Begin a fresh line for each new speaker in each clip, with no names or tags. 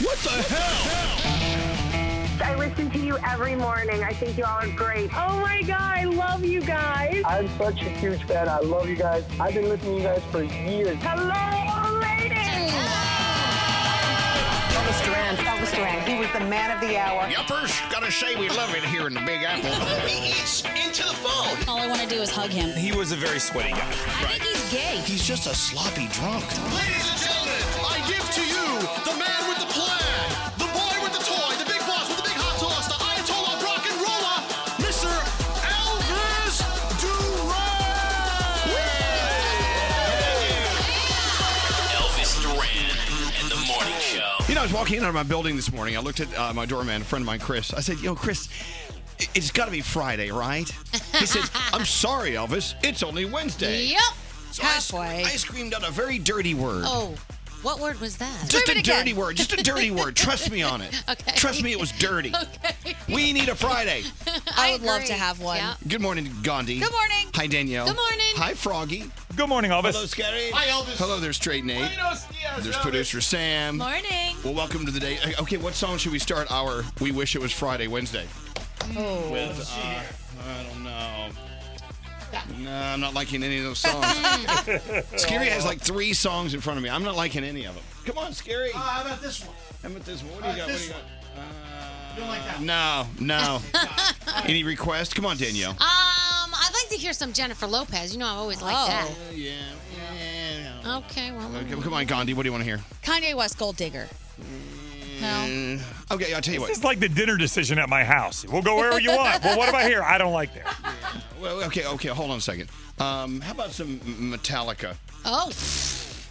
What the hell?
I listen to you every morning. I think you all are great.
Oh my God, I love you guys.
I'm such a huge fan. I love you guys. I've been listening to you guys for years.
Hello, ladies.
Elvis Duran. Elvis Duran. He was the man of the hour.
Yuppers, gotta say we love it here in the Big Apple.
He eats into the phone.
All I want to do is hug him.
He was a very sweaty guy.
I think he's gay.
He's just a sloppy drunk.
Ladies and gentlemen, I give to you the man with the plan, the boy with the toy, the big boss with the big hot sauce, the Ayatollah of rock and roller, Mr. Elvis Duran.
Elvis Duran and the Morning Show.
You know, I was walking in on my building this morning. I looked at uh, my doorman, a friend of mine, Chris. I said, "Yo, Chris, it- it's got to be Friday, right?" He says, "I'm sorry, Elvis. It's only Wednesday."
Yep.
So I sc-
Halfway.
I screamed out a very dirty word.
Oh, what word was that?
Just a dirty word. Just a dirty word. Trust me on it.
Okay.
Trust me, it was dirty.
Okay.
We need a Friday.
I um, would love to have one.
Good morning, Gandhi.
Good morning.
Hi, Danielle.
Good morning.
Hi, Froggy.
Good morning, Elvis.
Hello, Scary.
Hi, Elvis.
Hello, there's Straight Nate. There's producer Sam.
Morning.
Well, welcome to the day. Uh, Okay, what song should we start our We Wish It Was Friday Wednesday? With, uh, I don't know. No, I'm not liking any of those songs. Scary has like three songs in front of me. I'm not liking any of them. Come on, Scary.
Uh,
how about this one?
How about this one? What do you got? What do you got?
You don't like that
No, no. any request? Come on, Danielle.
Um, I'd like to hear some Jennifer Lopez. You know, I always like that.
yeah.
Okay, well,
Oh. Okay, come on, Gandhi. What do you want to hear?
Kanye West, Gold Digger. No.
Uh, okay, I'll tell you what.
This is like the dinner decision at my house. We'll go wherever you want. Well, what about here? I don't like that.
Well, okay, okay. Hold on a second. Um, how about some Metallica?
Oh,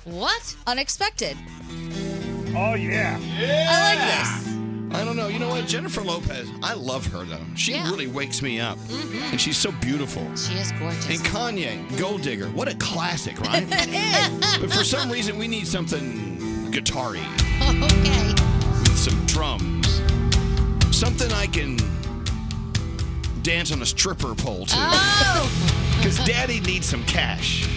what? Unexpected.
Oh, yeah.
I like this.
I don't know. You know what? Jennifer Lopez. I love her though. She
Yeah. Mm-hmm.
really wakes me up, and she's so beautiful.
She is gorgeous.
And Kanye, Gold Digger. What a classic, right? but for some reason, we need something guitar-y
okay.
with some drums, something I can dance on a stripper pole to.
Oh,
Because Daddy needs some cash.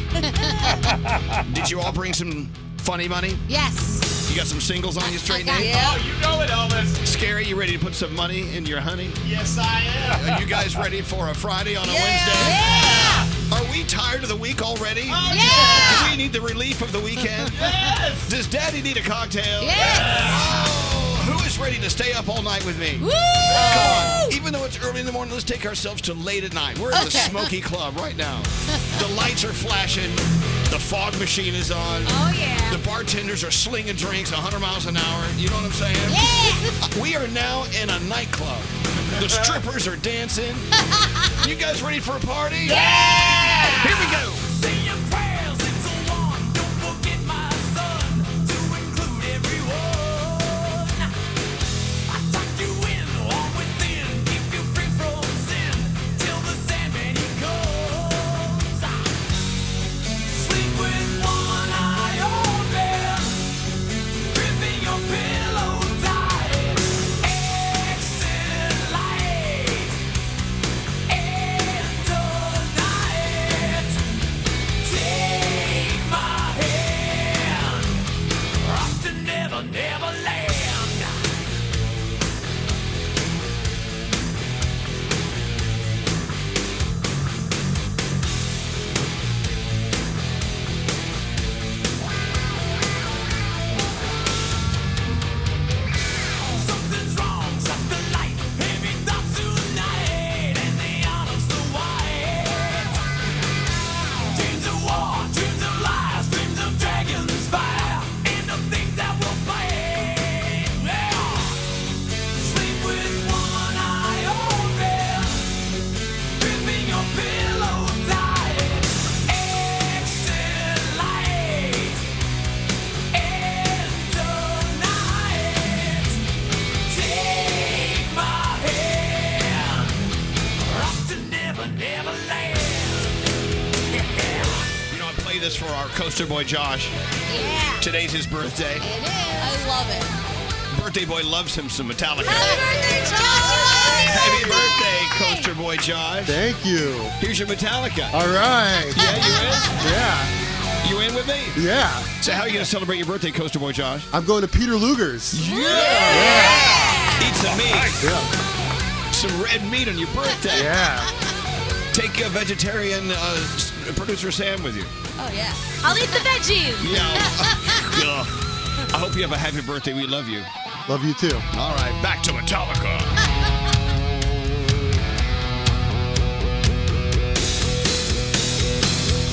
Did you all bring some funny money?
yes.
You got some singles on you,
I
straight
got
Nate?
it.
You know it, Elvis.
Scary, you ready to put some money in your honey?
Yes, I am.
Are you guys ready for a Friday on a Wednesday? Are we tired of the week already?
Yeah.
Do we need the relief of the weekend?
Oh, Yes.
Does Daddy need a cocktail?
Yes.
Oh, who is ready to stay up all night with me?
Woo!
Come on. Even though it's early in the morning, let's take ourselves to late at night. We're in the
Okay.
Smoky Club right now. The lights are flashing. The fog machine is on.
Oh, yeah.
The bartenders are slinging drinks 100 miles an hour. You know what I'm saying?
Yeah.
We are now in a nightclub. The strippers are dancing. You guys ready for a party? Yeah! Here we go.
Ah.
You know, I play this for our coaster boy, Josh.
Yeah.
Today's his birthday.
It is. I love it.
Birthday boy loves him some Metallica.
Happy
Happy birthday, coaster boy, Josh.
Thank you.
Here's your Metallica.
All right.
Yeah, you in?
Yeah.
You in with me?
Yeah.
So how are you going to celebrate your birthday, Coaster Boy Josh?
I'm going to Peter Luger's. Yeah.
Eat some meat. Some red meat on your birthday.
Yeah.
Take a vegetarian uh, s- producer Sam with you.
Oh, yeah. I'll eat the veggies.
Yeah. Ugh. I hope you have a happy birthday. We love you.
Love you too.
All right, back to Metallica.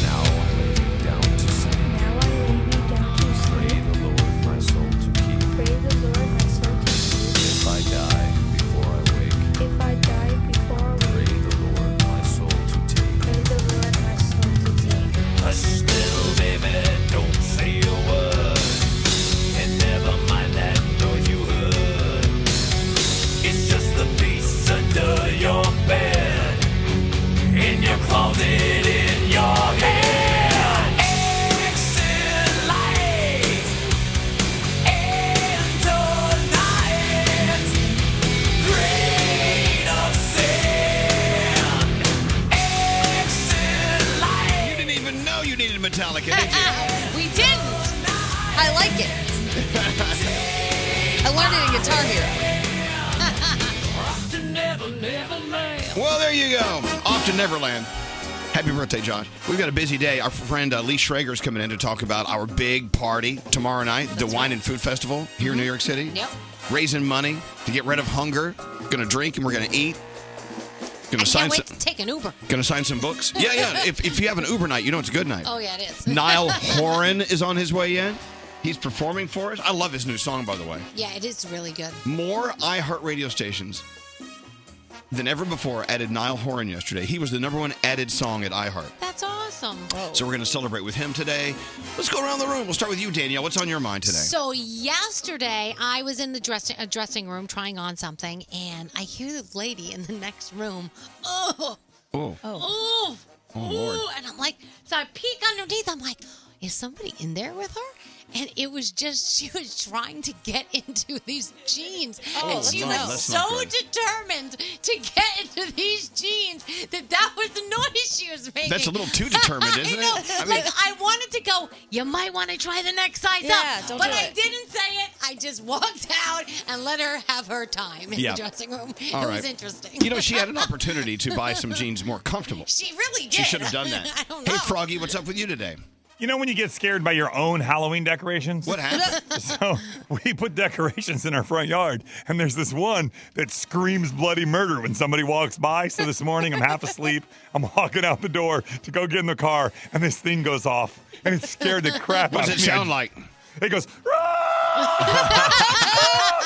Now I lay me down to sleep. Now I lay me down to sleep. Pray the Lord my soul to keep. Pray the Lord my soul to keep. If I die before I wake. If I die before I wake. Pray the Lord my soul to take. Pray the Lord my soul to take. Hush, little baby, don't say a word. And never mind that noise you heard. It's just the beast under your bed. In your closet, in your hand. Exit light. Into night. Green of sand. Exit light.
You didn't even know you needed Metallica, did you?
we didn't. I like it. I learned it in Guitar Hero.
Well, there you go. Off to Neverland. Happy birthday, Josh. We've got a busy day. Our friend uh, Lee Schrager's coming in to talk about our big party tomorrow night, the Wine and Food Festival here in New York City.
Mm-hmm. Yep.
Raising money to get rid of hunger. Gonna drink and we're gonna eat. Gonna sign
Can't wait
some,
to take an Uber.
gonna sign some books. Yeah, yeah. if, if you have an Uber night, you know it's a good night.
Oh yeah, it is.
Niall Horan is on his way in. He's performing for us. I love his new song, by the way.
Yeah, it is really good.
More iHeartRadio stations than ever before added Niall Horan yesterday. He was the number one added song at iHeart.
That's awesome.
So we're going to celebrate with him today. Let's go around the room. We'll start with you, Danielle. What's on your mind today?
So yesterday, I was in the dressing a dressing room trying on something, and I hear the lady in the next room. Oh,
oh,
oh,
Oh, Lord.
ooh," and I'm like, so I peek underneath. I'm like, is somebody in there with her? And it was just she was trying to get into these jeans,
Oh,
and she
no,
was
that's not
so
good.
determined to get into these jeans that that was the noise she was making.
That's a little too determined, isn't
I know.
it? I mean-
like I wanted to go. You might want to try the next size
Yeah,
up,
don't
but
do
I
it.
didn't say it. I just walked out and let her have her time in
Yeah.
the dressing room.
All
it
right.
was interesting.
You know, she had an opportunity to buy some jeans more comfortable.
She really did.
She should have done that.
I don't know.
Hey, Froggy, what's up with you today?
You know when you get scared by your own Halloween decorations? What
happened?
so we put decorations in our front yard, and there's this one that screams bloody murder when somebody walks by. So this morning I'm half asleep. I'm walking out the door to go get in the car, and this thing goes off, and it scared the crap out
What does
of me.
it sound
like?
It goes.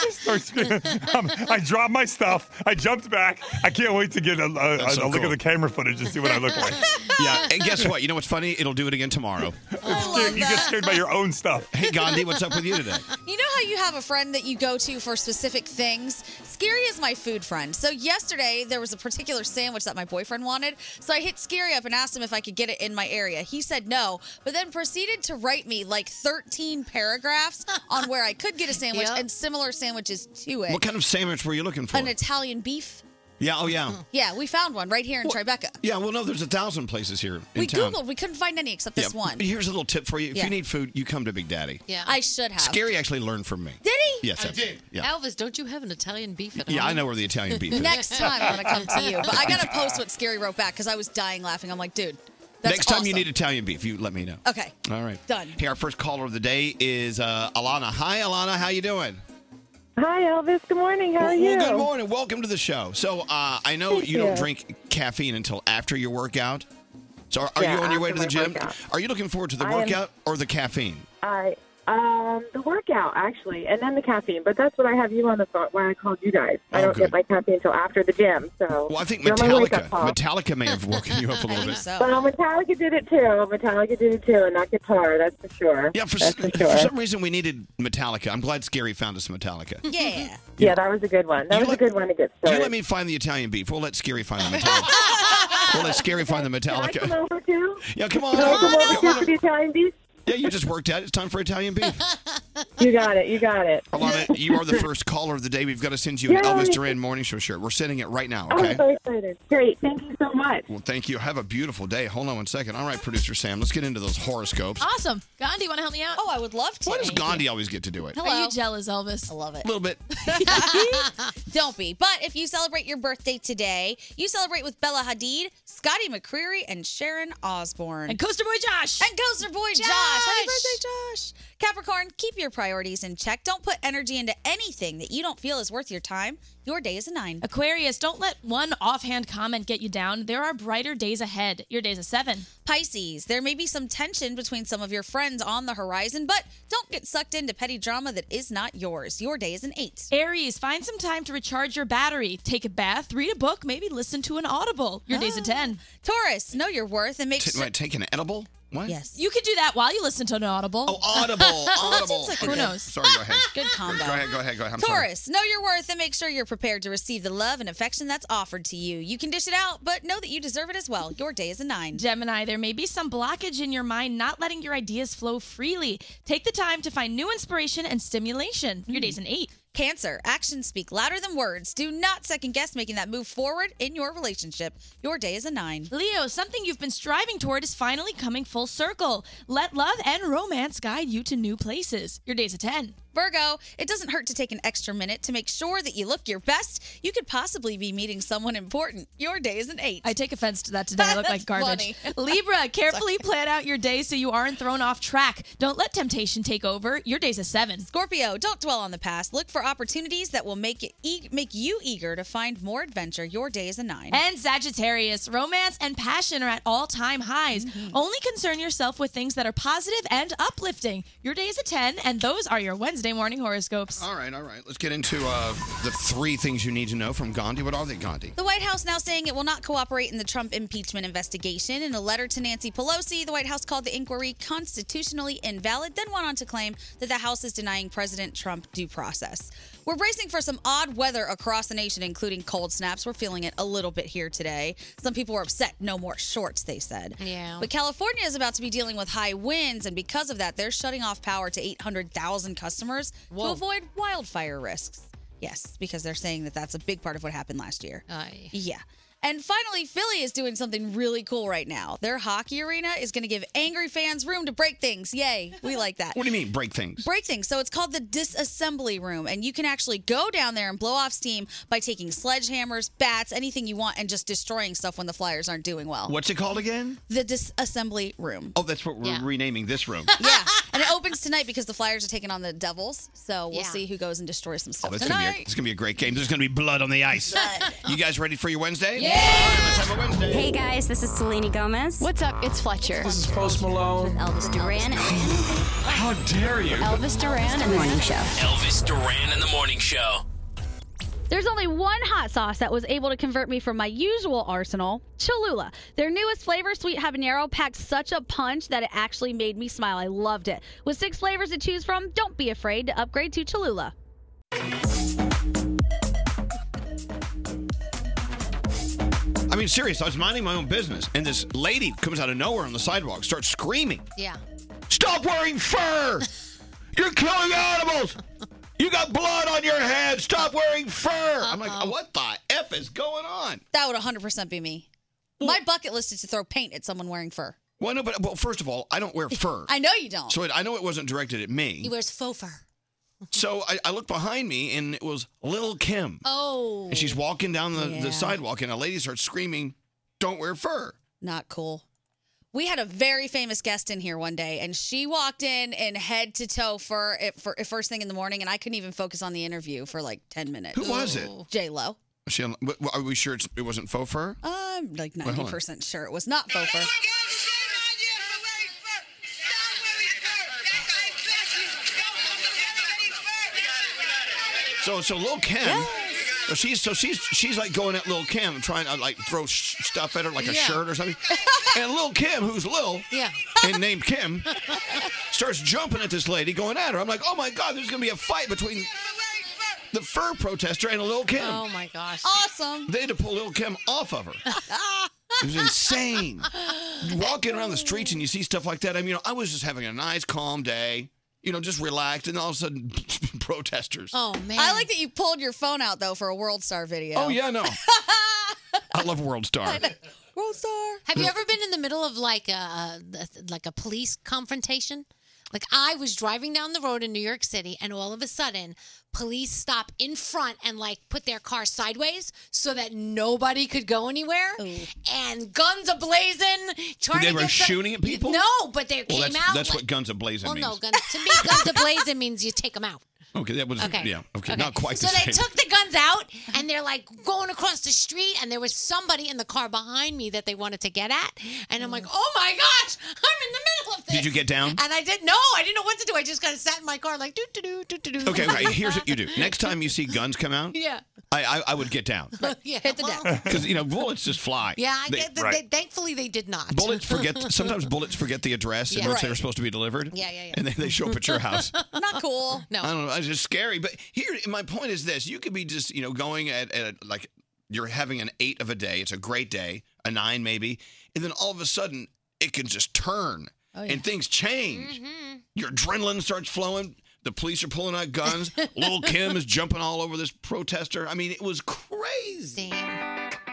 Start screaming. Um, I dropped my stuff. I jumped back. I can't wait to get a, a, a,
That's so
a look
cool.
at the camera footage and see what I look like.
Yeah. And guess what? You know what's funny? It'll do it again tomorrow.
you get scared by your own stuff.
Hey, Gandhi, what's up with you today?
You know how you have a friend that you go to for specific things? Scary is my food friend. So yesterday there was a particular sandwich that my boyfriend wanted. So I hit Scary up and asked him if I could get it in my area. He said no, but then proceeded to write me like 13 paragraphs on where I could get a sandwich and similar sandwiches to it.
What kind of sandwich were you looking for?
An Italian beef?
Yeah, oh, yeah.
Yeah, we found one right here in Tribeca.
Yeah, well, no, there's a thousand places here in
We
town.
Googled, we couldn't find any except this
Yeah,
one.
but Here's a little tip for you. If
Yeah.
you need food, you come to Big Daddy.
Yeah. I should have.
Scary actually learned from me.
Did he?
Yes, I did. Yeah.
Elvis, don't you have an Italian beef at
Yeah,
home?
I know where the Italian beef is.
Next time I'm gonna come to you. But I gotta post what Scary wrote back because I was dying laughing. I'm like, dude, that's
Next time you
awesome.
need Italian beef, you let me know.
Okay.
All right.
Done.
Hey, our first caller of the day is uh, Alana. Hi, Alana. How you doing?
Hi, Elvis. Good morning. How are
well,
you?
good morning. Welcome to the show. So uh, I know
Thank
you don't
you.
drink caffeine until after your workout. So are, are
Yeah,
you on your way to the
after my
gym? Are you looking forward to the
I am-
workout or the caffeine?
I um the workout actually, and then the caffeine. But that's what I have you on the phone when I called you guys. I
Oh,
don't get
good.
my caffeine until after the gym. So
Well, I think
you're my
Metallica.
wake-up call.
Metallica may have woken you up a little bit.
Well, Metallica did it too. Metallica did it too, and that guitar, that's for sure.
Yeah, for,
that's
for,
for sure.
some reason we needed Metallica. I'm glad Scary found us Metallica.
Yeah.
Yeah, that was a good one. That was a good one to get
You
started.
let me find the Italian beef. We'll let Scary find the Metallica. we'll let Scary find the
Can I come
Metallica.
over too?
Yeah, come on.
Can I come
Come
over too
on
for the Italian beef?
Yeah, you just worked out. It's time for Italian beef.
You got it. You got it.
Alana, you are the first caller of the day. We've got to send you an
Yay. Oh,
Elvis Duran morning show shirt. We're sending it right now,
I'm
okay?
so excited. Great. Thank you so much.
Well, thank you. Have a beautiful day. Hold on one second. All right, producer Sam, let's get into those horoscopes.
Awesome. Gandhi, want to help me out? Oh,
I would love to.
What is
Gandhi always get to do it.
Are you jealous, Elvis? I
love it.
A little bit.
Don't be. But if you celebrate your birthday today, you celebrate with Bella Hadid, Scotty McCreery, and Sharon Osbourne.
And Coaster Boy Josh.
And Coaster Boy Josh. Happy birthday, Josh. Capricorn, keep your priorities in check. Don't put energy into anything that you don't feel is worth your time. Your day is a nine.
Aquarius, don't let one offhand comment get you down. There are brighter days ahead. Your day's a seven.
Pisces, there may be some tension between some of your friends on the horizon, but don't get sucked into petty drama that is not yours. Your day is an eight.
Aries, find some time to recharge your battery. Take a bath, read a book, maybe listen to an audible. Your day's a 10.
Ah. Taurus, know your worth and make
T- wait, take an edible? What?
Yes.
You could do that while you listen to an audible. Oh,
Audible. Audible.
Who
Okay.
knows?
Sorry, go ahead.
Good combo.
Go ahead, go ahead, go ahead. I'm sorry.
Taurus, know your worth and make sure you're prepared to receive the love and affection that's offered to you. You can dish it out, but know that you deserve it as well. Your day is a nine.
Gemini, there may be some blockage in your mind not letting your ideas flow freely. Take the time to find new inspiration and stimulation. Your day's E. an eight.
Hmm. Cancer, actions speak louder than words. Do not second guess making that move forward in your relationship. Your day is a nine.
Leo, something you've been striving toward is finally coming full circle. Let love and romance guide you to new places. Your day's a 10.
Virgo, it doesn't hurt to take an extra minute to make sure that you look your best. You could possibly be meeting someone important. Your day is an eight.
I take offense to that today. I look like
That's
garbage.
funny.
Libra, carefully plan out your day so you aren't thrown off track. Don't let temptation take over. Your day's a seven.
Scorpio, don't dwell on the past. Look for opportunities that will make it e- make you eager to find more adventure. Your day is a nine.
And Sagittarius, romance and passion are at all time highs.
Mm-hmm.
Only concern yourself with things that are positive and uplifting. Your day is a 10, and those are your Wednesday morning horoscopes.
All right, all right. Let's get into uh, the three things you need to know from Gandhi. What are they, Gandhi?
The White House now saying it will not cooperate in the Trump impeachment investigation. In a letter to Nancy Pelosi, the White House called the inquiry constitutionally invalid, then went on to claim that the House is denying President Trump due process. We're bracing for some odd weather across the nation, including cold snaps. We're feeling it a little bit here today. Some people were upset. No more shorts, they said.
Yeah.
Mm-hmm. But California is about to be dealing with high winds, and because of that, they're shutting off power to 800,000 customers to
Whoa.
avoid wildfire risks. Yes, because they're saying that that's a big part of what happened last year. Yeah. And finally, Philly is doing something really cool right now. Their hockey arena is going to give angry fans room to break things. Yay, we like that.
What do you mean, break things?
Break things. So it's called the disassembly room, and you can actually go down there and blow off steam by taking sledgehammers, bats, anything you want, and just destroying stuff when the Flyers aren't doing well.
What's it called again?
The disassembly room.
Oh, that's what we're
Yeah.
renaming this room.
yeah, and it opens tonight because the Flyers are taking on the Devils. So we'll
Yeah.
see who goes and destroys some
Oh,
stuff
that's gonna, be a,
tonight.
it's gonna be a great game. There's gonna be blood on the ice. you guys ready for your Wednesday?
Hey guys, this is Selene Gomez. What's up? It's Fletcher. This is
Post Malone.
With Elvis Duran. How
dare you?
Elvis Duran and the Morning Show.
Elvis Duran in the morning show.
There's only one hot sauce that was able to convert me from my usual arsenal, Cholula. Their newest flavor, sweet habanero, packed such a punch that it actually made me smile. I loved it. With six flavors to choose from, don't be afraid to upgrade to Cholula.
I mean, serious. I was minding my own business, and this lady comes out of nowhere on the sidewalk, starts screaming,
Yeah.
"Stop wearing fur! You're killing animals! You got blood on your head! Stop wearing fur!" I'm like, "What the f is going on?"
That would 100% be me. My bucket list is to throw paint at someone wearing fur.
Well, no, but well, first of all, I don't wear fur.
I know you don't.
So it, I know it wasn't directed at me.
He wears faux fur.
So I, I looked behind me, and it was Lil Kim.
Oh.
And she's walking down the,
Yeah.
the sidewalk, and a lady starts screaming, Don't wear fur.
Not cool. We had a very famous guest in here one day, and she walked in in head to toe fur at, for, at first thing in the morning, and I couldn't even focus on the interview for like 10 minutes.
Who was it?
J Lo.
She, uh, w- w- are we sure it's, it wasn't faux fur?
I'm like
Wait, hold on.
90% sure it was not faux fur.
So, so Lil Kim. So she's so she's she's like going at Lil Kim, trying to like throw sh- stuff at her, like a
Yeah.
shirt or something. and Lil Kim, who's Lil,
Yeah.
and named Kim, starts jumping at this lady, going at her. I'm like, oh my god, there's gonna be a fight between the fur protester and Lil Kim.
Oh my gosh.
Awesome.
They had to pull Lil Kim off of her. It was insane. Walking around the streets and you see stuff like that. I mean, you know, I was just having a nice, calm day. you know, just relaxed, and all of a sudden, protesters.
Oh man! I like that you pulled your phone out though for a World Star video.
Oh, yeah, no. I love World Star.
World Star.
Have you ever been in the middle of like a uh, like a police confrontation? Like I was driving down the road in New York City, and all of a sudden, police stop in front and like put their car sideways so that nobody could go anywhere, and guns a blazing, trying
They
to
were
get some-
shooting at people?
No, but they
Well,
came
that's,
out.
that's
like-
what guns ablazing
well,
means.
no, guns to me, guns a blazing means you take them out.
Okay, that was
Okay.
yeah. Okay, not quite
So
the
they
same.
took the guns out and they're like going across the street and there was somebody in the car behind me that they wanted to get at and I'm like, "Oh my gosh, I'm in the middle of this."
Did you get down?
And I didn't know. I didn't know what to do. I just kind of sat in my car like doo doo doo doo doo doo.
okay, okay, here's what you do. Next time you see guns come out,
Yeah.
I I, I would get down
yeah. Hit the deck.
because you know bullets just fly.
Yeah, I
They-
get that. They, thankfully they did not.
Bullets forget. Sometimes bullets forget the address
Yeah.
in which they
Right.
were supposed to be delivered.
Yeah, yeah, yeah.
And then they show up at your house.
Not cool. No.
I don't know. It's just scary. But here, my point is this: you could be just, you know, going at, at like you're having an eight of a day. It's a great day, a nine maybe, and then all of a sudden it can just turn
Oh, yeah.
and things change.
Mm-hmm.
Your adrenaline starts flowing. The police are pulling out guns. Little Kim is jumping all over this protester. I mean, it was crazy.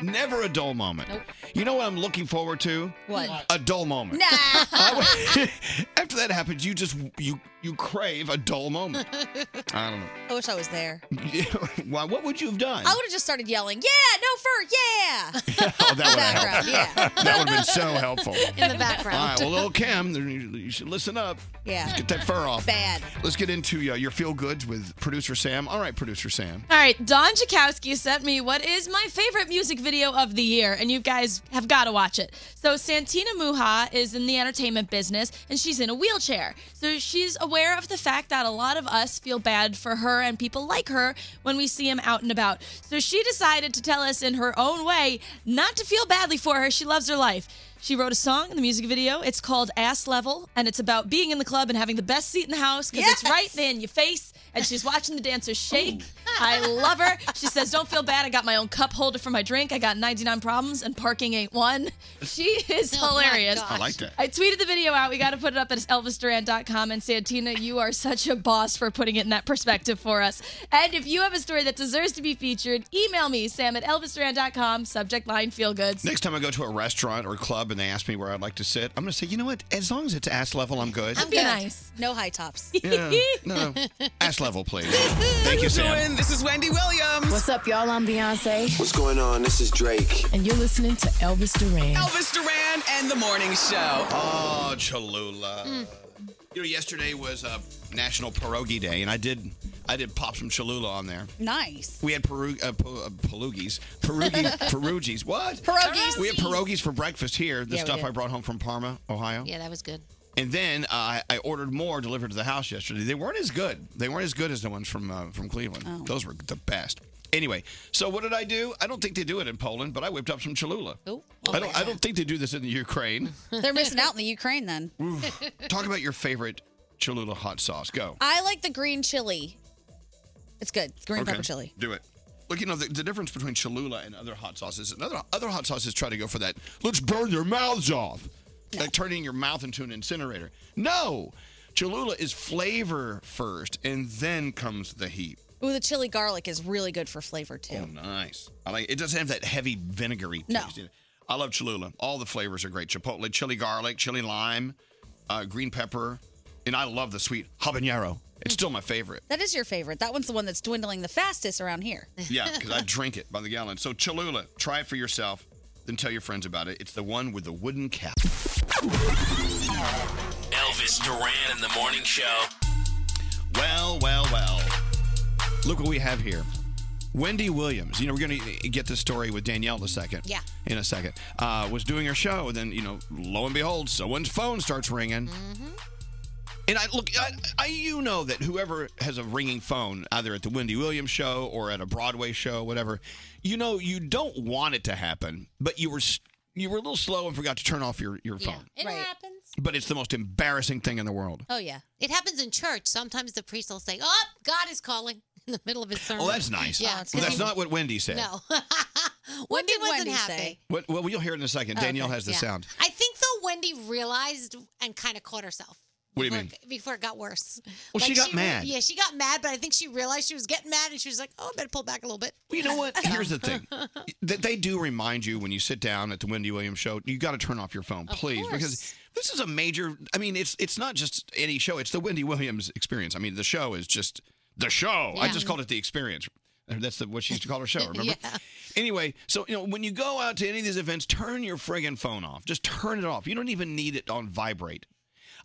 Never a dull moment. You know what I'm looking forward to?
What?
A dull moment.
Nah.
I would- After that happens, you just you you crave a dull moment. I don't know.
I wish I was there.
Why? What would you have done?
I would have just started yelling, "Yeah, no fur, yeah!"
Oh, that would have
Background,
helped. That would have been so helpful.
In the
All right,
background.
well, little Kim, there- you you should listen up.
Yeah.
Get that fur off.
Bad.
Let's get into uh, your feel goods with producer Sam. All right, producer Sam.
All right, Don Jakowski sent me what is my favorite music video of the year, and you guys have got to watch it. So, Santina Muha is in the entertainment business, and she's in a wheelchair. So, she's aware of the fact that a lot of us feel bad for her and people like her when we see them out and about. So, she decided to tell us in her own way not to feel badly for her. She loves her life. She wrote a song in the music video. It's called Ass Level, and it's about being in the club and having the best seat in the house because it's right there in your face. And she's watching the dancers shake.
Oh.
I love her. She says, Don't feel bad. I got my own cup holder for my drink. I got 99 problems, and parking ain't one. She is
Oh my
hilarious.
gosh. I like that.
I tweeted the video out. We got to put it up at elvisduran.com. And Santina, you are such a boss for putting it in that perspective for us. And if you have a story that deserves to be featured, email me, sam at elvisduran.com, subject line feel goods.
Next time I go to a restaurant or club and they ask me where I'd like to sit, I'm going to say, you know what? As long as it's ass level, I'm good.
good.
nice.
No high tops.
Yeah, no. Ass level, please. Thank you, Sam.
This is Wendy Williams. What's up, y'all? I'm Beyonce.
What's going on? This is Drake.
And you're listening to Elvis Duran.
Elvis Duran and the Morning Show.
Oh, Cholula.
Mm.
You know, yesterday was uh, National Pierogi Day, and I did I did pop some Cholula on there.
Nice.
We had peru- uh, po- uh, pierogies, pierogi, pierogies. What?
Pierogies.
We had pierogies for breakfast here. The
Yeah, we
stuff
did.
I brought home from Parma, Ohio.
Yeah, that was good.
And then uh, I- I ordered more delivered to the house yesterday. They weren't as good. They weren't as good as the ones from uh, from Cleveland.
Oh.
Those were the best. Anyway, so what did I do? I don't think they do it in Poland, but I whipped up some Cholula.
Oh,
I don't. I don't think they do this in the Ukraine.
They're missing out in the Ukraine then.
Talk about your favorite Cholula hot sauce. Go.
I like the green chili. It's good. It's green pepper chili.
Do it. Look, you know, the, the difference between Cholula and other hot sauces, and other, other hot sauces try to go for that, let's burn your mouths off. Like turning your mouth into an incinerator. No! Cholula is flavor first, and then comes the heat.
Ooh, the chili garlic is really good for flavor too.
Oh, nice. I like it. doesn't have that heavy vinegary
No.
taste. in it. I love Cholula. All the flavors are great. Chipotle, chili garlic, chili lime, uh, green pepper, and I love the sweet habanero. It's
Mm.
still my favorite.
That is your favorite. That one's the one that's dwindling the fastest around here.
Yeah, because I drink it by the gallon. So Cholula, try it for yourself, then tell your friends about it. It's the one with the wooden cap.
Elvis Duran in the morning show.
Well, well, well. Look what we have here. Wendy Williams, you know, we're going to get this story with Danielle in a second.
Yeah.
In a second. Uh, was doing her show, and then, you know, lo and behold, someone's phone starts ringing.
Mm-hmm.
And I look, I, I, you know that whoever has a ringing phone, either at the Wendy Williams show or at a Broadway show, whatever, you know, you don't want it to happen, but you were s- you were a little slow and forgot to turn off your, your phone.
It happens.
But it's the most embarrassing thing in the world.
Oh yeah, it happens in church. Sometimes the priest will say, "Oh, God is calling." In the middle of his sermon.
Oh, that's nice.
Yeah,
Well, that's not what Wendy said.
No, Wendy wasn't
Wendy
happy.
say?
What, well, you'll hear it in a second.
Oh,
Danielle
okay.
has the
Yeah.
sound.
I think though Wendy realized and kind of caught herself.
What do you mean?
before it got worse.
Well, she got
re-
mad.
Yeah, she got mad, but I think she realized she was getting mad, and she was like, "Oh, I better pull back a little bit."
Well, you know what? Here's the thing. That they do remind you when you sit down at the Wendy Williams show, you got to turn off your phone,
Of
please, because
course.
this is a major. I mean, it's it's not just any show; it's the Wendy Williams experience. I mean, the show is just the show. I
Yeah.
just called it the experience. That's the, what she used to call her show. Remember?
Yeah.
Anyway, so you know when you go out to any of these events, turn your friggin' phone off. Just turn it off. You don't even need it on vibrate.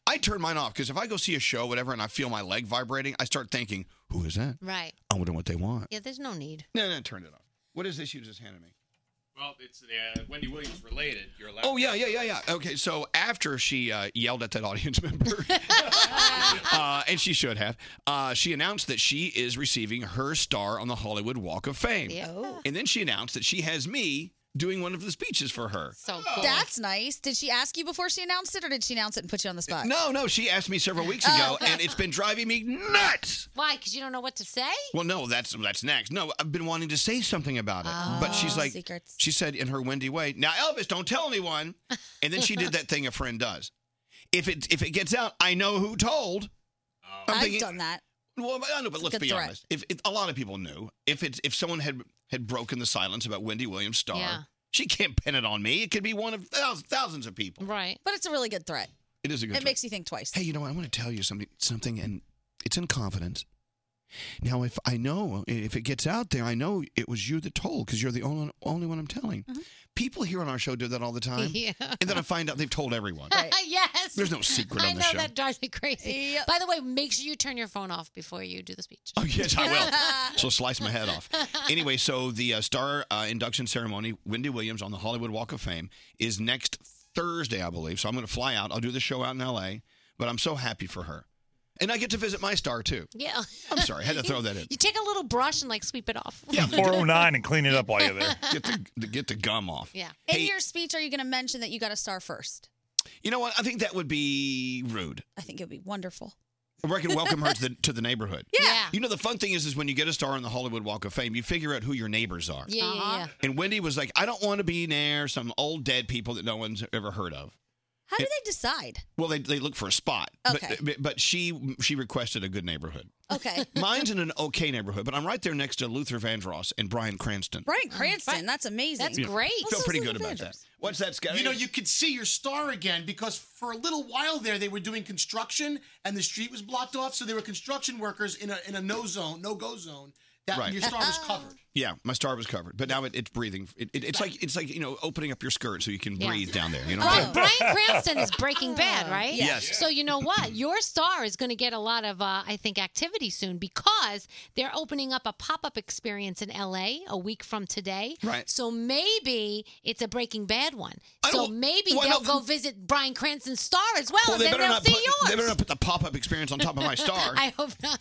I turn mine off because if I go see a show, whatever, and I feel my leg vibrating, I start thinking, "Who is that?
Right.
I wonder what they want."
Yeah, there's no need.
No, no, turn it off. What is this you just handed me?
Well, it's the uh, Wendy Williams related. You're allowed.
Oh yeah, yeah, yeah, yeah. Okay, so after she uh, yelled at that audience member, uh, and she should have, uh, she announced that she is receiving her star on the Hollywood Walk of Fame.
Yeah.
And then she announced that she has me doing one of the speeches for her.
So
That's nice. Did she ask you before she announced it, or did she announce it and put you on the spot?
No, no, she asked me several weeks
Oh,
ago,
okay.
and it's been driving me nuts.
Why? Because you don't know what to say.
Well, no, that's that's next. No, I've been wanting to say something about it, but she's
Oh,
like,
secrets.
she said in her Wendy way, "Now, Elvis, don't tell anyone." And then she did that thing a friend does. If it if it gets out, I know who told. I'm
I've
thinking-
done that.
Well, I know,
It's
but
a
let's
good
be
threat.
honest. If, if a lot of people knew, if it's if someone had had broken the silence about Wendy Williams' star,
Yeah.
she can't pin it on me. It could be one of thousands, thousands of people.
Right.
But it's a really good threat.
It is a good.
it
threat.
makes you think twice.
Hey, you know what? I want to tell you something. Something, and it's in confidence. Now, if I know, if it gets out there, I know it was you that told because you're the only only one I'm telling.
Mm-hmm.
People here on our show do that all the time,
Yeah.
and then I find out they've told everyone.
yes.
There's no secret
I
on the
know
show.
that drives me crazy. By the way, make sure you turn your phone off before you do the speech.
Oh yes, I will. She'll slice my head off. Anyway, so the uh, star uh, induction ceremony, Wendy Williams on the Hollywood Walk of Fame, is next Thursday, I believe. So I'm going to fly out. I'll do the show out in L.A. But I'm so happy for her, and I get to visit my star too.
Yeah.
I'm sorry, I had to throw that in.
You take a little brush and like sweep it off.
Yeah,
409 and clean it up while you're there.
Get the, the- get the gum off.
Yeah.
In
Hey-
your speech, are you going to mention that you got a star first?
You know what? I think that would be rude.
I think it would be wonderful.
Or I can welcome her to the, to the neighborhood.
Yeah. Yeah.
You know, the fun thing is, is when you get a star on the Hollywood Walk of Fame, you figure out who your neighbors are.
Yeah, yeah, yeah.
And Wendy was like, I don't want to be near some old dead people that no one's ever heard of.
How do they decide?
Well, they, they look for a spot.
Okay.
But, but she she requested a good neighborhood.
Okay.
Mine's in an okay neighborhood, but I'm right there next to Luther Vandross and Brian Cranston.
Brian
Oh,
Cranston, that's amazing.
Yeah. Feel pretty good about that. What's that, Scott?
You know, you could see your star again because for a little while there, they were doing construction and the street was blocked off, so there were construction workers in a in a no zone, no go zone. That
Right.
your star was covered.
Yeah, my star was covered, but now it, it's breathing. It, it, it's like it's like you know opening up your skirt so you can
Yeah.
breathe down there. You know,
Brian,
what I'm saying?
Brian Cranston is Breaking Bad, right?
Yes. Yes.
So you know what? Your star is going to get a lot of, uh, I think, activity soon because they're opening up a pop-up experience in LA a week from today.
Right.
So maybe it's a Breaking Bad one. So maybe
why
they'll
not-
go visit Brian Cranston's star as well,
Well,
and then
better
they'll
not
see
put,
yours.
They better not put the pop up experience on top of my star.
I hope not.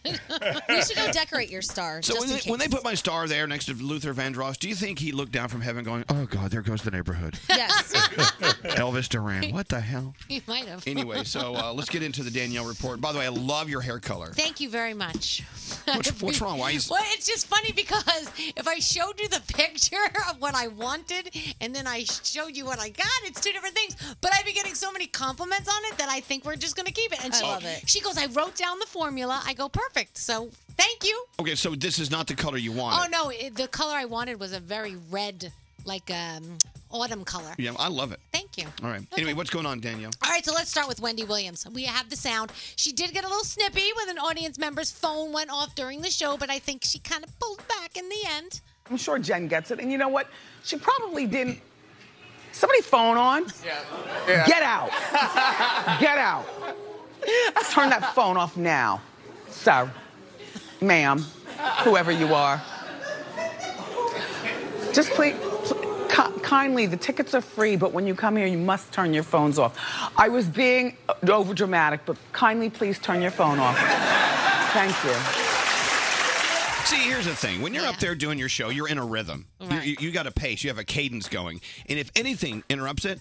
we should go decorate your star.
So
just
when
in
they, when they
case.
put my star there next to Luther Vandross, do you think he looked down from heaven going, "Oh God, there goes the neighborhood"?
Yes.
Elvis Duran, what the hell?
you might have.
Anyway, so uh, let's get into the Danielle report. By the way, I love your hair color.
Thank you very much.
What's- what's wrong? Why is-
Well, it's just funny because if I showed you the picture of what I wanted and then I showed you what I got, it's two different things. But I've been getting so many compliments on it that I think we're just going to keep it. And
I
she,
love it.
She goes, I wrote down the formula. I go, perfect. So thank you.
Okay, so this is not the color you want.
Oh, no. It, the color I wanted was a very red, like um, autumn color.
Yeah, I love it.
Thank you.
All right. Anyway, what's going on, Danielle?
All right, so let's start with Wendy Williams. We have the sound. She did get a little snippy when an audience member's phone went off during the show, but I think she kind of pulled back in the end.
I'm sure Jen gets it. And you know what? She probably didn't. Somebody phone on.
Yeah.
Get out. Get out. Turn that phone off now. Sir, ma'am, whoever you are. Just please, pl- ki- kindly, the tickets are free, but when you come here, you must turn your phones off. I was being over dramatic, but kindly please turn your phone off. Thank you.
See, here's the thing. When you're up there doing your show, you're in a rhythm. You-
Right.
You, you got a pace. You have a cadence going. And if anything interrupts it,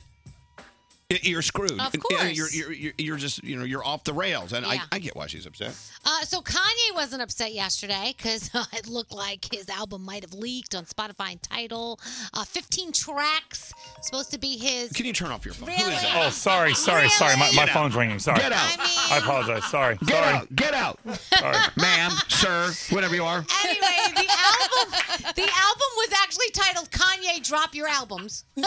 Y- You're screwed.
Of
And- and You're,
course.
you're, you're, you're just, you know, you're off the rails. And
Yeah.
I, I get why she's upset.
Uh, so Kanye wasn't upset yesterday because it looked like his album might have leaked on Spotify and Title. Uh, 15 tracks supposed to be his.
Can you turn off your phone?
Really?
Oh, sorry, sorry, sorry. My, my phone's ringing. Sorry.
Get out.
I apologize. Sorry. Get sorry. out.
Get out.
Sorry.
Ma'am, sir, whatever you are.
Anyway, the album the album was actually titled Kanye Drop Your Albums.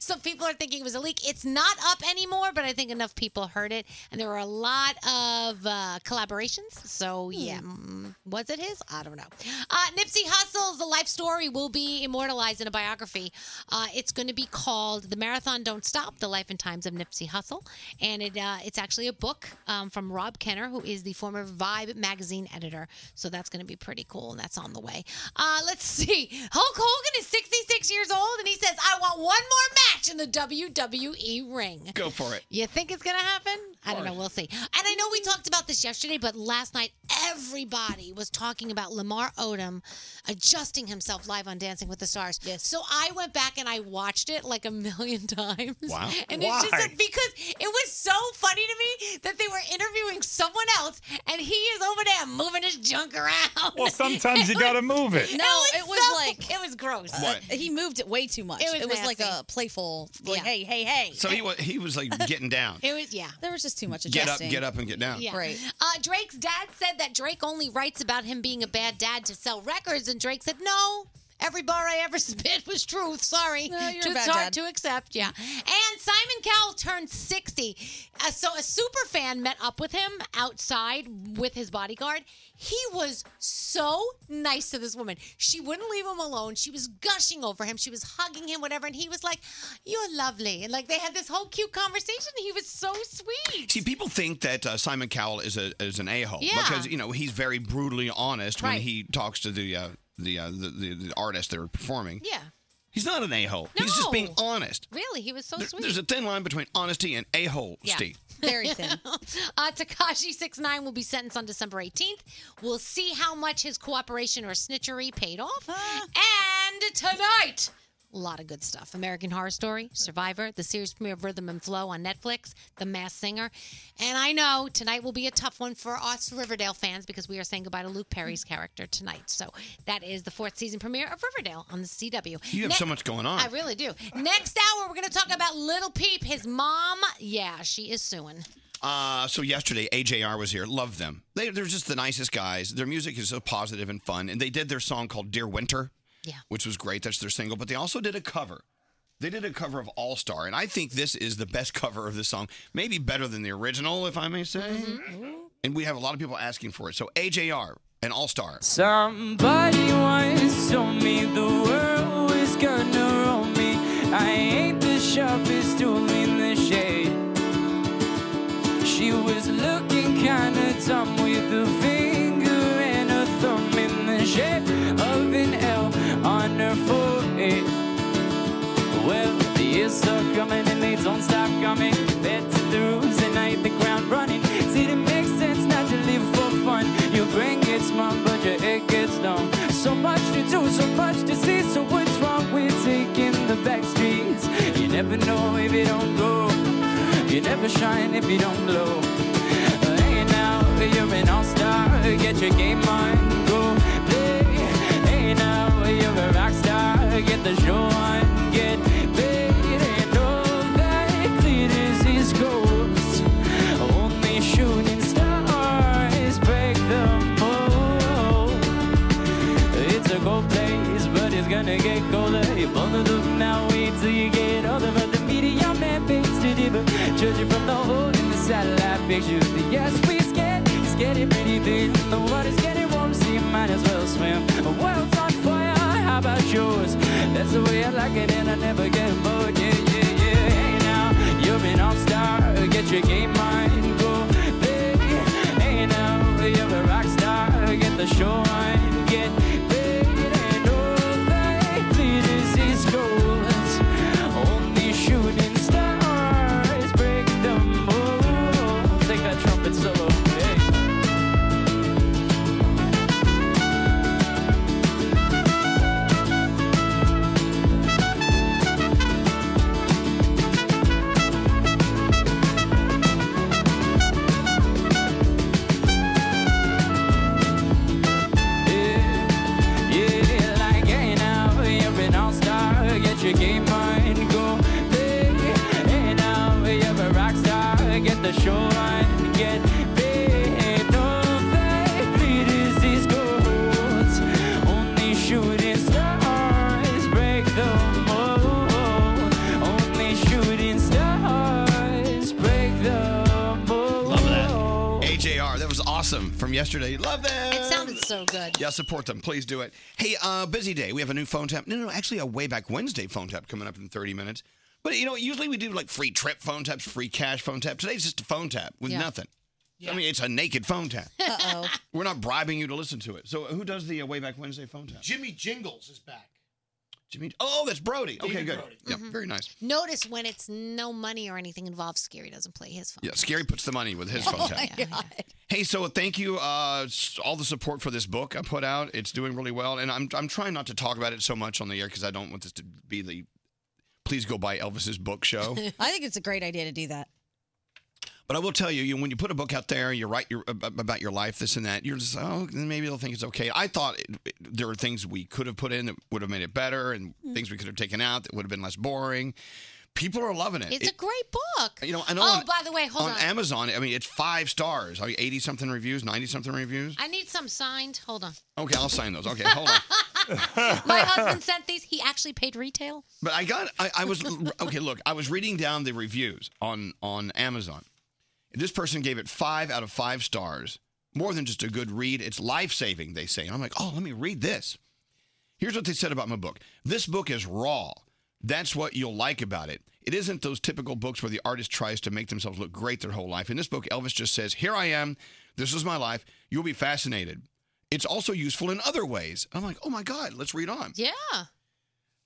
so people are thinking it was a leak. It's not up anymore, but I think enough people heard it, and there were a lot of uh, collaborations. So yeah, mm, was it his? I don't know. Uh, Nipsey Hussle's life story will be immortalized in a biography. Uh, it's going to be called "The Marathon Don't Stop: The Life and Times of Nipsey Hussle," and it uh, it's actually a book um, from Rob Kenner, who is the former Vibe magazine editor. So that's going to be pretty cool, and that's on the way. Uh, let's see. Hulk Hogan is 66 years old, and he says, "I want one more match in the WWE ring."
Go for it.
You think it's going to happen? I don't know. We'll see. And I know we talked about this yesterday, but last night everybody was talking about Lamar Odom adjusting himself live on Dancing with the Stars. Yes. So I went back and I watched it like a million times.
Wow.
And it's just
Why?
a, because it was so funny to me that they were interviewing someone else and he is over there moving his junk around.
Well, sometimes you gotta move it.
No, it was
so-
like- Uh,
it was gross.
What?
He moved it way too much.
It was
like a playful, like, hey, hey, hey.
So uh, he was, he was like getting down.
It was yeah.
There was just too much
Get up,
adjusting.
get up, and get down.
Yeah. Uh, Drake's dad said that Drake only writes about him being a bad dad to sell records, and Drake said, no. Every bar I ever spit was truth. Sorry.
you're a
Truth's
bad
hard
dad."
to accept. Yeah. And Simon Cowell turned 60. Uh, so a super fan met up with him outside with his bodyguard. He was so nice to this woman. She wouldn't leave him alone. She was gushing over him. She was hugging him, whatever. And he was like, You're lovely. And like they had this whole cute conversation. He was so sweet.
See, people think that uh, Simon Cowell is a is an a hole
Yeah.
because you know he's very brutally honest when
Right.
he talks to the uh, the, uh, the the the artists that are performing.
Yeah.
He's not an a hole. He's just being
No.
honest.
Really? He was so
There-
sweet.
there's a thin line between honesty and a hole,
Yeah.
Steve.
Very thin.
uh, Takashi 69 will be sentenced on December 18th. We'll see how much his cooperation or snitchery paid off. and tonight, a lot of good stuff. American Horror Story, Survivor, the series premiere of Rhythm and Flow on Netflix, The Masked Singer. And I know tonight will be a tough one for us Riverdale fans because we are saying goodbye to Luke
Mm.
Perry's character tonight. So that is the fourth season premiere of Riverdale on the CW.
You have
Ne-
so much going on.
I really do. Next hour, we're going to talk about Little Peep, his mom. Yeah, she is suing.
Uh, so yesterday, AJR was here. Love them. They, they're just the nicest guys. Their music is so positive and fun. And they did their song called "Dear Winter,"
Yeah.
which was great. That's their single. But they also did a cover. They did a cover of All Star, and I think this is the best cover of the song. Maybe better than the original, if I may say. And we have a lot of people asking for it. So AJR and All Star.
Somebody once told me the world was gonna roll me. I ain't the sharpest tool in the shade. She was looking kinda dumb with a finger and a thumb in the shape of an L on her forehead. Well, the years are coming and they don't stop coming. Back to the rules and I hit the ground running. See, it makes sense not to live for fun. Your brain gets mum, but your head gets numb. So much to do, so much to see. So what's wrong with taking the back streets? You never know if you don't go. You never shine if you don't glow. Hanging out, you're an all-star. Get your game on, go play. Hey now, you're a rock star. Get the show on, get paid. And all that glitters is gold. Only shooting stars break the mold. It's a cold place, but it's gonna get colder. You pull it up now, wait till you get older. But the media man bakes to deeper. Judging from the hole in the satellite pictures. The yes, we scared. It's getting pretty thin. The water's getting warm, so you might as well swim. The world's on fire, how about yours? That's the way I like it, and I never get bored. Yeah, yeah, yeah. Hey now, you're an all-star. Get your game mind, go play. Hey now, you're a rock star. Get the show on, get paid. And all that glitters is gold. Only shooting stars break the mold. Take that trumpet solo. Hey.
from yesterday. Love them.
It sounded so good.
Yeah, support them. Please do it. Hey, uh, busy day. We have a new phone tap. No, no, actually, a way back Wednesday phone tap coming up in 30 minutes. But you know, usually we do like free trip phone taps, free cash phone tap. Today's just a phone tap with
Yeah.
nothing. I mean, it's a naked phone tap.
Uh oh.
We're not bribing you to listen to it. So, who does the uh, way back Wednesday phone tap?
Jimmy Jingles is back.
Jimmy. Oh, that's Brody.
David
okay, good.
Brody.
Yeah,
Mm-hmm.
very nice.
Notice when it's no money or anything involved, Scary doesn't play his phone.
Yeah, Scary puts the money with his phone tap. Hey, so thank you uh, s- all the support for this book I put out. It's doing really well, and I'm I'm trying not to talk about it so much on the air because I don't want this to be the please go buy Elvis's book show.
I think it's a great idea to do that.
but I will tell you, you when you put a book out there, you write your ab- about your life, this and that. You're just oh, then maybe they'll think it's okay. I thought it, it- there were things we could have put in that would have made it better, and
Mm.
things we could have taken out that would have been less boring. People are loving it.
It's
It-
a great book.
you know, I know
oh,
on-
by the way, hold on.
Amazon, I mean, it's five stars. I mean, 80 something reviews, 90 something reviews.
I need some signed. Hold on.
Okay, I'll sign those. Okay, hold on.
My husband sent these. He actually paid retail.
But I got, I, I was, okay, look, I was reading down the reviews on, on Amazon. This person gave it five out of five stars. More than just a good read, it's life saving, they say. And I'm like, oh, let me read this. Here's what they said about my book. This book is raw. That's what you'll like about it. It isn't those typical books where the artist tries to make themselves look great their whole life. In this book, Elvis just says, Here I am. This is my life. You'll be fascinated. It's also useful in other ways. I'm like, Oh my God, let's read on.
Yeah.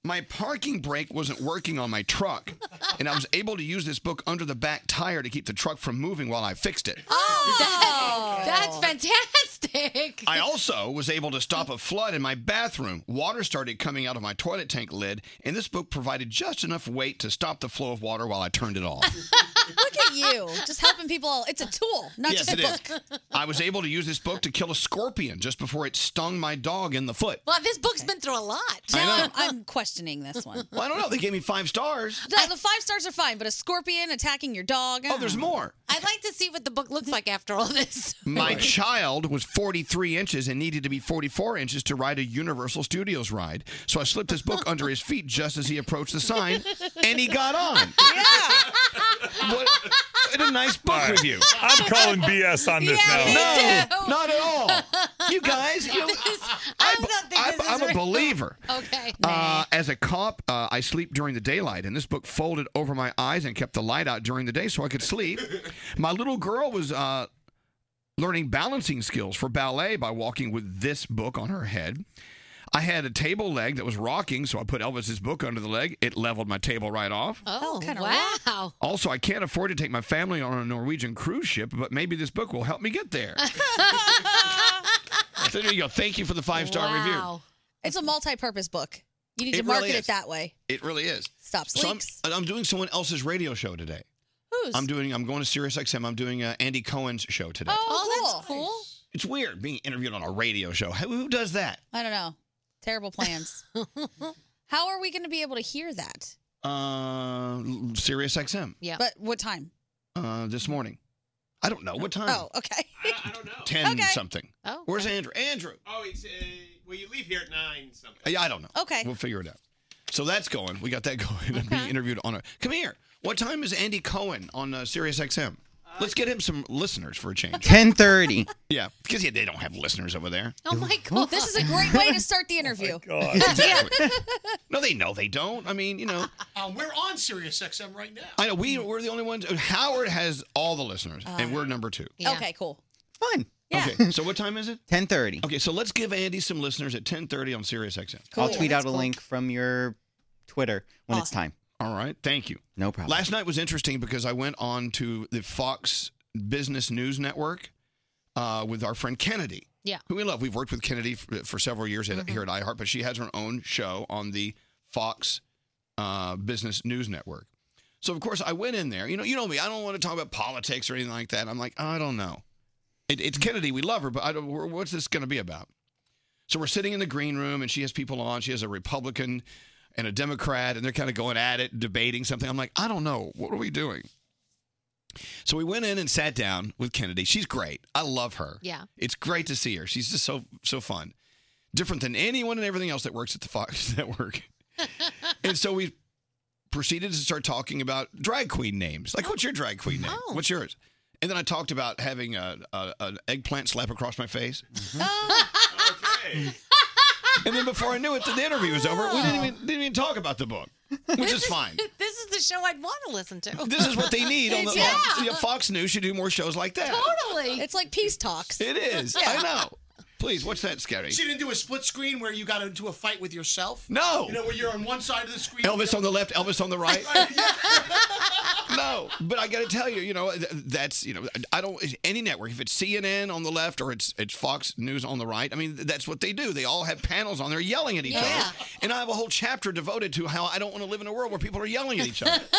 My parking brake wasn't working on my truck, and I was able to use this book under the back tire to keep the truck from moving while I fixed it.
Oh, that's fantastic.
I also was able to stop a flood in my bathroom. Water started coming out of my toilet tank lid, and this book provided just enough weight to stop the flow of water while I turned it off.
Look at you, just helping people. It's a tool, not
yes,
just
it
a
is.
book.
I was able to use this book to kill a scorpion just before it stung my dog in the foot.
Well, this book's been through a lot.
I know.
I'm questioning this one.
Well, I don't know. They gave me five stars.
The, the five stars are fine, but a scorpion attacking your dog. Oh,
there's more.
I'd like to see what the book looks like after all this.
My child was 43 inches and needed to be 44 inches to ride a Universal Studios ride. So I slipped this book under his feet just as he approached the sign, and he got on. Yeah. What, what a nice book
All right.
review.
I'm calling BS on this
Yeah,
now.
me No, too. not at all. You guys, you-
I
don't think I'm, I'm a believer.
Okay.
Uh, as a cop, uh, I sleep during the daylight, and this book folded over my eyes and kept the light out during the day so I could sleep. My little girl was uh, learning balancing skills for ballet by walking with this book on her head. I had a table leg that was rocking, so I put Elvis's book under the leg. It leveled my table right off.
Oh, wow.
Also, I can't afford to take my family on a Norwegian cruise ship, but maybe this book will help me get there. so there you go. Thank you for the five star review.
It's a multi-purpose book. You need
It
to market
really
it
is.
that way.
It really is.
Stop
So I'm,
sleeps.
and I'm doing someone else's radio show today.
Who's?
I'm doing. I'm going to Sirius XM. I'm doing uh, Andy Cohen's show today.
oh, cool.
It's weird being interviewed on a radio show. Who, who does that?
I don't know. Terrible plans. How are we going to be able to hear that?
Uh, Sirius XM.
Yeah. But what time?
Uh, this morning. I don't know what time. Oh,
okay.
Ten
Okay.
something.
Oh,
Where's Andrew? Andrew.
Oh, it's uh, well, you leave here at nine something.
Yeah, I don't know.
Okay.
We'll figure it out. So that's going. We got that going. I'm being interviewed on a. Come here. What time is Andy Cohen on uh, Sirius XM? Let's get him some listeners for a change.
Ten thirty.
Yeah, because yeah, they don't have listeners over there.
Oh my god! This is a great way to start
Oh,
the interview.
Exactly. no, they know they don't. I mean, you know,
Um, we're on Sirius XM right now.
I know we we're the only ones. Howard has all the listeners, and we're number two.
Okay, cool.
Fun.
Okay. So what time is it?
Ten thirty.
Okay, so let's give Andy some listeners at ten thirty on Sirius XM.
I'll tweet out a link from your Twitter when it's time.
All right. Thank you.
No problem.
Last night was interesting because I went on to the Fox Business News Network uh, with our friend Kennedy.
Yeah.
Who we love. We've worked with Kennedy for, for several years at, here at iHeart, but she has her own show on the Fox uh, Business News Network. So of course I went in there. You know, you know me. I don't want to talk about politics or anything like that. I'm like, I don't know. It, it's Kennedy. We love her, but I don't, what's this going to be about? So we're sitting in the green room, and she has people on. She has a Republican and a Democrat, and they're kind of going at it, debating something. I'm like, I don't know. What are we doing? So we went in and sat down with Kennedy. She's great. I love her.
Yeah.
It's great to see her. She's just so so fun. Different than anyone and everything else that works at the Fox Network. and so we proceeded to start talking about drag queen names. Like, what's your drag queen name? What's yours? And then I talked about having a, a, an eggplant slap across my face. and then before I knew it, the interview was over. We didn't even, didn't even talk about the book, which is fine.
this is the show I'd want to listen to.
This is what they need on the
yeah.
yeah, Fox News should do more shows like that.
Totally.
It's like peace talks.
It is. I know. Please, what's that scary?
She didn't do a split screen where you got into a fight with yourself.
No.
You know where you're on one side of the screen.
Elvis on the left, Elvis on the right. no, but I got to tell you, you know, th- that's you know, I don't any network if it's CNN on the left or it's it's Fox News on the right. I mean, that's what they do. They all have panels on there yelling at each
Yeah.
other, and I have a whole chapter devoted to how I don't want to live in a world where people are yelling at each other.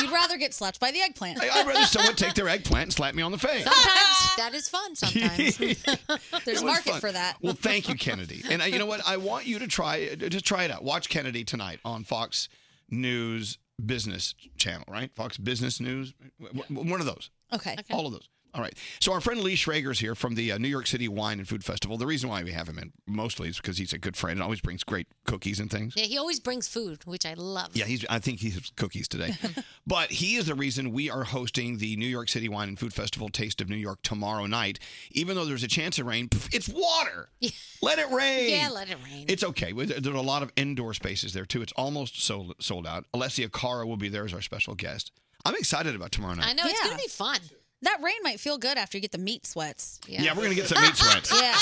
You'd rather get slapped by the eggplant.
I- I'd rather someone take their eggplant and slap me on the face.
Sometimes that is fun. Sometimes
It was fun. Well, thank you, Kennedy. And uh, you know what? I want you to try just try it out. Watch Kennedy tonight on Fox News Business Channel, right? Fox Business News, W- w- one of those.
Okay.
All of those. All right. So our friend Lee Schrager's here from the uh, New York City Wine and Food Festival. The reason why we have him in mostly is because he's a good friend and always brings great cookies and things.
yeah, he always brings food, which I love.
Yeah, he's. I think he has cookies today, but he is the reason we are hosting the New York City Wine and Food Festival Taste of New York tomorrow night. Even though there's a chance of rain, pff, it's water. Let it rain.
Yeah, let it rain.
It's okay. Well, there- There are a lot of indoor spaces there too. It's almost sold sold out. Alessia Cara will be there as our special guest. I'm excited about tomorrow night.
I know it's gonna be fun.
That rain might feel good after you get the meat sweats.
Yeah, we're gonna get some meat sweats.
yeah,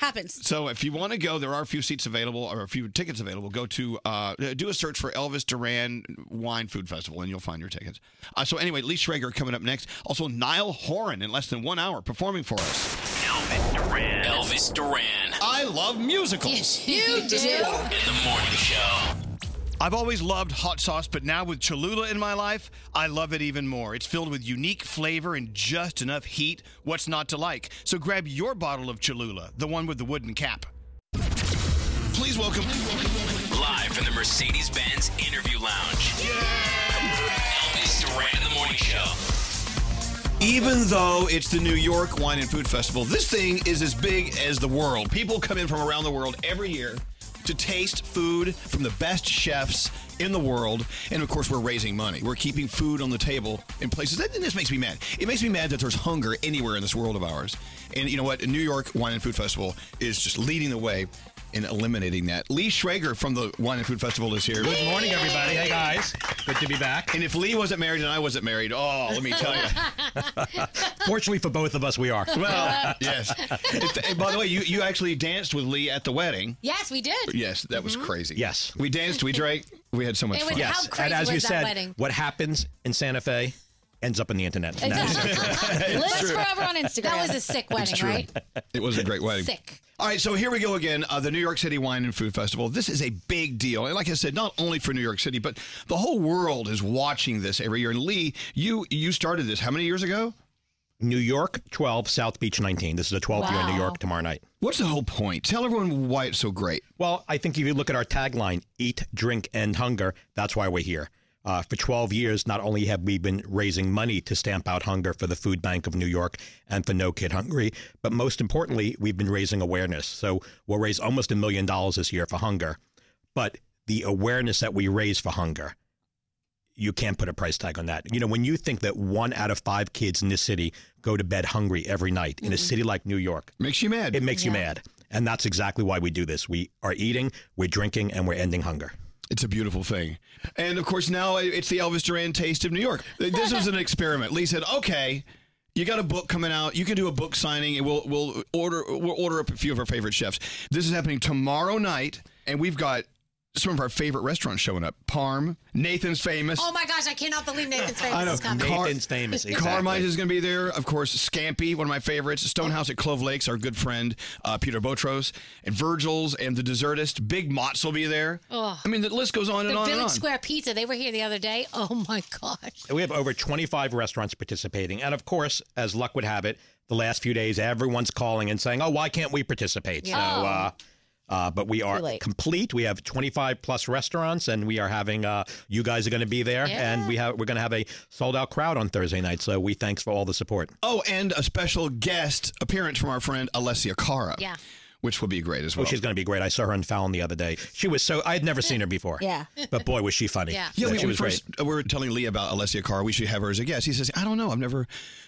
happens.
So if you want to go, there are a few seats available or a few tickets available. Go to uh, do a search for Elvis Duran Wine Food Festival, and you'll find your tickets. Uh, so anyway, Lee Schrager coming up next. Also, Niall Horan in less than one hour performing for us.
Elvis Duran. Elvis Duran.
I love musicals.
you do. In the morning show.
I've always loved hot sauce, but now with Cholula in my life, I love it even more. It's filled with unique flavor and just enough heat. What's not to like? So grab your bottle of Cholula, the one with the wooden cap.
Please welcome.
Live from the Mercedes Benz Interview Lounge. Elvis Duran in the morning show.
Even though it's the New York Wine and Food Festival, this thing is as big as the world. People come in from around the world every year to taste food from the best chefs in the world. And of course, we're raising money. We're keeping food on the table in places. That, this makes me mad. It makes me mad that there's hunger anywhere in this world of ours. And you know what? New York Wine and Food Festival is just leading the way in eliminating that. Lee Schrager from the Wine and Food Festival is here.
Good morning, everybody. Hey, guys.
Good to be back. And if Lee wasn't married and I wasn't married, oh, let me tell you.
Fortunately for both of us, we are.
Well, yes. It- and by the way, you, you actually danced with Lee at the wedding.
Yes, we did. Mm-hmm.
Yes, that was crazy.
Yes.
We danced, we drank, we had so much
It was-
fun.
how
Yes. And
crazy
as you
was that
said,
wedding?
what happens in Santa Fe ends up on the internet. That is
Exactly.
true.
Lives forever on Instagram. That was a sick wedding,
It's true.
right?
It was a great wedding.
Sick.
All right, so here we go again. Uh, the New York City Wine and Food Festival. This is a big deal. And like I said, not only for New York City, but the whole world is watching this every year. And Lee, you you started this how many years ago?
New York 12, South Beach 19. This is the 12th year in New
Wow.
York tomorrow night.
What's the whole point? Tell everyone why it's so great.
Well, I think if you look at our tagline, eat, drink, and hunger, that's why we're here. Uh, for 12 years, not only have we been raising money to stamp out hunger for the Food Bank of New York and for No Kid Hungry, but most importantly, we've been raising awareness. So we'll raise almost a million dollars this year for hunger. But the awareness that we raise for hunger you can't put a price tag on that. You know, when you think that one out of five kids in this city go to bed hungry every night in a city like New York,
makes you mad.
It makes you
Yeah.
mad. And that's exactly why we do this. We are eating, we're drinking, and we're ending hunger.
It's a beautiful thing. And of course, now it's the Elvis Duran Taste of New York. This was an experiment. Lee said, "Okay, you got a book coming out. You can do a book signing, and we'll we'll order we'll order up a few of our favorite chefs." This is happening tomorrow night, and we've got some of our favorite restaurants showing up. Parm, Nathan's Famous.
Oh my gosh, I cannot believe Nathan's
I
famous
know.
is coming.
Nathan's
famous.
Carmine is going to be there. Of course, Scampy, one of my favorites. Stonehouse at Clove Lakes, our good friend uh, Peter Botros, and Virgil's and the Desertist. Big Mott's will be there.
Oh.
I mean, the list goes on and
the
on
Village
and on.
Square Pizza. They were here the other day. Oh my gosh.
We have over 25 restaurants participating. And of course, as luck would have it, the last few days, everyone's calling and saying, oh, why can't we participate?
Yeah.
So, uh, uh, but we are
Too late.
complete. We have 25 plus restaurants, and we are having. Uh, you guys are going to be there, and we have we're going to have a sold out crowd on Thursday night. So we thanks for all the support.
Oh, and a special guest appearance from our friend Alessia Cara.
Yeah.
which will be great as well.
Which is going to be great. I saw her on Fallon the other day. She was so I had never seen her before.
Yeah.
But boy, was she funny.
Yeah, we,
she
we
was great.
first, uh, we were telling Lee about Alessia Carr. We should have her as a guest. He says, I don't know. I've never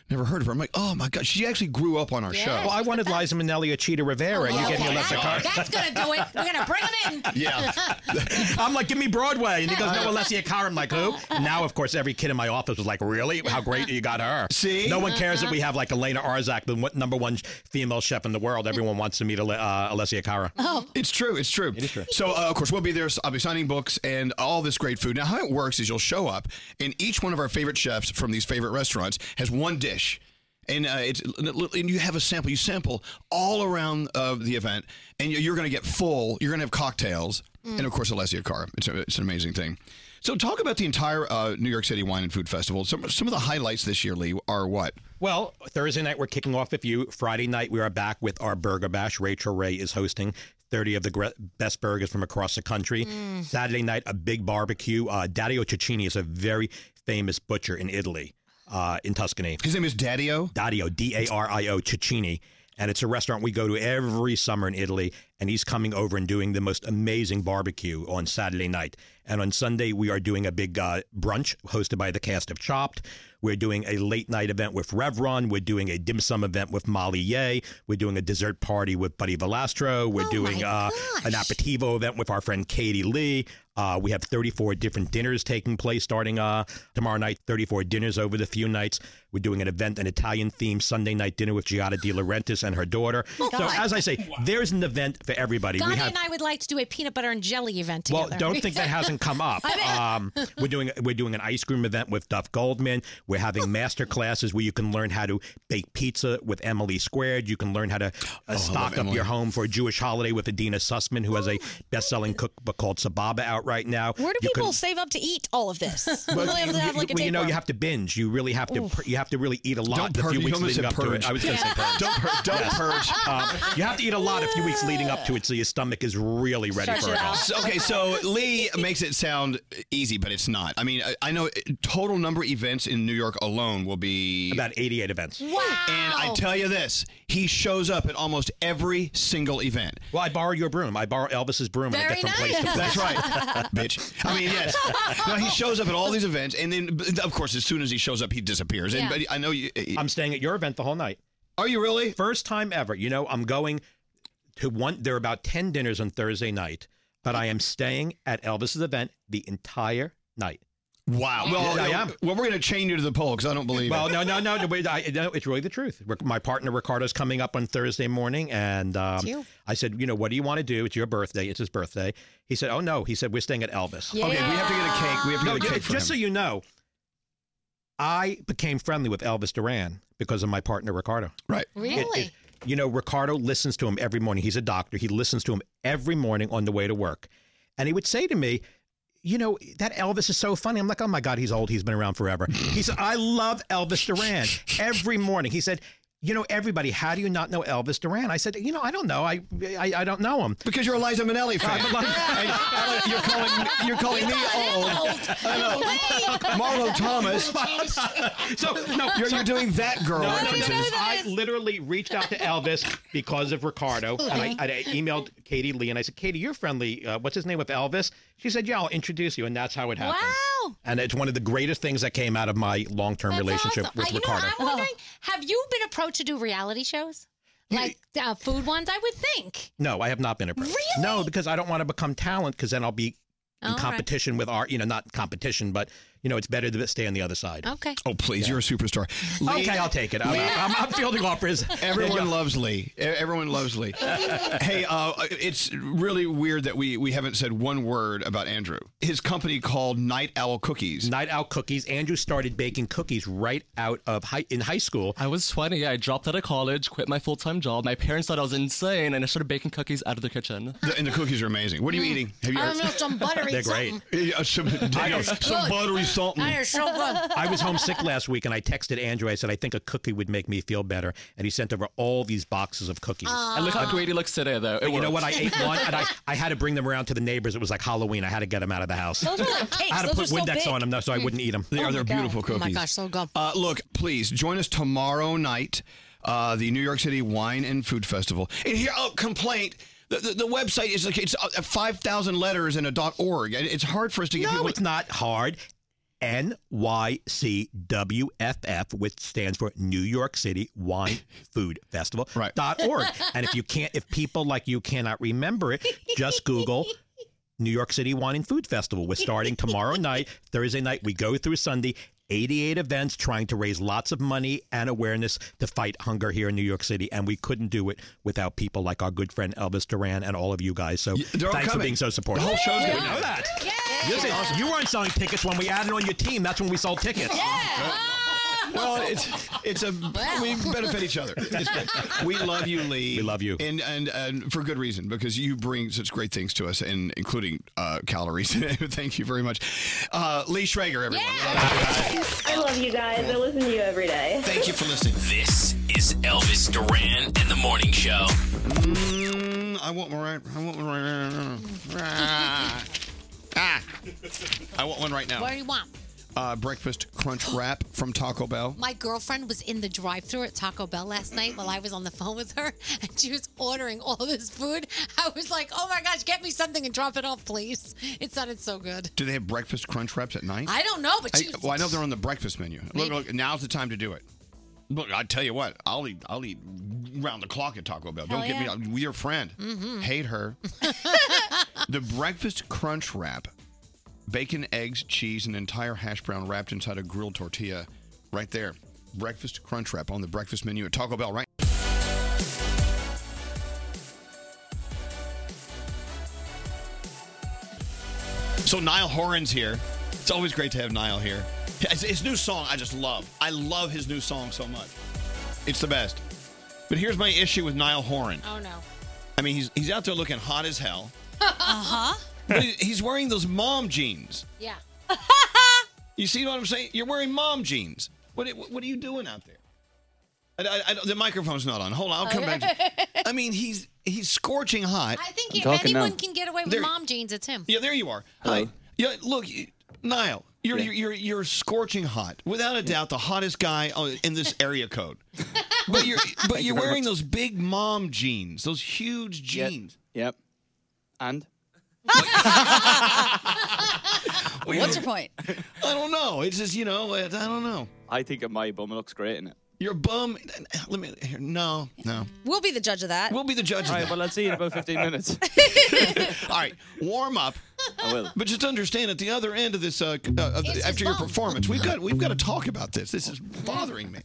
never heard of her. I'm like, oh my God. She actually grew up on our show.
Well, I wanted Liza Minnelli or Cheetah Rivera,
Oh,
and you get me
okay.
Alessia Cara.
That's
gonna do it. We're gonna bring him in.
Yeah.
I'm like, give me Broadway, and he goes, no, Alessia Cara. I'm like, who? Now, of course, every kid in my office was like, really? How great you got her?
See,
no one cares that we
Uh-huh.
have like Elena Arzak, the one- number one female chef in the world. Everyone wants to meet Ale- uh, Alessia Cara.
Oh. It's true. It's true. It is true. So, uh, of course, we'll be there. I'll be signing books and all this great food. Now, how it works is you'll show up, and each one of our favorite chefs from these favorite restaurants has one dish. And uh, it's and you have a sample. You sample all around uh, the event, and you're going to get full. You're going to have cocktails,
Mm.
and of course, Alessia Cara. It's, a, it's an amazing thing. So, talk about the entire uh, New York City Wine and Food Festival. Some some of the highlights this year, Lee, are what?
Well, Thursday night we're kicking off with you. Friday night we are back with our burger bash. Rachel Ray is hosting 30 of the gre- best burgers from across the country.
Mm.
Saturday night a big barbecue. Uh, Daddio Cicchini is a very famous butcher in Italy, uh, in Tuscany.
His name is Daddio.
Daddio, D A R I O Cicchini. And it's a restaurant we go to every summer in Italy. And he's coming over and doing the most amazing barbecue on Saturday night. And on Sunday, we are doing a big uh, brunch hosted by the cast of Chopped. We're doing a late night event with Revron. We're doing a dim sum event with Molly Ye. We're doing a dessert party with Buddy Velastro. We're doing uh, an aperitivo event with our friend Katie Lee. Uh, we have 34 different dinners taking place starting uh, tomorrow night. 34 dinners over the few nights. We're doing an event, an Italian themed Sunday night dinner with Giada De Laurentiis and her daughter.
Oh,
so
God.
as I say, there's an event for everybody.
Gandhi
we have
and I would like to do a peanut butter and jelly event together.
well, don't think that hasn't come up.
I bet.
Um, we're doing we're doing an ice cream event with Duff Goldman. We're
Oh.
having master classes where you can learn how to bake pizza with Emily Squared. You can learn how to uh, stock up
Oh, Emily.
your home for a Jewish holiday with Adina Sussman, who has a best-selling cookbook called Sababa out right now.
Oh. Where do
You
people
can-
save up to eat all of this? Will they have to have, like, a
well, you know, you
tapeworm?
have to binge. You really have to.
Oof.
pur- You have to really eat a lot.
Don't
the
purge.
few
You
weeks
almost
leading
said
up to it.
purge.
I was going to say purge.
Don't purge. Don't purge.
Um, you have to eat a lot a few weeks leading up to it, so your stomach is really ready for it all.
So- okay, so Lee makes it sound easy, but it's not. I mean, I, I know uh, total number of events in New York alone will be
about 88 events.
Wow! And I tell you this, he shows up at almost every single event.
Well, I borrow your broom. I borrow Elvis's broom and I
Very
get from place to
nice.
place.
That's right, bitch. I mean, yes. No, he shows up at all these events, and then, but of course, as soon as he shows up, he disappears. And
Yeah.
but I know you. eh,
I'm staying at your event the whole night.
Are you really?
First time ever. You know, I'm going to one. There are about ten dinners on Thursday night, but I am staying at Elvis's event the entire night.
Wow. uh, Well,
I
no,
am.
Well, we're going to chain you to the pole because I don't believe
Well,
it.
no, no, no, no, wait, I, no. It's really the truth. Ric- My partner Ricardo's coming up on Thursday morning, and um,
you.
I said, you know, what do you want to do? It's your birthday. It's his birthday. He said, oh no. He said, we're staying at Elvis.
Okay, we have to get a cake. We have to
No,
get a
ju-
cake for
just so
him.
you know, I became friendly with Elvis Duran because of my partner Ricardo.
Right.
It- it- you know, Ricardo listens to him every morning. He's a doctor. He listens to him every morning on the way to work. And he would say to me, you know, that Elvis is so funny. I'm like, oh my God, he's old. He's been around forever. He said, I love Elvis Duran every morning. He said, you know, everybody, how do you not know Elvis Duran? I said, you know, I don't know. I I, I don't know him.
Because you're a Liza Minnelli fan. you're calling, you're calling me old. I know. Marlo Thomas.
so no,
You're- you're doing that girl
No, no, no,
references.
no, I literally reached out to Elvis because of Ricardo, and I, I emailed Katie Lee, and I said, "Katie, you're friendly. Uh, what's his name with Elvis?" She said, "Yeah, I'll introduce you," and that's how it happened.
Wow.
And it's one of the greatest things that came out of my long-term relationship
Awesome. Uh,
with
you
Ricardo.
know, I'm wondering, have you been approached to do reality shows? Like uh, food ones, I would think.
No, I have not been approached. Really? No, because I don't want to become talent because then I'll be in
All right.
competition with our, you know, not competition, but you know, it's better to stay on the other side.
Okay.
Oh, please, you're a superstar. Lee-
okay, I'll take it. I'm,
Lee-
I'm, I'm fielding offers.
Everyone loves Lee. E- Everyone loves Lee. hey, uh, it's really weird that we, we haven't said one word about Andrew. His company called Night Owl Cookies.
Night Owl Cookies. Andrew started baking cookies right out of high, in high school.
I was 20. I dropped out of college, quit my full time job. My parents thought I was insane, and I started baking cookies out of the kitchen.
The, and the cookies are amazing. What are you eating? Have you
Mm. I
ever-
don't know, some buttery They're great.
Yeah, some,
I-
some buttery something.
I was homesick last week, and I texted Andrew. I said, "I think a cookie would make me feel better," and he sent over all these boxes of cookies.
I look how great he looks today, though. It
But you know what? I
worked.
ate one, and I, I had to bring them around to the neighbors. It was like Halloween. I had to get them out of the house.
Those are like cakes.
I had to
Those
put
are so
Windex
big. Mm.
on them though, so I wouldn't eat them.
They are. They're beautiful
Oh
Uh,
cookies.
my gosh, so good.
Uh, look, please join us tomorrow night uh, the New York City Wine and Food Festival. And here, oh, complaint. The, the, the website is like it's uh, five thousand letters and a dot org. It- It's hard for us to get
no,
people.
it's not hard. NYCWFF, which stands for New York City Wine Food Festival right. dot org. And if you can't, if people like you cannot remember it, just Google New York City Wine and Food Festival. We're starting tomorrow night, Thursday night. We go through Sunday. 88 events trying to raise lots of money and awareness to fight hunger here in New York City. And we couldn't do it without people like our good friend Elvis Duran and all of you guys. So
they're all
thanks for
coming.
being so supportive.
The whole show's
We
going
know
down.
that. This is awesome. You weren't selling tickets when we added on your team. That's when we sold tickets.
Well, it's it's a we benefit each other. It's good. We love you, Lee. We love you, and and and for good reason because you bring such great things to us, and including uh, calories. Thank you very much, uh, Lee Schrager. Everyone,
I love you guys. I listen to you every day.
thank you for listening.
This is Elvis Duran and the Morning Show.
Mm, I want one right. I want one right. Ah. Ah. I want one right now.
What do you want?
Uh, breakfast crunch wrap from Taco Bell.
My girlfriend was in the drive thru at Taco Bell last night while I was on the phone with her, and she was ordering all this food. I was like, oh my gosh, get me something and drop it off, please. It sounded so good.
Do they have breakfast crunch wraps at night?
I don't know, but
I,
she-
well, I know they're on the breakfast menu. Look, look, now's the time to do it. Look, I tell you what, I'll eat. I'll eat round the clock at Taco Bell.
Hell
don't
yeah.
get me. we your friend.
Mhm.
Hate her. the breakfast crunch wrap, bacon, eggs, cheese, an entire hash brown wrapped inside a grilled tortilla, right there. Breakfast crunch wrap on the breakfast menu at Taco Bell. Right. So Niall Horan's here. It's always great to have Niall here. His, his new song, I just love. I love his new song so much. It's the best. But here's my issue with Niall Horan.
Oh no.
I mean, he's he's out there looking hot as hell,
uh
Uh-huh.
huh.
but he- he's wearing those mom jeans.
Yeah.
You see what I'm saying? You're wearing mom jeans. What what are you doing out there? I, I- I don't- the microphone's not on. Hold on,
Oh,
I'll come back. To, I mean, he's he's scorching hot.
I think if anyone can get away with
There-
mom jeans, it's him.
Yeah, there you are. Hi. Yeah, look, you- Niall, you're, you're you're you're scorching hot, without a doubt, the hottest guy on- in this area code. But you're but
you
you're
very
wearing
much.
those big mom jeans, those huge
Yep.
jeans.
Yep. And
What's your point?
I don't know. It's just you know, I don't know.
I think my bum looks great in it.
Your bum. Let me. here, No, no.
We'll be the judge of that.
We'll be the judge.
All right, well, I'll see you in about 15 minutes.
All right, warm up.
I will.
But just understand, at the other end of this, uh, c- uh, of- after your performance, we've got we've got to talk about this. This is bothering me.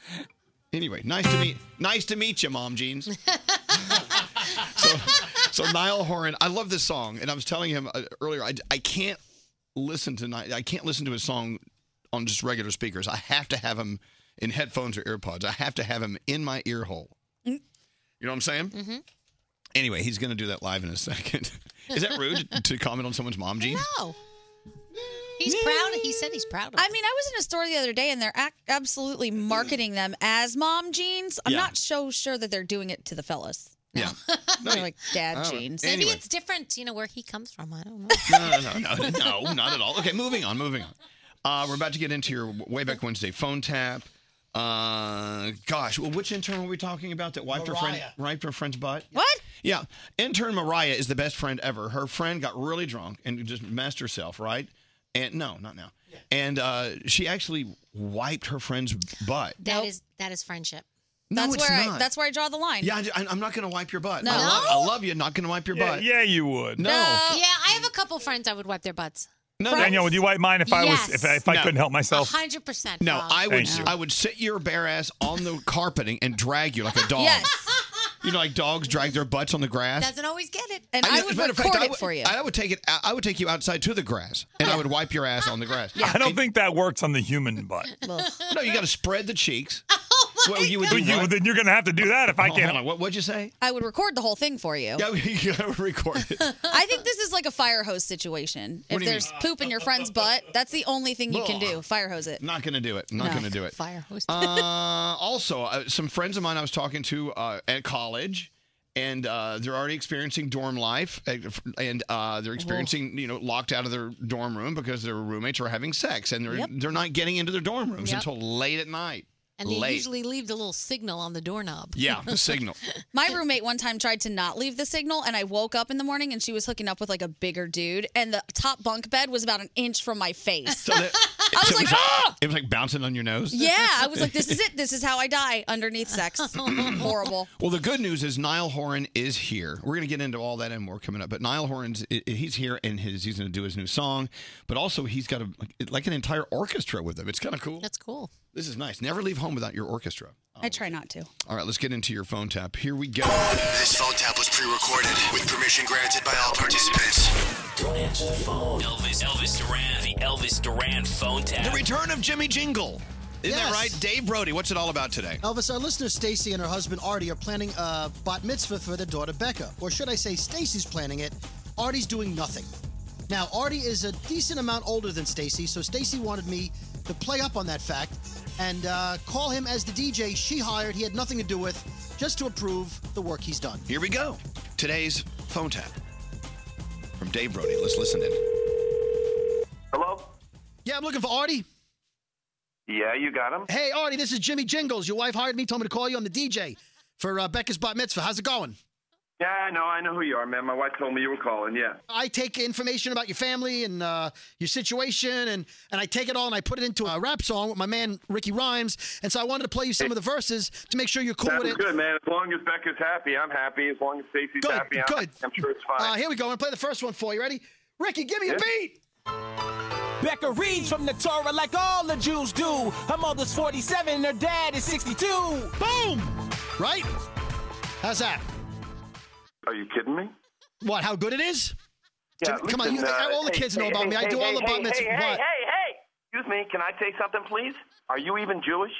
anyway, nice to meet nice to meet you, Mom Jeans. so, so Niall Horan, I love this song, and I was telling him uh, earlier, I, I can't listen to Ni- I can't listen to his song on just regular speakers. I have to have him in headphones or earpods. I have to have him in my ear hole. You know what I'm saying? Mm-hmm. Anyway, he's going to do that live in a second. Is that rude to comment on someone's mom jeans?
No. Oh. He's proud. He said he's proud of
I mean, I was in a store the other day and they're ac- absolutely marketing them as mom jeans. I'm
Yeah.
not so sure that they're doing it to the fellas.
Yeah.
They're like dad
I don't know.
jeans.
Maybe
Oh, Anyway.
it's different, you know, where he comes from. I don't know.
No, no, no, no, no, not at all. Okay, moving on, moving on. Uh, we're about to get into your way back Wednesday phone tap. Uh, gosh, well, which intern were we talking about that wiped her friend,
Mariah.
wiped her friend's butt?
What?
Yeah, intern Mariah is the best friend ever. Her friend got really drunk and just messed herself, right? And no, not now. And uh, she actually wiped her friend's butt.
That is that is friendship.
No,
that's
it's
where I
not.
that's where I draw the line.
Yeah, I, am not going to wipe your butt.
No.
I, love, I love you. Not going to wipe your
Yeah,
butt.
yeah, you would.
No.
Yeah, I have a couple friends I would wipe their butts.
No,
Danielle, would you wipe mine if I was if, I- if I
No.
couldn't help myself?
Hundred percent.
No, I would.
Thank you.
I would sit your bare ass on the carpeting and drag you like a dog.
Yes.
You know, like dogs drag their butts on the grass.
Doesn't always get it.
And
as a matter of fact, I would, I would take it. I I would take you outside to the grass, and I would wipe your ass on the grass.
I don't think that works on the human butt.
No, you got to spread the cheeks. well, you would
But you- then you're going to have to do that if I
Hold on,
can't.
hold on. What, what'd you say?
I would record the whole thing for you.
Yeah, you got to record it.
I think this is like a fire hose situation.
What
If
do you
there's poop in your friend's butt, that's the only thing you can do. Fire hose it.
Not going to do it. Not
No.
going to do it.
Fire hose.
uh, also, uh, some friends of mine I was talking to uh, at college, and uh, they're already experiencing dorm life, uh, f- and uh, they're experiencing you know locked out of their dorm room because their roommates are having sex, and they're
Yep.
they're not getting into their dorm rooms
Yep.
until late at night.
And they
Late.
usually leave the little signal on the doorknob.
Yeah, the signal.
My roommate one time tried to not leave the signal, and I woke up in the morning and she was hooking up with like a bigger dude, and the top bunk bed was about an inch from my face.
I was like, It was like bouncing on your nose.
yeah, I was like, this is it. This is how I die underneath sex. Horrible.
Well, the good news is Niall Horan is here. We're going to get into all that and more coming up. But Niall Horan's i- i- he's here and his he's going to do his new song, but also he's got a like, like an entire orchestra with him. It's kind of cool.
That's cool.
This is nice. Never leave home without your orchestra.
I try not to.
All right, let's get into your phone tap. Here we go.
This phone tap was pre-recorded with permission granted by all participants.
Don't answer the phone. Elvis, Elvis Duran, the Elvis Duran phone tap.
The return of Jimmy Jingle. Isn't that
Yes.
right? Dave Brody, what's it all about today?
Elvis, our listener Stacy and her husband Artie are planning a bat mitzvah for their daughter Becca. Or should I say, Stacy's planning it. Artie's doing nothing. Now, Artie is a decent amount older than Stacy, so Stacy wanted me to play up on that fact and uh, call him as the DJ she hired, he had nothing to do with, just to approve the work he's done.
Here we go. Today's phone tap from Dave Brody. Let's listen in.
Hello? Yeah, I'm looking for Artie.
Yeah, you got him.
Hey, Artie, this is Jimmy Jingles. Your wife hired me, told me to call you. I'm the DJ for uh, Becca's bat mitzvah. How's it going?
Yeah, I know, I know who you are, man. My wife told me you were calling. Yeah.
I take information about your family and uh, your situation, and, and I take it all and I put it into a rap song with my man Ricky Rhymes. And so I wanted to play you some of the verses to make sure you're cool
Sounds
with it.
good, man. As long as Becca's happy, I'm happy. As long as Stacy's
Good,
happy, I'm,
good.
I'm sure it's fine.
Uh, here we go. I'm gonna play the first one for you. Ready? Ricky, give me a beat.
Becca reads from the Torah like all the Jews do. Her mother's 47, her dad is 62. Boom!
Right? How's that?
Are you kidding me?
What? How good it is?
Yeah,
Jim- come on,
listen,
you,
uh,
all the
hey,
kids
hey,
know about
hey,
me. I
hey,
do all
hey,
the bat
hey,
mitzvah.
Hey, hey,
what?
hey, hey! Excuse me, can I say something, please? Are you even Jewish?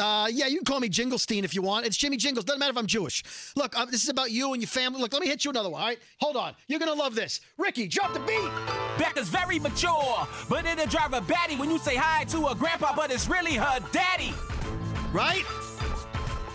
Uh, yeah, you can call me Jinglestein if you want. It's Jimmy Jingles. Doesn't matter if I'm Jewish. Look, um, this is about you and your family. Look, let me hit you another one. All right, hold on. You're gonna love this. Ricky, drop the beat.
Becca's very mature, but it'll drive her batty when you say hi to her grandpa, but it's really her daddy.
Right?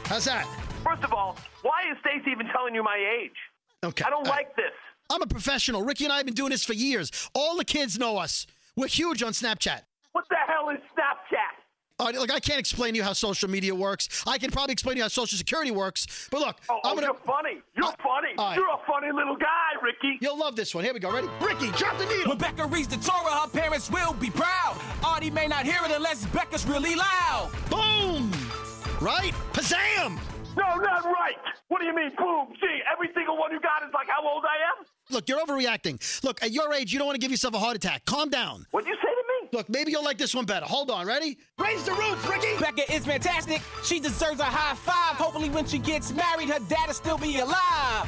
How's that?
First of all, why is Stacy even telling you my age?
Okay.
I don't like this.
I'm a professional. Ricky and I have been doing this for years. All the kids know us. We're huge on Snapchat.
What the hell is Snapchat?
Uh, look, I can't explain to you how social media works. I can probably explain to you how social security works. But look, I'm gonna.
Oh, You're funny. You're funny.
all right.
You're a funny little guy, Ricky.
You'll love this one. Here we go. Ready? Ricky, drop the needle.
When Becca reads the Torah, her parents will be proud. Artie may not hear it unless Becca's really loud.
Boom! Right? Pazam!
No, not right. What do you mean, boom? Gee, every single one you got is like how old I am?
Look, you're overreacting. Look, at your age, you don't want to give yourself a heart attack. Calm down.
What'd you say to me?
Look, maybe you'll like this one better. Hold on, ready? Raise the roof, Ricky!
Becca is fantastic. She deserves a high five. Hopefully, when she gets married, her dad'll still be alive.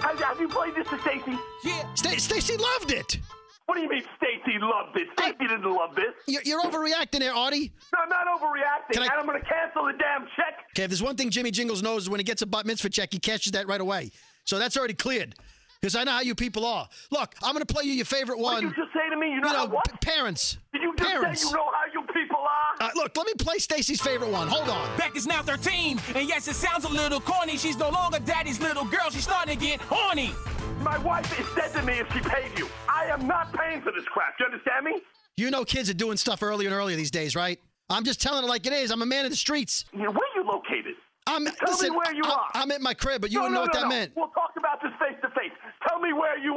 Have, have you played this to Stacy?
Yeah.
Stacy loved it.
What do you mean Stacy loved it? Stacy didn't love this.
You're, you're overreacting there, Artie.
No, I'm not overreacting.
Can I-
And I'm going to cancel the damn check.
Okay, if there's one thing Jimmy Jingles knows is when he gets a bat mitzvah check, he cashes that right away. So that's already cleared. Because I know how you people are. Look, I'm going to play you your favorite one.
you just say to me? You know how what?
p- parents.
Did you just
parents.
say you know how you people are?
Uh, look, let me play Stacy's favorite one. Hold on.
Becca's now 13, and yes, it sounds a little corny. She's no longer daddy's little girl. She's starting to get horny.
My wife is dead to me if she paid you. I am not paying for this crap. Do you understand me?
You know kids are doing stuff earlier and earlier these days, right? I'm just telling it like it is. I'm a man of the streets.
Where are you located?
I'm,
Tell
listen,
me where you
I-
are.
I'm at my crib, but you
no,
wouldn't
no,
know what
no,
that
no.
meant.
We'll talk about this face to face. Tell me where you are.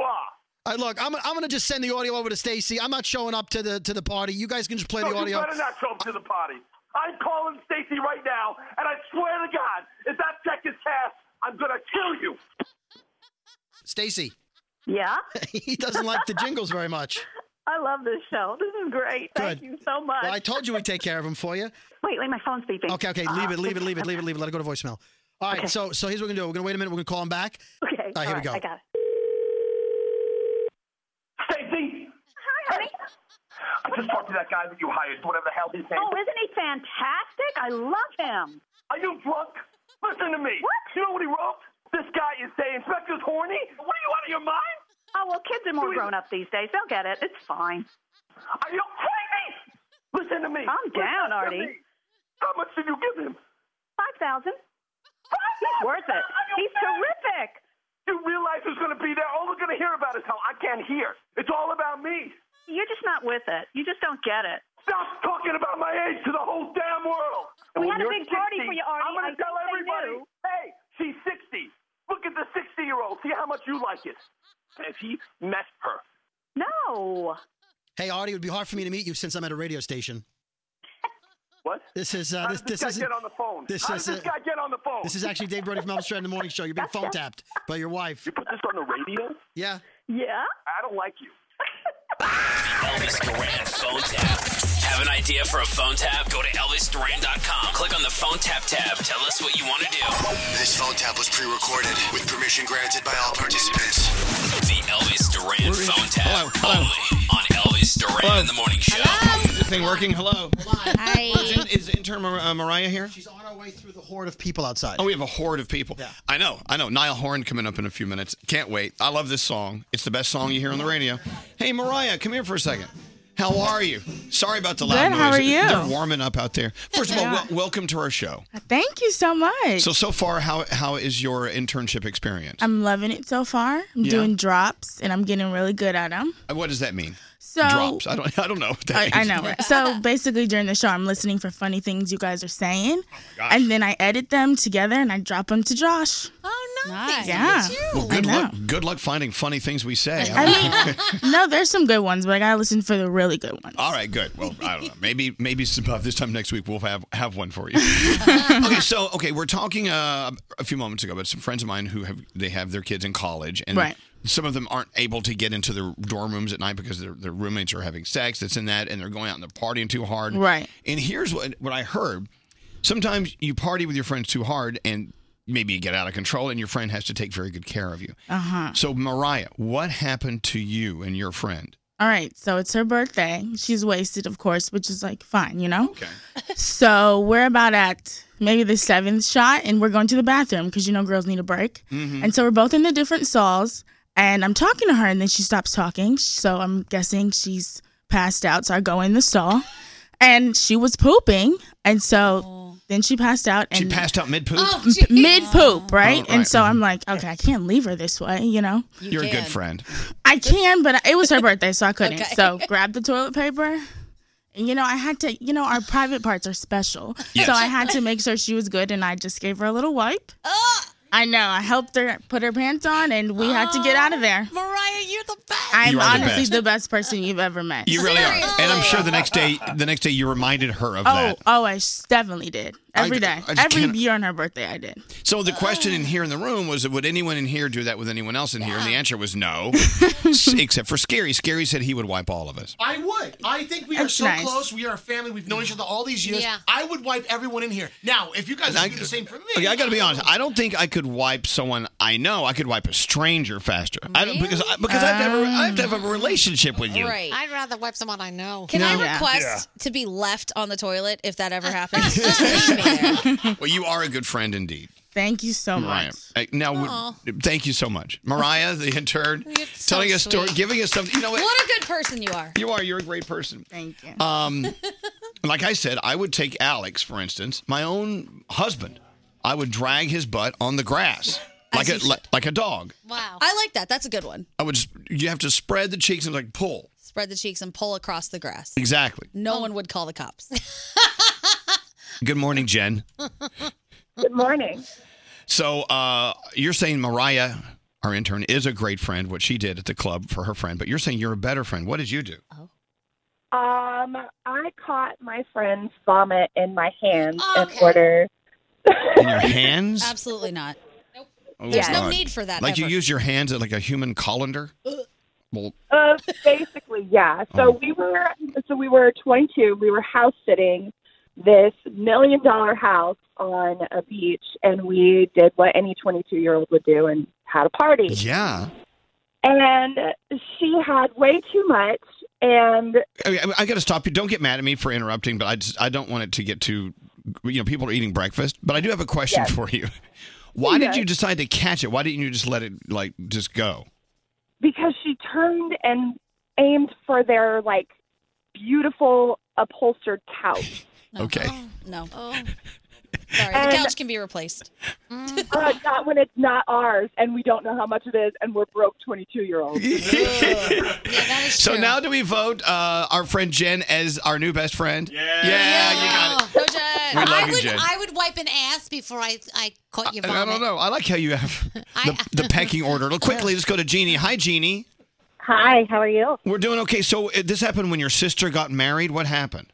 All right, look, I'm, I'm going to just send the audio over to Stacy. I'm not showing up to the to the party. You guys can just play
no,
the audio.
You better not show up to the party. I'm calling Stacy right now, and I swear to God, if that check is cashed, I'm gonna kill you.
Stacy.
Yeah?
he doesn't like the jingles very much.
I love this show. This is great. Thank
Good.
you so much.
Well, I told you we'd take care of him for you.
wait, wait, my phone's beeping.
Okay, okay, leave it, leave it, leave it, leave it, leave it. Let it go to voicemail. All right,
Okay.
so so here's what we're gonna do. We're gonna wait a minute. We're gonna call him back. All
Okay.
right, here we go.
I got it.
Stacy,
Hi, honey.
I just talked to that guy that you hired, whatever the hell his name.
Oh, isn't he fantastic? I love him.
Are you drunk?
Oh,
Listen to me. What? You know what he wrote? This guy is saying Inspector's horny. What are you out of your mind?
Oh, well, kids are more grown up these days. They'll get it. It's fine.
Are you crazy? Listen to me.
Calm
Listen to
down, Artie.
me. How much did you give him?
5000 He's worth it. He's terrific.
You realize who's going to be there? All we're going to hear about is how I can't hear. It's all about me.
You're just not with it. You just don't get it.
Stop talking about my age to the whole damn world. And
We
when
had a
you're
big party for you, Artie.
I'm going
I
to tell
think they
everybody,
knew.
hey, she's 60. Look at the 60 year old. See how much you like it. If he messed her.
No. Hey, Artie, it would be hard for me to meet you since I'm at a radio station.
What?
This is uh,
How
this
did this
this
guy
is
get on the phone?
This
How
is
did this
uh,
guy get on the phone?
This is actually Dave Brody from Elvis Duran in the Morning Show. You're being phone tapped by your wife. You
put this on the radio?
Yeah.
Yeah? I don't like you.
Elvis Duran phone tap. Have an idea for a phone tap? Go to ElvisDuran.com. Click on the phone tap tab. Tell us what you want to do.
This phone tap was pre-recorded with permission granted by all participants.
The Elvis Duran phone tap. Only on Elvis Duran in the morning show.
Is this thing working? Hello. Is, in- is intern Mar- uh, Mariah here? She's
on our way through the horde of people outside.
Oh, we have a horde of people. I know. I know. Niall Horn coming up in a few minutes. Can't wait. I love this song. It's the best song you hear on the radio. Hey, Mariah, come here for a second. How are you? Sorry about the loud
Good,
noise.
how are you?
They're warming up out there. First of all,
They
wel- welcome to our show.
Thank you so much.
So so far, how how is your internship experience?
I'm loving it so far. I'm
Yeah.
doing drops and I'm getting really good at them.
Uh, What does that mean?
So-
drops. I don't I don't know. What that
I, I
means.
know. right? So basically, during the show, I'm listening for funny things you guys are saying,
Oh gosh.
and then I edit them together and I drop them to Josh. Oh, nice! Yeah.
Well,
I
good
know.
luck. Good luck finding funny things we say.
I mean, no, there's some good ones, but I gotta listen for the really good ones.
All right, good. Well, I don't know. Maybe maybe some, uh, this time next week we'll have have one for you. okay, so okay, we're talking uh, a few moments ago, but some friends of mine who have they have their kids in college, and
Right.
some of them aren't able to get into their dorm rooms at night because their their roommates are having sex. That's in that, and they're going out and they're partying too hard.
Right.
And here's what what I heard: sometimes you party with your friends too hard, and maybe you get out of control, and your friend has to take very good care of you.
Uh huh.
So, Mariah, what happened to you and your friend?
All right, so it's her birthday. She's wasted, of course, which is like fine, you know? Okay. So we're about at maybe the seventh shot and we're going to the bathroom because you know girls need a break.
Mm-hmm.
Mhm.
And so we're both in the different stalls and I'm talking to her and then she stops talking. So I'm guessing she's passed out. So I go in the stall and she was pooping. And so then she passed out and
She passed out mid poop. Oh,
mid poop, right?
right.
And so I'm like, okay, I can't leave her this way, you know?
You are a good friend.
I can, but it was her birthday, so I couldn't.
Okay.
So grab the toilet paper. And you know, I had to, you know, our private parts are special.
Yes.
So I had to make sure she was good and I just gave her a little wipe. I know. I helped her put her pants on and we had to get out of there. Mariah, you're the best. I'm
You are the
honestly
best.
the best person you've ever met.
You really are, and I'm sure the next day, the next day, you reminded her of
oh,
that.
oh, I s- definitely did.
I-
Every day,
I just
Every
can't-
year on her birthday, I did.
So the question in here in the room was, would anyone in here do that with anyone else in here? And the answer was no, S- except for Scary. Scary said he would wipe all of us.
I would. I think we are
That's
so
nice.
close. We are a family. We've known each other all these years.
Yeah.
I would wipe everyone in here. Now, if you guys
I-
would do the same for me,
Okay, I got to be honest. I don't think I could wipe someone I know. I could wipe a stranger faster. I don't because I, because I have to have a, I have to have a relationship with you.
Right.
I'd rather wipe someone I know.
Can I
No. Yeah.
request
Yeah.
to be left on the toilet if that ever happens?
Well, you are a good friend indeed.
Thank you so much.
Mariah. Uh, Now,
Aw.
would, thank you so much, Mariah, the intern,
so
telling us story,
sweet.
giving us something. You know what?
What a good person you are.
You are. You're a great person.
Thank you.
Um, like I said, I would take Alex, for instance, my own husband. I would drag his butt on the grass like a like, like a dog.
Wow. I like that. That's a good one.
I would. s- You have to spread the cheeks and like pull.
Spread the cheeks and pull across the grass.
Exactly.
No one would call the cops.
Good morning, Jen.
good morning.
So uh, you're saying Mariah, our intern, is a great friend. What she did at the club for her friend, but you're saying you're a better friend. What did you do?
Um, I caught my friend's vomit in my hands in order.
In your hands?
Absolutely not.
Oh,
Oh. There's no
God.
need for that
Like you
ever.
use your hands like a human colander. Well,
Uh, basically, yeah.
Oh.
So we were so we were 22. We were house sitting this million dollar house on a beach, and we did what any 22 year old would do and had a party.
yeah.
And she had way too much, and
Okay, I, I got to stop you. Don't get mad at me for interrupting, but I just, I don't want it to get too. You know, people are eating breakfast, but I do have a question
Yes.
for you. Why
Yes.
did you decide to catch it? Why didn't you just let it like just go?
because she turned and aimed for their like beautiful upholstered couch.
Okay.
No. Sorry.
And-
the couch can be replaced.
Mm.
Uh, not when it's not ours, and we don't know how much it is, and we're broke 22 year olds.
so now do we vote uh, our friend Jen as our new best friend? Yeah, you got it.
Go, Jen.
We love
Oh, I
you,
would
Jay.
I would wipe an ass before I, I caught your
And I
vomit.
don't know. I like how you have the, the pecking order. Look, quickly, let's go to Jeannie. Hi, Jeannie.
Hi, how are you?
We're doing okay. So uh, this happened when your sister got married. What happened?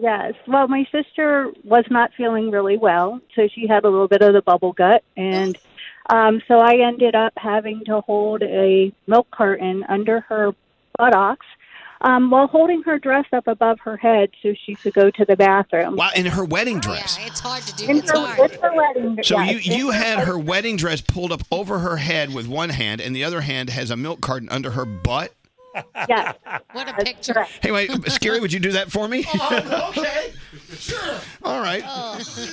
Yes. Well, my sister was not feeling really well, so she had a little bit of the bubble gut, and um, so I ended up having to hold a milk carton under her buttocks um, while holding her dress up above her head so she could go to the bathroom.
Wow, in her wedding dress.
It's hard to do.
And
It's
so
hard.
it's her wedding.
So
yes,
you,
it's
you had her wedding dress pulled up over her head with one hand, and the other hand has a milk carton under her butt.
Yes.
What a picture.
Hey, wait, Scary, would you do that for me?
okay. Sure.
All right.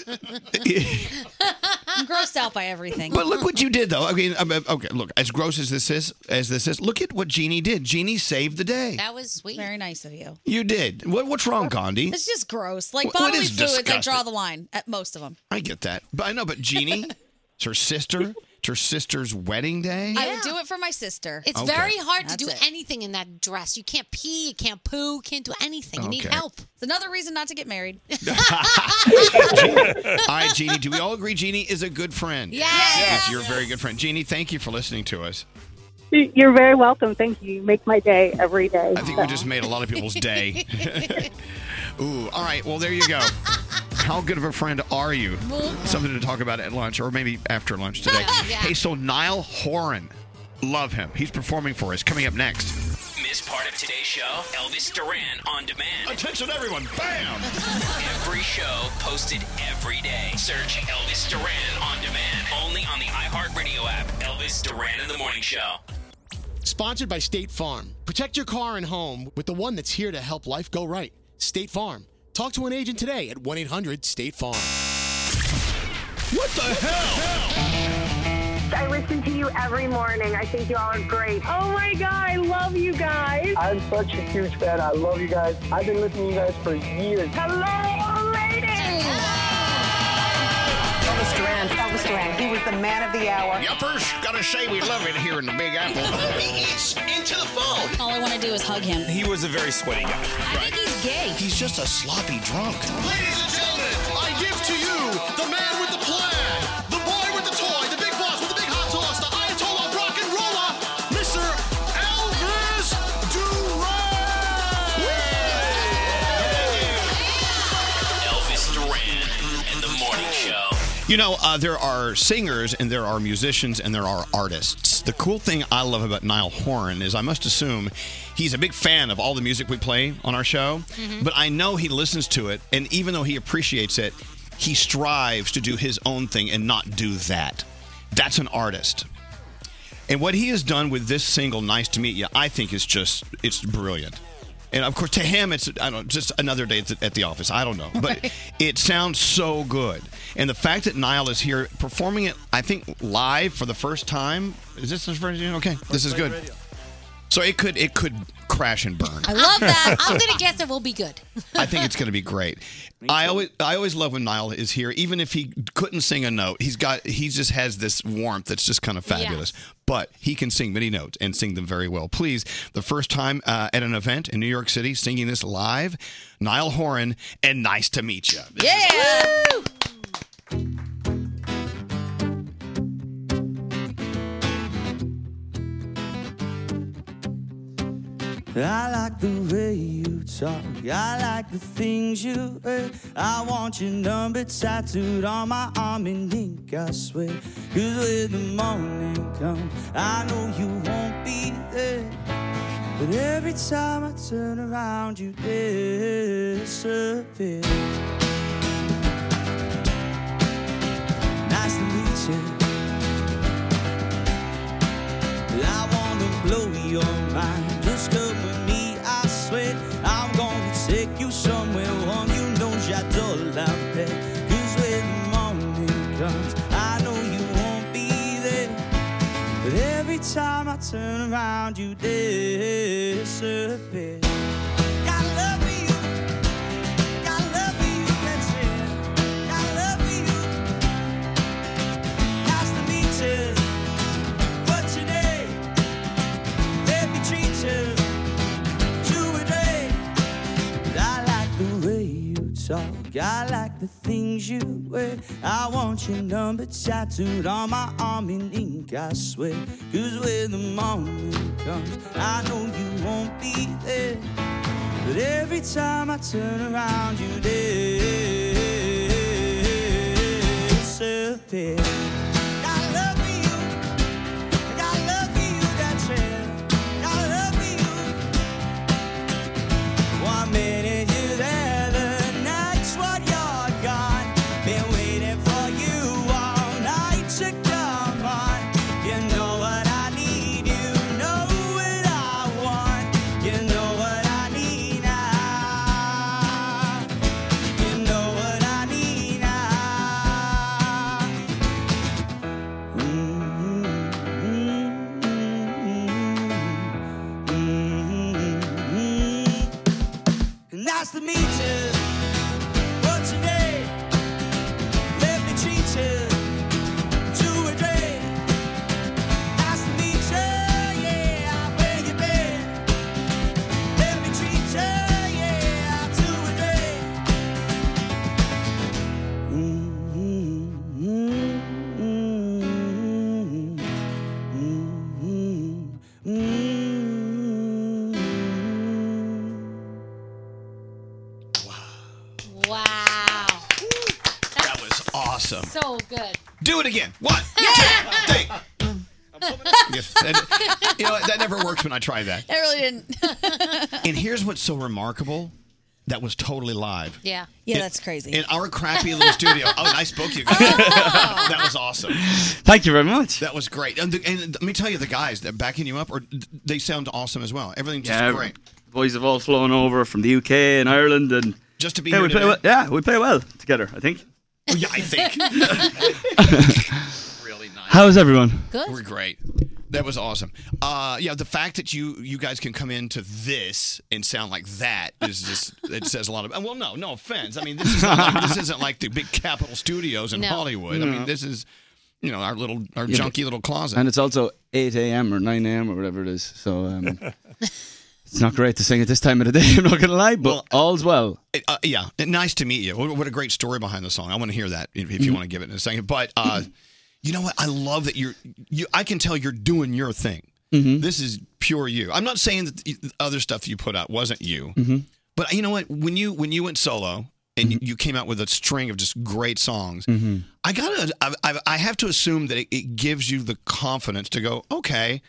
I'm grossed out by everything.
But look what you did, though. I mean, um, uh, okay, look. As gross as this is, as this is, look at what Jeannie did. Jeannie saved the day.
That was sweet. Very nice of you.
You did. What, what's wrong, Gandhi?
It's just gross. Like
Wh- what
bodily
is
fluids, I draw
disgusting?
the line at most of them.
I get that, but I know. But Jeannie, it's her sister. It's her sister's wedding day.
I would do it for my sister.
It's
Okay.
very hard to do
That's
anything in that dress. You can't pee, you can't poo, you can't do anything. You need
Okay.
help.
It's another reason not to get married.
all right, Jeannie. Do we all agree Jeannie is a good friend?
Yes.
Yes, you're a very good friend, Jeannie. Thank you for listening to us.
You're very welcome. Thank you. You make my day every day.
I think we just made a lot of people's day. Ooh, all right. Well, there you go. How good of a friend are you? Something to talk about at lunch or maybe after lunch today. Hey, so Niall Horan, love him. He's performing for us. Coming up next.
Miss part of today's show? Elvis Duran on demand.
Attention, everyone! Bam!
Every show posted every day. Search Elvis Duran on demand. Only on the iHeartRadio app. Elvis Duran in the Morning Show.
Sponsored by State Farm. Protect your car and home with the one that's here to help life go right. State Farm. Talk to an agent today at 1 800 State Farm.
What the
hell?
I listen to you every morning. I think you all are great. Oh my God, I love you guys.
I'm such a huge fan. I love you guys. I've been listening to you guys for years.
Hello, ladies.
Elvis Duran. Elvis Duran. He was the man of the hour.
Yuppers, gotta say we love it here in the Big Apple.
He eats into the phone.
All I want to do is hug him.
He was a very sweaty guy. I think he's gay. He's just a sloppy drunk.
Ladies and gentlemen, I give to you the man with the plan, the boy with the toy, the big boss with the big hot sauce, the Ayatollah of rock and roller, Mr. Elvis
Elvis Duran and the Morning Show.
You know, uh, there are singers and there are musicians and there are artists. The cool thing I love about Niall Horan is I must assume he's a big fan of all the music we play on our show,
Mhm.
but I know he listens to it, and even though he appreciates it, he strives to do his own thing and not do that. That's an artist. And what he has done with this single, "Nice to Meet You," I think is just it's brilliant. And of course, to him, it's I don't know, just another day at the, at the office. I don't know, but it sounds so good. And the fact that Niall is here performing it, I think live for the first time. Is this the first? Okay, this is good. So it could it could crash and burn.
I love that. I'm going to guess it will be good.
I think it's going to be great. I always I always love when Niall is here, even if he couldn't sing a note. He's got he just has this warmth that's just kind of fabulous. But he can sing many notes and sing them very well. Please, the first time uh, at an event in New York City, singing this live, Niall Horan, and nice to meet you.
Yeah.
I like the way you talk. I like the things you wear. I want your number tattooed on my arm in ink, I swear. Cause when the morning comes, I know you won't be there. But every time I turn around, you disappear. Nice to meet you. I wanna blow your mind. Just come with me, I swear. I'm gonna take you somewhere warm. You know j'adore la paix. 'Cause when the morning comes, I know you won't be there. But every time I turn around, you disappear. Got love for you. Got love for you, that's it. Got love for you. Nice to meet you. What's your name? Let me treat you to a day. I like the way you talk. I like the things you wear. I want your number tattooed on my arm in ink, I swear. Cause when the moment comes, I know you won't be there. But every time I turn around, you disappear. I love you. I love you, that's it. I love you. One minute you're there, the next one you're gone. Been waiting for you all night to come on. You know what I need, you know what I want. You know what I need now. You know what I need now. Nice to meet you. What's your name? Let me treat you to a drink. Nice to meet you, yeah. Where you been? Let me treat you, yeah, to a drink.
Wow.
That was awesome.
So good.
Do it again. One. Yes, that- you know, what? that never works when I try that.
It really didn't.
And here's what's so remarkable. That was totally live.
yeah.
Yeah,
In-
that's crazy.
In our crappy little studio. Oh, and I spoke to you guys. that was awesome.
Thank you very much.
That was great. And, the, and let me tell you, the guys that backing you up, are, they sound awesome as well. Everything's just
Yeah,
great.
the boys have all flown over from the UK and Ireland, and
Just to be
yeah,
here
we play
today.
well, yeah, we play well together. I think.
Oh, yeah, I think. really nice.
How's everyone?
Good.
We're great. That was awesome. Uh, yeah, the fact that you you guys can come into this and sound like that is just it says a lot of. Well, no, no offense. I mean, this is not like, this isn't like the big Capitol studios in
No.
Hollywood. I
No.
mean, this is you know our little our
Yeah,
junky
but-
little closet.
And it's also 8 a.m. or 9 a.m. or whatever it is. So um, it's not great to sing at this time of the day, I'm not going to lie, but all's well.
Uh, yeah, and nice to meet you. What, what a great story behind the song. I want to hear that if, if you
Mhm.
want to give it in a second. But uh, you know what? I love that you're. You, I can tell you're doing your thing. This is pure you. I'm not saying that the other stuff you put out wasn't you,
Mhm.
but uh, you know what? When you when you went solo and you came out with a string of just great songs,
Mhm.
I gotta. I, I, I have to assume that it, it gives you the confidence to go. Okay,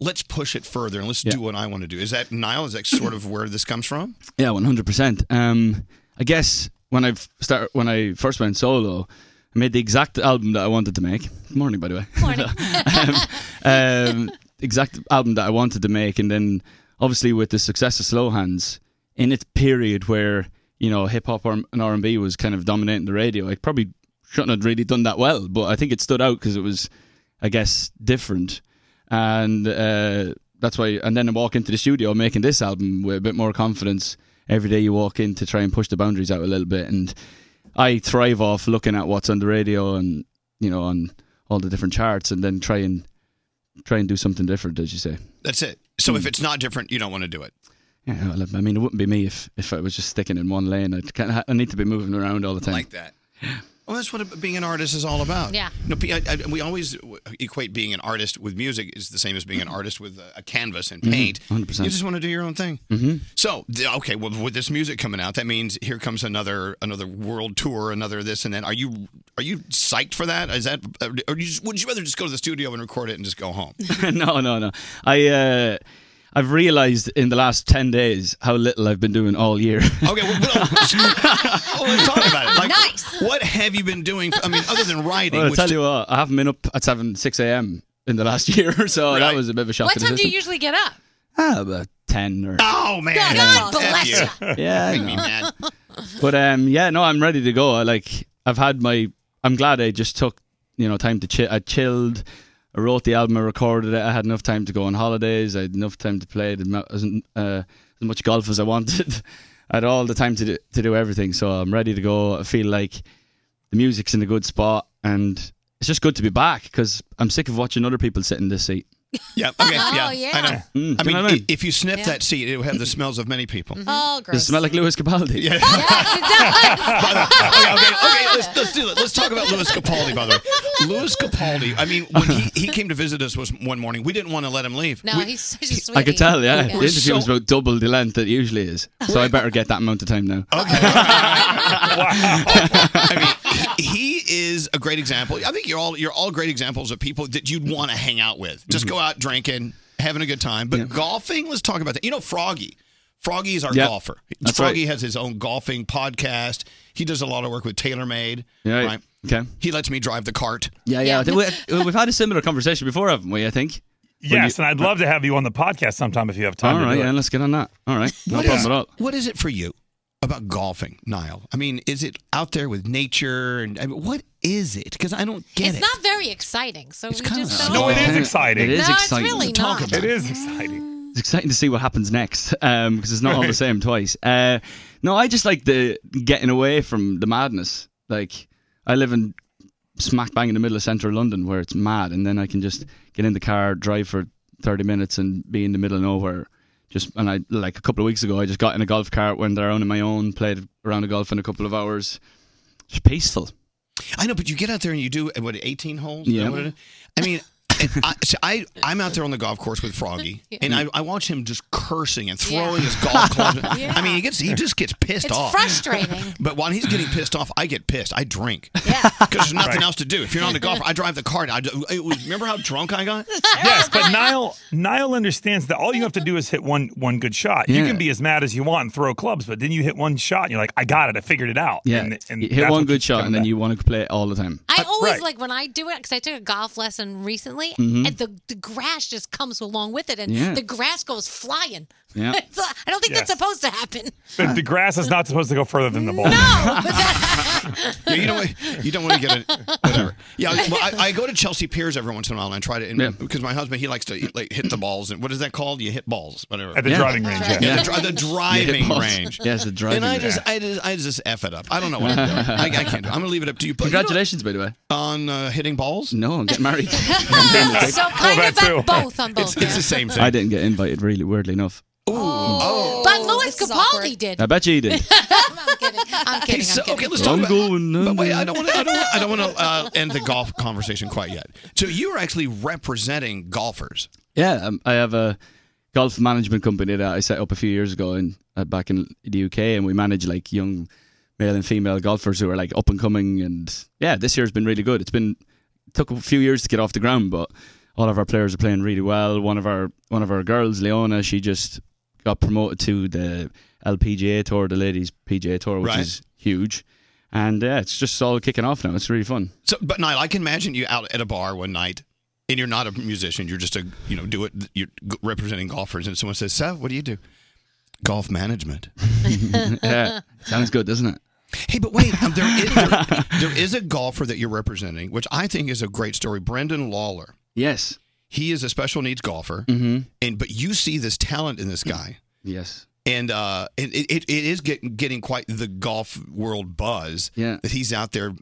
let's push it further and let's do what I want to do. Is that Nile? Is that sort of where this comes from?
Yeah, one hundred percent. Um, I guess when I start when I first went solo, I made the exact album that I wanted to make. Good morning, by the way. Morning. um, um, exact album that I wanted to make, and then obviously with the success of Slow Hands in its period where you know hip hop and R and B was kind of dominating the radio, it probably shouldn't have really done that well, but I think it stood out because it was, I guess, different and uh, that's why. And then I walk into the studio making this album with a bit more confidence. Every day you walk in to try and push the boundaries out a little bit, and I thrive off looking at what's on the radio and you know on all the different charts, and then try and try and do something different, as you say.
That's it. So if it's not different, you don't want to do it.
Yeah, well, I mean, it wouldn't be me if if I was just sticking in one lane. I'd kind of, I need to be moving around all the time.
Like that. Well, that's what being an artist is all about.
Yeah.
No, P- I, I, we always equate being an artist with music is the same as being an artist with a, a canvas and paint.
100%.
You just want to do your own thing.
Mm-hmm.
hmm
So th- okay, well, with this music coming out, that means here comes another another world tour, another this and then. Are you are you psyched for that? Is that or you just, would you rather just go to the studio and record it and just go home?
no, no, no. I uh, I've realised in the last ten days how little I've been doing all year.
Okay, well, well, well, let's talk about it. Like, nice. What have you been doing? I mean, other than writing,
Well, I
which
tell you what, I haven't been up at seven six a.m. in the last year, so that was a bit of a shock
What
to the
time do
system.
you Ah, usually get up?
ah, about ten or.
Oh man!
God, God bless you.
Yeah, I
Make me
know.
mad.
but um, yeah, no, I'm ready to go. I like, I've had my. I'm glad I just took you know time to chill. I chilled. I wrote the album. I recorded it. I had enough time to go on holidays. I had enough time to play. I did not, as, uh, as much golf as I wanted. I had all the time to do, to do everything. So I'm ready to go. I feel like the music's in a good spot, and it's just good to be back because I'm sick of watching other people sit in this seat.
Yeah. Okay.
Oh,
yeah.
yeah.
I know. I
Mm, do you
mean,
know what I
i- if you sniff
Yeah.
that seed, it will have the smells of many people.
Oh,
Does it smell like Louis
Mm-hmm.
Capaldi?
Yeah. okay, okay, okay, let's, let's do it. Let's talk about Louis Capaldi, by the way. Louis Capaldi, I mean, when he, he came to visit us was one morning, we didn't want to let him leave.
No,
We-
he's such a sweetie.
I could tell, yeah. The
We're
interview
so-
was about double the length that it usually is. So I better get that amount of time now.
Oh, he is a great example. I think you're all you're all great examples of people that you'd want to hang out with.
Mm-hmm.
Just go out drinking, having a good time. But golfing, let's talk about that. You know, Froggy. Froggy is our
Yeah,
golfer.
that's
Froggy has his own golfing podcast. He does a lot of work with TaylorMade.
Yeah,
Right.
Okay.
He lets me drive the cart.
Yeah, yeah. I think We, Uh, we've had a similar conversation before, haven't we? I think.
Yes, and I'd love to have you on the podcast sometime if you have time.
All
to
right,
do it.
yeah. Let's get on that. All right, no
What
problem
is-
at all.
What is it for you about golfing, Niall? I mean, is it out there with nature and I mean, what is it? Because I don't get
It's
it.
not very exciting, so we just don't.
No, it is
exciting. It is
no,
exciting.
It's really
Talk
not.
about
It is exciting.
It's exciting to see what happens next because it's not all the
Right.
same twice. Uh, no, I just like the getting away from the madness. Like I live in smack bang in the middle of central London where it's mad, and then I can just get in the car, drive for thirty minutes, and be in the middle of nowhere. Just and I like a couple of weeks ago, I just got in a golf cart, went around on my own, played around a golf in a couple of hours. Just peaceful.
I know, but you get out there and you do what eighteen holes.
Yeah.
Yeah. I mean, and I, so I I'm out there on the golf course with Froggy, and I, I watch him just cursing and throwing his golf club. I mean, he gets he just gets pissed
It's
off.
frustrating.
But while he's getting pissed off, I get pissed. I drink. Yeah. Because there's nothing else to do. If you're not a golfer, I drive the cart. I, do- I- remember how drunk I got?
yes, but Niall Niall understands that all you have to do is hit one one good shot. You
Yeah.
can be as mad as you want and throw clubs, but then you hit one shot and you're like, I got it, I figured it out.
Yeah,
and, and
You
that's
hit one
what
good shot,
coming
and then
back.
you want to play it all the time.
I always
right.
like when I do it because I took a golf lesson recently,
Mhm.
and the, the grass just comes along with it, and
Yeah.
the grass goes flying.
Yeah.
It's like- I don't think that's
Yes.
supposed to happen.
But the grass is not supposed to go further than the ball.
Yeah, you don't want- you don't want to get it. Whatever. Yeah, well, I, I go to Chelsea Piers every once in a while and I try to because my husband he likes to like hit the balls and what is that called? You hit balls, whatever.
At the Yeah. driving range, yeah.
the, dri- the driving
balls.
range.
Yes, the driving
And I
range.
just I just I just f it up. I don't know what I'm doing. I, I can't. do it. I'm gonna leave it up to you. But
Congratulations, by the way.
On uh, hitting balls?
No, I'm getting married.
so kind of at both on both.
It's the same thing.
I didn't get invited, really, weirdly enough.
But Louis Capaldi did.
I bet you did.
I'm kidding. I'm kidding.
Okay, so,
I'm kidding.
okay, let's talk about.
going.
But wait, I don't want to. I don't. wanna- I don't want to uh, end the golf conversation quite yet. So you are actually representing golfers.
Yeah, um, I have a golf management company that I set up a few years ago in uh, back in the UK, and we manage like young male and female golfers who are like up and coming. And yeah, this year's been really good. It's been took a few years to get off the ground, but all of our players are playing really well. One of our one of our girls, Leona, she just got promoted to the LPGA tour, the ladies PGA tour, which
Right.
is huge. And yeah, it's just all kicking off now. It's really fun.
So, but Niall, I can imagine you out at a bar one night, and you're not a musician. You're just a you know do it. You're g- representing golfers, and someone says, "Seth, what do you do?" Golf management.
yeah, sounds good, doesn't it?
Hey, but wait, um, there, is, there, there is a golfer that you're representing, which I think is a great story. Brendan Lawler.
Yes, Mm-hmm.
he is a special needs golfer, and but you see this talent in this guy.
Yes.
And uh, it, it, it is get, getting quite the golf world buzz
Yeah.
that he's out there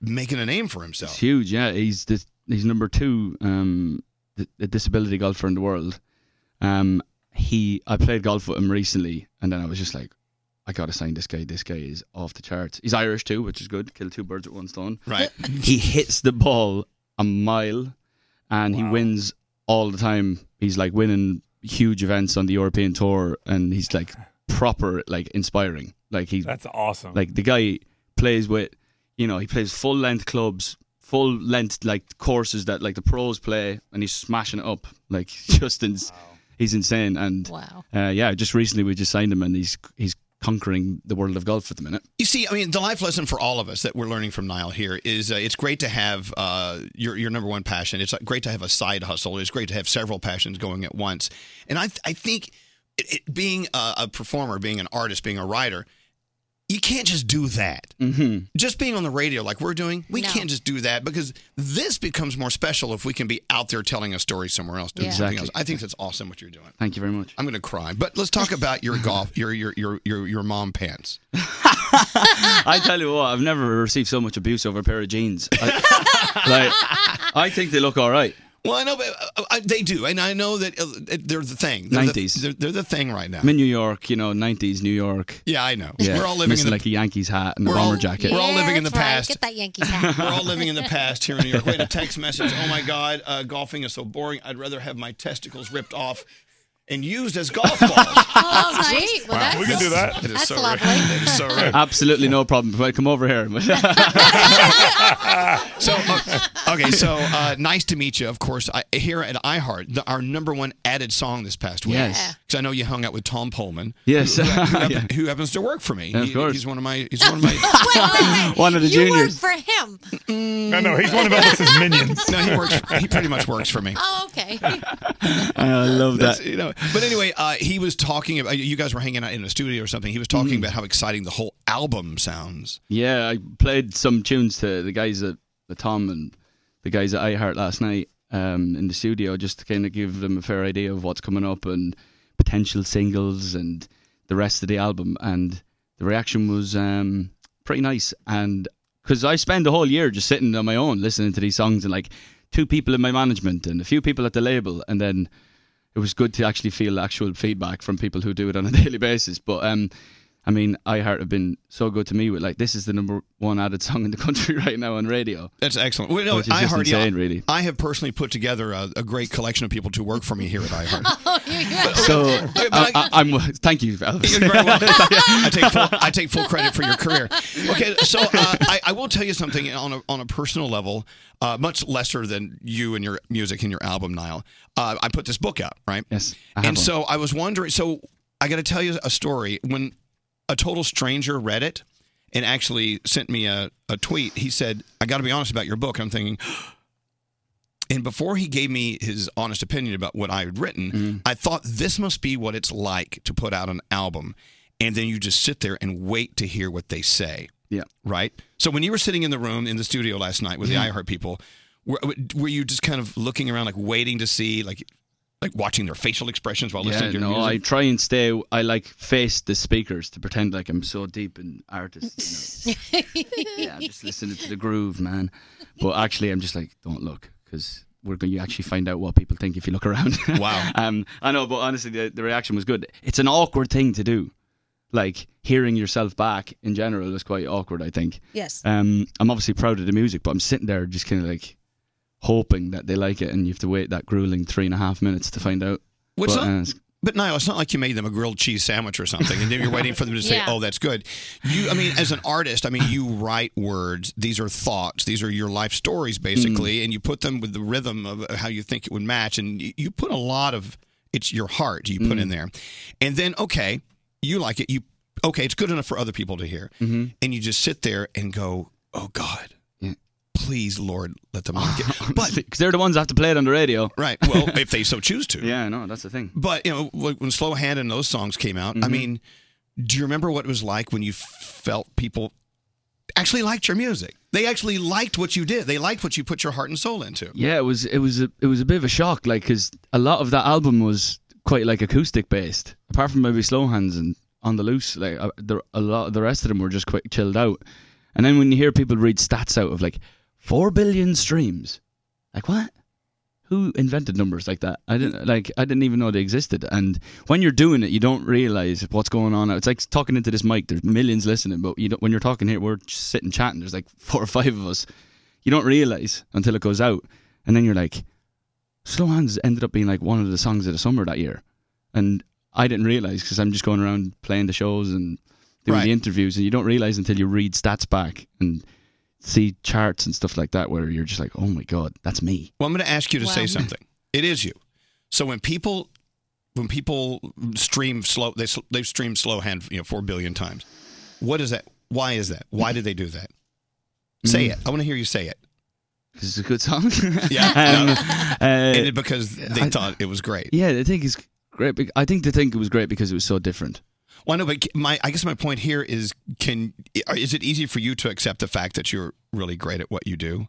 making a name for himself.
It's huge. Yeah, he's the, he's number two um, the, the disability golfer in the world. Um, he I played golf with him recently, and then I was just like, I gotta sign this guy. This guy is off the charts. He's Irish too, which is good. Kill two birds with one stone.
Right.
he hits the ball a mile, and he wins all the time. He's like winning huge events on the European tour, and he's like proper like inspiring. Like he
That's awesome.
like the guy plays with, you know, he plays full length clubs, full length like courses that like the pros play, and he's smashing it up. Like Justin's, he's insane. And
wow,
uh, yeah, just recently we just signed him, and he's he's conquering the world of golf at the minute.
You see, I mean, the life lesson for all of us that we're learning from Niall here is uh, it's great to have uh, your your number one passion. It's uh, great to have a side hustle. It's great to have several passions going at once. And I I think it, it, being a, a performer, being an artist, being a writer, you can't just do that.
Mm-hmm.
Just being on the radio like we're doing, we can't just do that because this becomes more special if we can be out there telling a story somewhere else, doing
Yeah.
something
Exactly.
else. I think that's awesome what you're doing.
Thank you very much.
I'm gonna cry, but let's talk about your golf, your your your your your mom pants.
I tell you what, I've never received so much abuse over a pair of jeans. I, like, I think they look all right.
Well, I know, but uh, uh, they do, and I know that uh, they're the thing. They're the-
90s.
they're, they're the thing right now.
I'm in New York, you know, 90s New York.
Yeah, I know. We're all living in
missing
the-
like a Yankees hat and a
We're all-
bomber jacket.
we're all living in the past.
Get that Yankee hat.
We're all living in the past here in New York. We had a text message. Oh my God, uh, golfing is so boring. I'd rather have my testicles ripped off and used as golf balls.
Oh, that's great. Well, that's,
It is
that's
so
lovely.
Right. It is so right.
Absolutely no problem. Well, Come over here.
So uh, okay, so uh, nice to meet you. Of course, I, here at iHeart, the, our number one added song this past week.
Yes.
because I know you hung out with Tom Pullman.
Yes.
who, who happen-
Yeah.
who happens to work for me.
Of
He-
course.
he's one of my. He's one of my.
One of the
You work
juniors.
for him.
No, no, he's one of Elvis's minions. No, he works. He pretty much works for me.
Oh, okay.
I love
That's-
that.
you know, but anyway, uh, he was talking about. You guys were hanging out in a studio or something. He was talking
Mm-hmm.
about how exciting the whole album sounds.
Yeah, I played some tunes to the guys at the Tom and the guys at iHeart last night um, in the studio, just to kind of give them a fair idea of what's coming up and potential singles and the rest of the album. And the reaction was um, pretty nice. And because I spend the whole year just sitting on my own listening to these songs and like two people in my management and a few people at the label, and then it was good to actually feel actual feedback from people who do it on a daily basis. But um, I mean, iHeart have been so good to me with like this is the number one added song in the country right now on radio.
That's excellent. Well, no,
Which is just
iHeart, yeah,
insane, really.
I have personally put together a, a great collection of people to work for me here at iHeart.
Oh,
So I, I, I'm uh, thank you, Elvis.
You're very welcome. I take full, I take full credit for your career. Okay, so uh, I, I will tell you something on a, on a personal level, uh, much lesser than you and your music and your album, Niall. Uh, I put this book out, right?
Yes, I have
And
one.
so I was wondering. So I got to tell you a story. When a total stranger read it and actually sent me a, a tweet, he said, "I got to be honest about your book." I'm thinking. And before he gave me his honest opinion about what I had written,
Mm-hmm.
I thought this must be what it's like to put out an album. And then you just sit there and wait to hear what they say.
Yeah.
Right? So when you were sitting in the room in the studio last night with the
Mm-hmm.
iHeart people, were, were you just kind of looking around, like waiting to see, like, like watching their facial expressions while listening to your
no, I
music?
try and stay. I like face the speakers to pretend like I'm so deep in artists. You know, yeah, I'm just listening to the groove, man. But actually, I'm just like, don't look because we're going. You actually find out what people think if you look around.
Wow.
um, I know, but honestly, the, the reaction was good. It's an awkward thing to do. Like hearing yourself back in general is quite awkward. I think.
Yes.
Um, I'm obviously proud of the music, but I'm sitting there just kind of like hoping that they like it, and you have to wait that grueling three and a half minutes to find out.
What's
But,
up?
uh, it's-
But Niall, it's not like you made them a grilled cheese sandwich or something, and then you're waiting for them to say,
Yeah.
"Oh, that's good." You, I mean, as an artist, I mean, you write words. These are thoughts. These are your life stories,
Hmm.
basically, and you put them with the rhythm of how you think it would match. And you, you put a lot of it's your heart you
Hmm.
put in there, and then okay, you like it. You okay, it's good enough for other people to hear,
Mm-hmm.
and you just sit there and go, "Oh God, please, Lord, let them like it." But
because they're the ones that have to play it on the radio.
Right. Well, if they so choose to.
Yeah, no, that's the thing.
But you know, like, when Slow Hand and those songs came out, I
Mhm.
mean, do you remember what it was like when you felt people actually liked your music? They actually liked what you did. They liked what you put your heart and soul into.
Yeah, it was it was a, it was a bit of a shock, like because a lot of that album was quite like acoustic based, apart from maybe Slow Hands and On the Loose. Like uh, there, a lot of the rest of them were just quite chilled out. And then when you hear people read stats out of like four billion streams, like what? Who invented numbers like that? I didn't like. I didn't even know they existed. And when you're doing it, you don't realize what's going on. It's like talking into this mic. There's millions listening, but you don't, when you're talking here, we're just sitting chatting. There's like four or five of us. You don't realize until it goes out, and then you're like, "Slow Hands" ended up being like one of the songs of the summer that year, and I didn't realize because I'm just going around playing the shows and doing the interviews, and you don't realize until you read stats back and see charts and stuff like that, where you're just like, "Oh my god, that's me."
Well, I'm going to ask you to say
Wow.
something. It is you. So when people when people stream slow, they sl- they've streamed Slow Hand you know four billion times. What is that? Why is that? Why did they do that? Say it. I want to hear you say it.
Mm. This is a good song.
Yeah. no.
Um, uh,
And it- because they
I-
thought it was great.
Yeah, the thing is great. bec- I think the thing was great because it was so different.
Well, I know, but my I guess my point here is can is it easy for you to accept the fact that you're really great at what you do?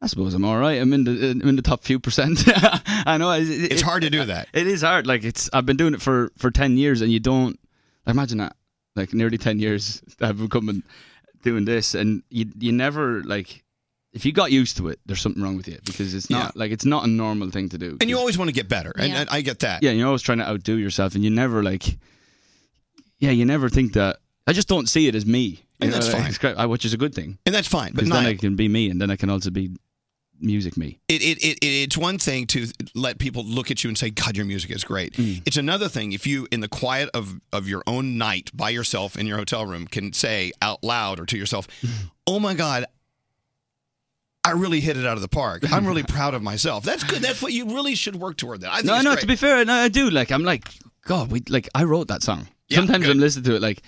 I suppose I'm all right. I'm in the I'm in the top few percent. I know it,
It's hard to do that.
It is hard. Like it's I've been doing it for for ten years, and you don't like, imagine that. Like nearly ten years I've been coming doing this, and you you never like if you got used to it, there's something wrong with you because it's not like it's not a normal thing to do.
And you always want to get better, and,
Yeah.
and I get that.
Yeah, you're always trying to outdo yourself, and you never like, yeah, you never think that. I just don't see it as me.
And
You
that's
like,
fine.
it's great, I- which is a good thing.
And that's fine, but
because then
not-
I can be me, and then I can also be music me.
it, it, it, it's one thing to let people look at you and say, God, your music is great.
Mm.
It's another thing if you, in the quiet of, of your own night by yourself in your hotel room, can say out loud or to yourself, Oh my God, I really hit it out of the park. I'm really proud of myself. That's good. That's what you really should work toward. That I think
no,
it's
no.
great.
To be fair, no, I do. Like, I'm like, God, we like. I wrote that song. Sometimes I'm listening to it like,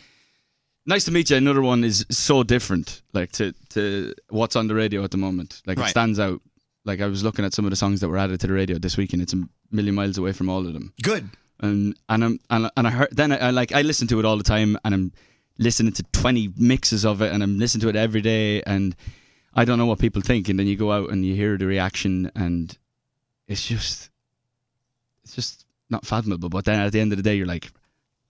"Nice to Meet You." Another one is so different, like to to what's on the radio at the moment. Like
Right.
it stands out. Like I was looking at some of the songs that were added to the radio this week, and it's a million miles away from all of them.
Good.
And and I'm and, and I heard then I, I like I listen to it all the time, and I'm listening to 20 mixes of it, and I'm listening to it every day, and I don't know what people think, and then you go out and you hear the reaction, and it's just it's just not fathomable. But then at the end of the day, you're like,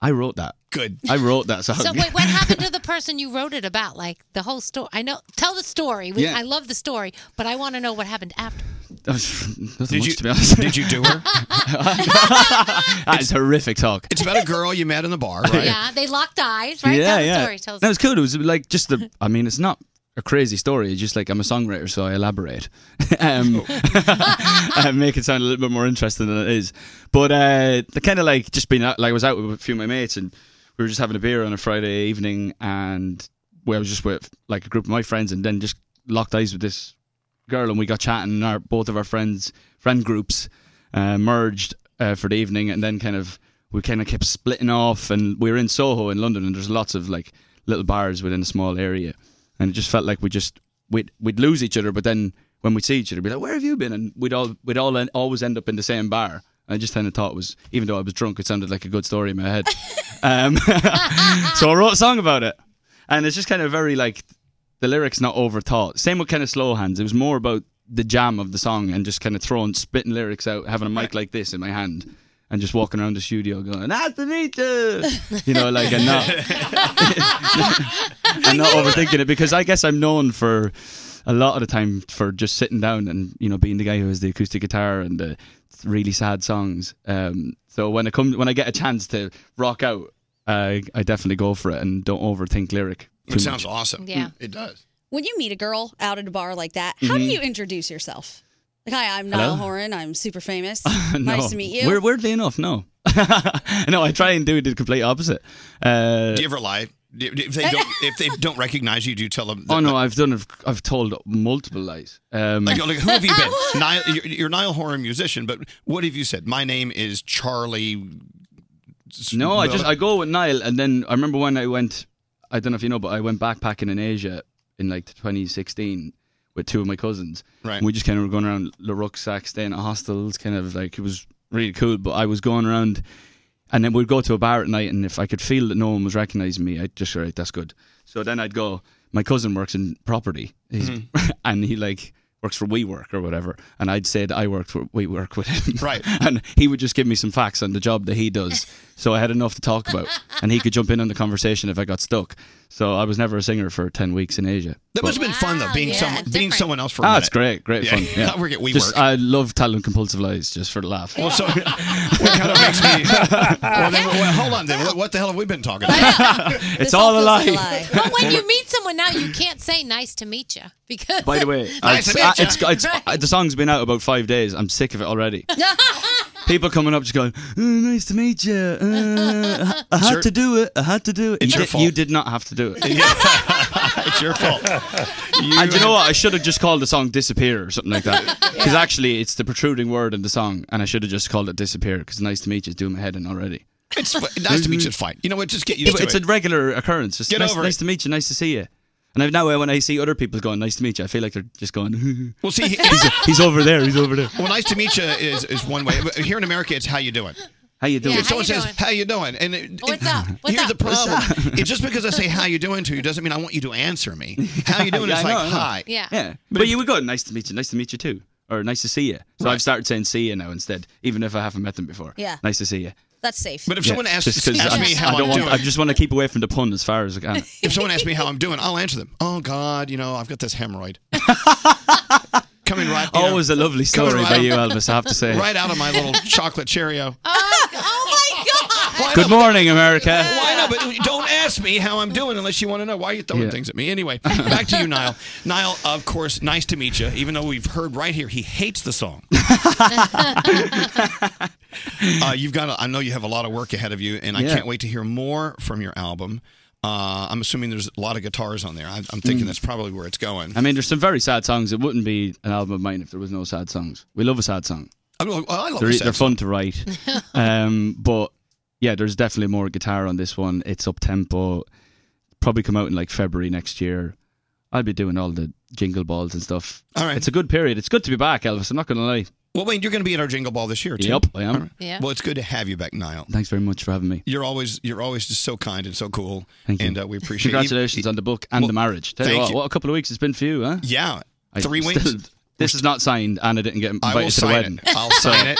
I wrote that.
Good.
I wrote that song.
So wait, what happened to the person you wrote it about? Like the whole story. I know. Tell the story. We,
Yeah.
I love the story, but I want to know what happened after.
Nothing
Did
much,
you-
to be honest.
did you do her?
that is horrific talk.
It's about a girl you met in the bar, right?
Yeah, they locked eyes, right?
Yeah,
tell
yeah.
the story. Tell the
no, it's cool. It was like just the. I mean, it's not a crazy story. It's just like I'm a songwriter, so I elaborate, um,
Oh.
and Uh, make it sound a little bit more interesting than it is. But uh, the kind of like just being out, like I was out with a few of my mates, and we were just having a beer on a Friday evening, and where I was just with like a group of my friends, and then just locked eyes with this girl, and we got chatting. And our both of our friends friend groups uh, merged uh, for the evening, and then kind of we kind of kept splitting off. And we were in Soho in London, and there's lots of like little bars within a small area, and it just felt like we just we'd we'd lose each other, but then when we'd see each other, we'd be like, "Where have you been?" And we'd all we'd all en- always end up in the same bar. And I just kind of thought it was, even though I was drunk, it sounded like a good story in my head. um, so I wrote a song about it, and it's just kind of very like the lyrics not overthought. Same with kind of slow hands. It was more about the jam of the song and just kind of throwing spitting lyrics out, having a mic like this in my hand, and just walking around the studio going, "Nice to meet you," you know, like and not and not overthinking it because I guess I'm known for a lot of the time for just sitting down and you know being the guy who has the acoustic guitar and the really sad songs. Um, so when I come when I get a chance to rock out, I I definitely go for it and don't overthink lyric.
It sounds awesome.
Yeah.
mm, It does. Mm-hmm.
When you meet a girl out at a bar like that, how do
Mhm.
you introduce yourself? Like, hi, I'm Niall
Hello?
Horan. I'm super famous.
No.
Nice to meet you.
Weird- weirdly enough, no. no, I try and do the complete opposite. Uh,
Do you ever lie? Do- do- If they don't, if they don't recognize you, do you tell them?
oh no, I've done. I've, I've told multiple lies. Um,
Like, like, who have you been? Niall, you're, you're Niall Horan musician, but what have you said? My name is Charlie.
No, I just I go with Niall, and then I remember when I went. I don't know if you know, but I went backpacking in Asia in like 2016 with two of my cousins.
Right.
And we just kind of were going around the rucksack, staying at hostels, kind of like it was really cool. But I was going around, and then we'd go to a bar at night, and if I could feel that no one was recognizing me, I'd just all right, that's good. So then I'd go. My cousin works in property, He's,
Mm-hmm.
and he like works for WeWork or whatever, and I'd say that I worked for WeWork with him,
right?
and he would just give me some facts on the job that he does, so I had enough to talk about, and he could jump in on the conversation if I got stuck. So I was never a singer for ten weeks in Asia.
That must have been fun though, being someone being someone else for a
Ah,
minute.
it's great, great
Yeah.
fun. Yeah,
I work at WeWork.
Just- uh, I love telling compulsive lies just for the laugh.
Well, so what kind of makes me? Well, then, well, hold on, then. What, what the hell have we been talking about?
it's all a lie.
But when you meet someone now, you can't say "nice to meet you" because.
By the way, I-
Nice to
I-
meet ya.
it's, it's, I- the song's been out about five days. I'm sick of it already. People coming up just going, "Oh, nice to meet you. Uh, I had
Sure.
to do it. I had to do it.
It's
you,
your
did,
fault.
you did not have to do it.
it's your fault.
and you know what? I should have just called the song "Disappear" or something like that. Because actually, it's the protruding word in the song, and I should have just called it "Disappear" because "nice to meet you" is doing my head in already.
It's f- nice to meet you. It's fine. You know what? Just get
Yeah,
used
but
to
it's
it.
a regular occurrence. It's
Get
nice,
over
nice
it.
to meet you. Nice to see you. And I've- now when I see other people going, nice to meet you, I feel like they're just going,
well, see,
he's, he's over there. He's over there.
well, nice to meet you is, is one way. But here in America, it's how you doing.
How you doing?
if someone says, "How you doing?" and it,
What's up?
here's the problem: it's just because I say "How you doing" to you doesn't mean I want you to answer me. How you doing?
Yeah,
is
I
like
know, I know.
hi.
Yeah.
Yeah. But, you would go, nice to meet you. Nice to meet you too. Or nice to see you. So I've started saying see you now instead, even if I haven't met them before.
Yeah.
Nice to see you.
That's safe.
But if
Yeah,
someone asks
just 'cause
excuse
I,
me how
I don't
I'm
want,
doing.
I just want to keep away from the pun as far as I can.
if someone asks me how I'm doing, I'll answer them. Oh God, you know I've got this hemorrhoid coming right. you know,
Always a lovely
Coming
story
right
by
out-
you, Elvis. I have to say.
right out of my little chocolate Cheerio.
Good morning, America.
Why not? But don't ask me how I'm doing unless you want to know why you're throwing
Yeah.
things at me. Anyway, back to you, Niall. Niall, of course, nice to meet you. Even though we've heard right here, he hates the song. uh, you've got. A, I know you have a lot of work ahead of you, and I
Yeah.
can't wait to hear more from your album. Uh, I'm assuming there's a lot of guitars on there. I, I'm thinking
Mm.
that's probably where it's going.
I mean, there's some very sad songs. It wouldn't be an album of mine if there was no sad songs. We love a sad song.
I love- Oh, I love
they're, e,
a sad
they're
song.
fun to write. um, but yeah, there's definitely more guitar on this one. It's up tempo. Probably come out in like February next year. I'll be doing all the jingle balls and stuff. All right. It's a good period. It's good to be back, Elvis. I'm not going to lie.
Well, Wayne, you're going to be at our Jingle Ball this year too.
Yep, I am.
All right.
Yeah.
Well, it's good to have you back, Niall.
Thanks very much for having me.
You're always you're always just so kind and so cool,
Thank you.
and uh, we appreciate. you.
Congratulations on the book and the marriage. Tell you
thank
what,
you.
what a couple of weeks it's been for you, huh?
Yeah,
I
three
still-
weeks.
This is not signed, and I didn't get
I will
invited to the
sign
wedding.
it. I'll
So-
sign it.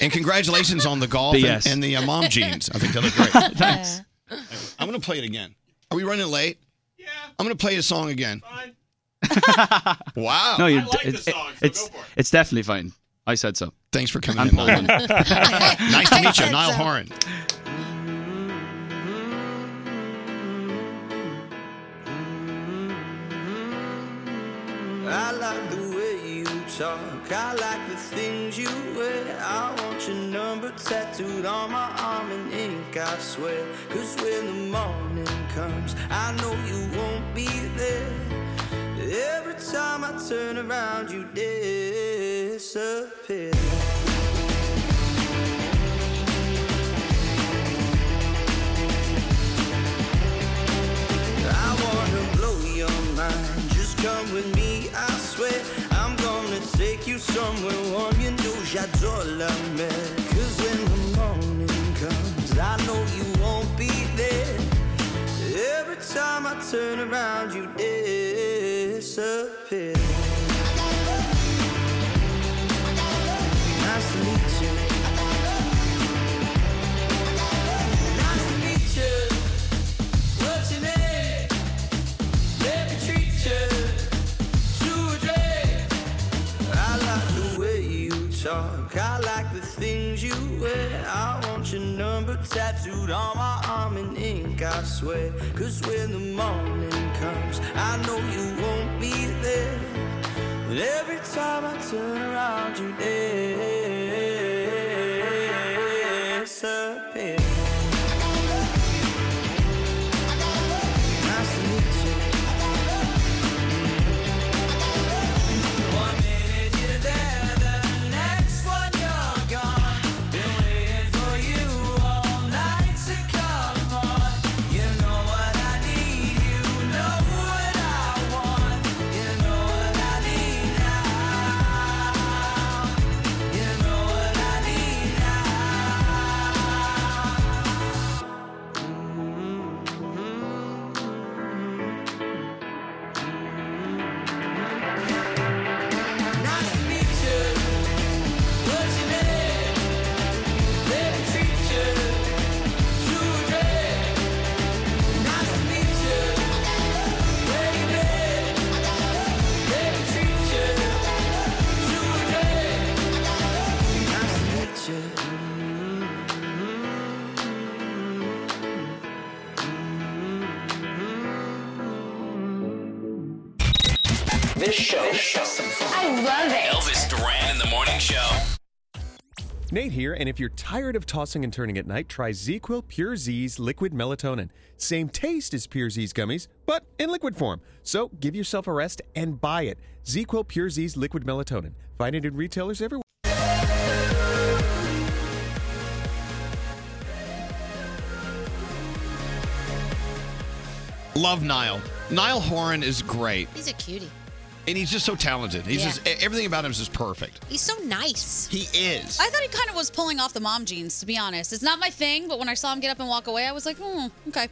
And congratulations on the golf and,
BS.
and the uh, mom jeans. I think they look great. Thanks. I'm going to play it again. Are we running late? Yeah. I'm going to play the song again. wow.
No, you're, it- it- it's it's definitely fine. I said so.
Thanks for coming
I'm
in,
Paul.
Niall. nice to
I
meet you,
said
Niall
so.
Horan.
I like the way you talk. I like the things you wear. I want your number tattooed on my arm in ink, I swear. Cause when the morning comes, I know you won't be there. Every time I turn around, you disappear. I wanna blow your mind. Just come with me, I swear. I'm gonna take you somewhere warm. You know j'adore la mer. 'Cause when the morning comes, I know you won't be there. Every time I turn around, you disappear. Nice to meet you. Nice to meet you. What's your name? Let me treat you to a drink. I like the way you talk. I like the things you wear. I want your number tattooed on my arm in ink, I swear. Cause when the morning comes, I know you won't be there. But every time I turn around, you disappear. Nice to meet you. One minute you're there, the next one you're gone. Been waiting for you all night to come on. You know what I need, you know what I want. You know what I need now. You know what I need now. Nice to meet you. What's your name? Let me treat you to a drink. Nice to meet you. Where you been? Let me treat you to a drink. Nice to meet you.
This show. I love it. Elvis Duran in the morning show.
Nate here, and if you're tired of tossing and turning at night, try ZQL Pure Z's liquid melatonin. Same taste as Pure Z's gummies, but in liquid form. So give yourself a rest and buy it. ZQL Pure Z's liquid melatonin. Find it in retailers everywhere.
Love Niall. Niall Horan is great,
He's a cutie.
and he's just so talented. He's
Yeah.
just just everything about him is just perfect.
He's so nice.
He is.
I thought he kind of was pulling off the mom jeans, to be honest. It's not my thing, but when I saw him get up and walk away, I was like, hmm, okay.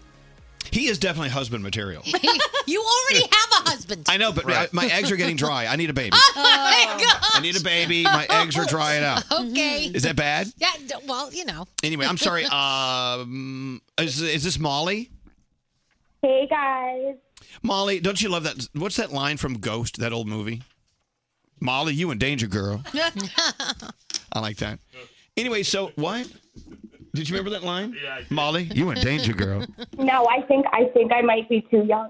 He is definitely husband material.
you already have a husband.
I know, but my- my, eggs are getting dry. I need a baby.
Oh my god.
I need a baby. My eggs are drying out.
Oh, Okay.
Is that bad?
Yeah. d- Well, you know.
Anyway, I'm sorry. uh, Um, is, is this Molly?
Hey guys.
Molly, don't you love that? What's that line from Ghost, that old movie? Molly, you in danger, girl. I like that. Anyway, so what? Did you remember that line? Yeah. Molly, you in danger, girl.
No, I think I think I might be too young.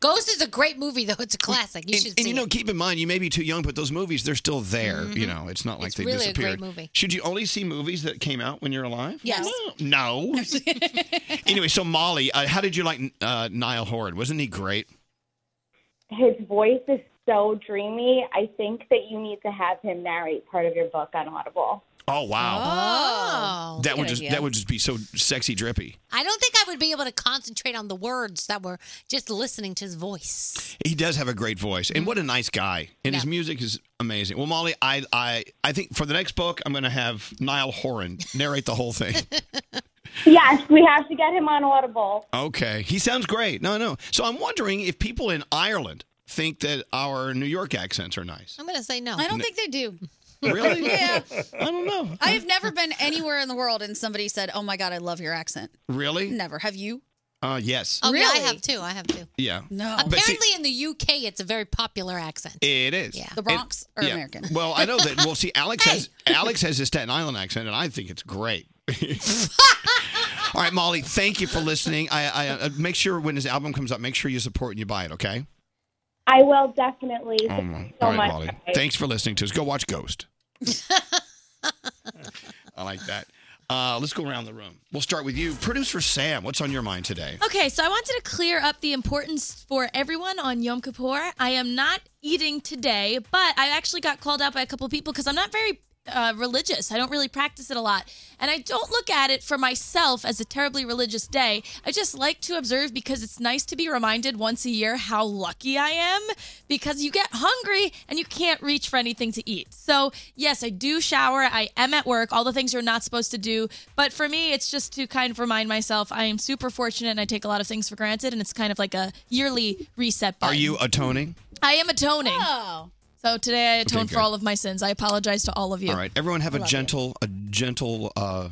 Ghost is a great movie, though. It's a classic. You should
And
see.
you know, keep in mind, you may be too young, but those movies, they're still there. You know, it's not
Mm-hmm.
like
It's
they
really a great
disappeared.
movie.
Should you only see movies that came out when you're alive?
Yes.
No. anyway, so Molly, uh, how did you like uh, Niall Horan? Wasn't he great?
His voice is so dreamy. I think that you need to have him narrate part of your book on Audible.
Oh wow!
Oh.
that would
Good
just
idea.
that would just be so sexy drippy.
I don't think I would be able to concentrate on the words that were just listening to his voice.
He does have a great voice, and what a nice guy. And his
Yeah.
music is amazing. Well, Molly, I I I think for the next book, I'm going to have Niall Horan narrate the whole thing.
Yes, we have to get him on Audible.
okay, he sounds great. No, no. So I'm wondering if people in Ireland think that our New York accents are nice.
I'm going to say no.
I don't
No.
think they do.
Really?
yeah.
I don't know.
I have never been anywhere in the world and somebody said, "Oh my god, I love your accent."
Really?
Never. Have you?
Uh, yes.
Oh, yeah,
Really?
I have too. I have too.
Yeah.
No.
But see-
Apparently, in the UK, it's a very popular accent.
It is.
Yeah.
The Bronx
It-
or
yeah.
American?
Well, I know that. Well, see, Alex has Alex has his Staten Island accent, and I think it's great. All right, Molly, thank you for listening. I, I uh, make sure when his album comes out, make sure you support and you buy it. Okay.
I will definitely.
Oh,
Thank
my-
you so
All right,
much.
Molly.
guys.
Thanks for listening to us. Go watch Ghost. I like that. Uh, let's go around the room. We'll start with you, producer Sam. What's on your mind today?
Okay, so I wanted to clear up the importance for everyone on Yom Kippur. I am not eating today, but I actually got called out by a couple of people because I'm not very uh, religious. I don't really practice it a lot. And I don't look at it for myself as a terribly religious day. I just like to observe because it's nice to be reminded once a year how lucky I am because you get hungry and you can't reach for anything to eat. So, yes, I do shower. I am at work, all the things you're not supposed to do. But for me, it's just to kind of remind myself I am super fortunate and I take a lot of things for granted. And it's kind of like a yearly reset button.
Are you atoning?
I am atoning.
Oh.
So today I atone
Okay,
for
good.
all of my sins. I apologize to all of you.
All right, everyone have
I
a
love
gentle, a gentle uh,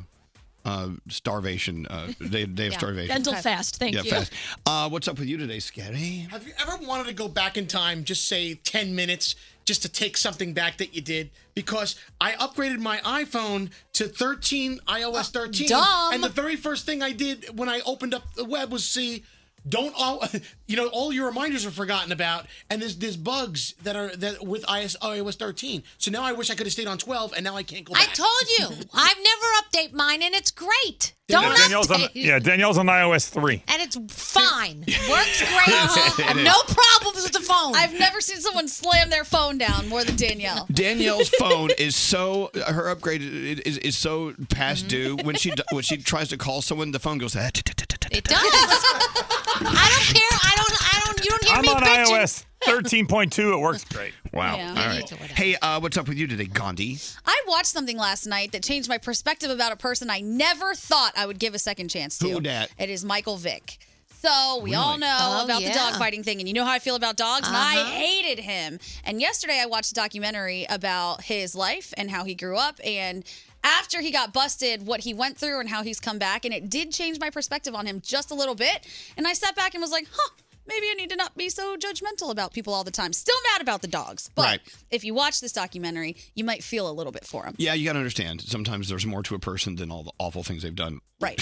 uh, starvation uh, day, day of
Yeah.
starvation.
Gentle Okay. fast, thank
yeah,
you.
fast. Uh, what's up with you today, Scary?
Have you ever wanted to go back in time, just say 10 minutes, just to take something back that you did? Because I upgraded my iPhone to 13, iOS 13.
Uh, dumb.
And the very first thing I did when I opened up the web was see. Don't all you know? All your reminders are forgotten about, and there's there's bugs that are that with IS, iOS 13. So now I wish I could have stayed on 12, and now I can't go
I
back.
told you, I've never update mine, and it's great. Don't
Yeah,
Danielle's on,
update.
yeah, Danielle's on iOS 3.
and it's fine. Works great.
It is.
no problems with the phone.
I've never seen someone slam their phone down more than Danielle.
Danielle's phone is so her upgrade is, is so
Mm-hmm.
past due. When she when she tries to call someone, the phone goes. "Ah, tut, tut, tut, tut."
It does. I don't care. I don't. I don't. You don't hear
I'm
me
on
bitching.
iOS 13.2. It works great.
Wow.
Yeah.
All right. Hey, uh, what's up with you today, Gandhi?
I watched something last night that changed my perspective about a person I never thought I would give a second chance to.
Who dat?
It is Michael Vick. So we all
Really?
know
Oh,
about
yeah.
the dogfighting thing, and you know how I feel about dogs, and I
Uh-huh.
hated him. And yesterday I watched a documentary about his life and how he grew up and after he got busted, what he went through and how he's come back, and it did change my perspective on him just a little bit. And I sat back and was like, huh, maybe I need to not be so judgmental about people all the time. Still mad about the dogs, but
Right.
if you watch this documentary, you might feel a little bit for him.
Yeah, you gotta understand. Sometimes there's more to a person than all the awful things they've done.
Right.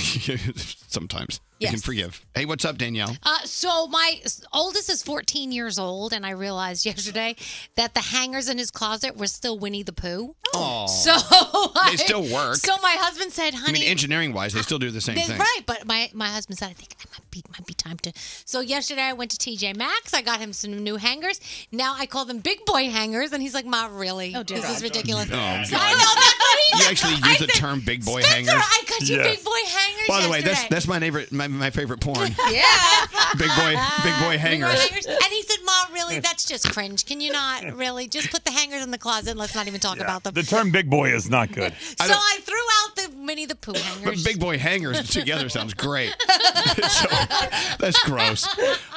Sometimes you can
Yes.
forgive. Hey, what's up, Danielle?
Uh, so my s- oldest is 14 years old, and I realized yesterday that the hangers in his closet were still Winnie the Pooh.
Oh.
So
They still work.
So my husband said,
I
"Honey,
mean, engineering wise, they still do the same
They-
thing.
Right, but my, my husband said I think I might be might be time to. So yesterday I went to TJ Maxx. I got him some new hangers. Now I call them big boy hangers, and he's like, "Ma, really? Oh, this is ridiculous."
Oh, God.
I know that's what he
You
said.
actually
I
use the
said,
term "big boy
Spencer,
hangers."
I got you
Yes.
big boy hangers.
By the way, that's
yesterday.
that's my favorite my, my favorite porn.
yeah.
big boy big boy hangers.
And he said, "Mom, really? That's just cringe. Can you not really just put the hangers in the closet? and Let's not even talk about them."
The term big boy is not good.
So I threw out the Winnie the Pooh
But
hangers.
big boy hangers together sounds great. So, that's gross.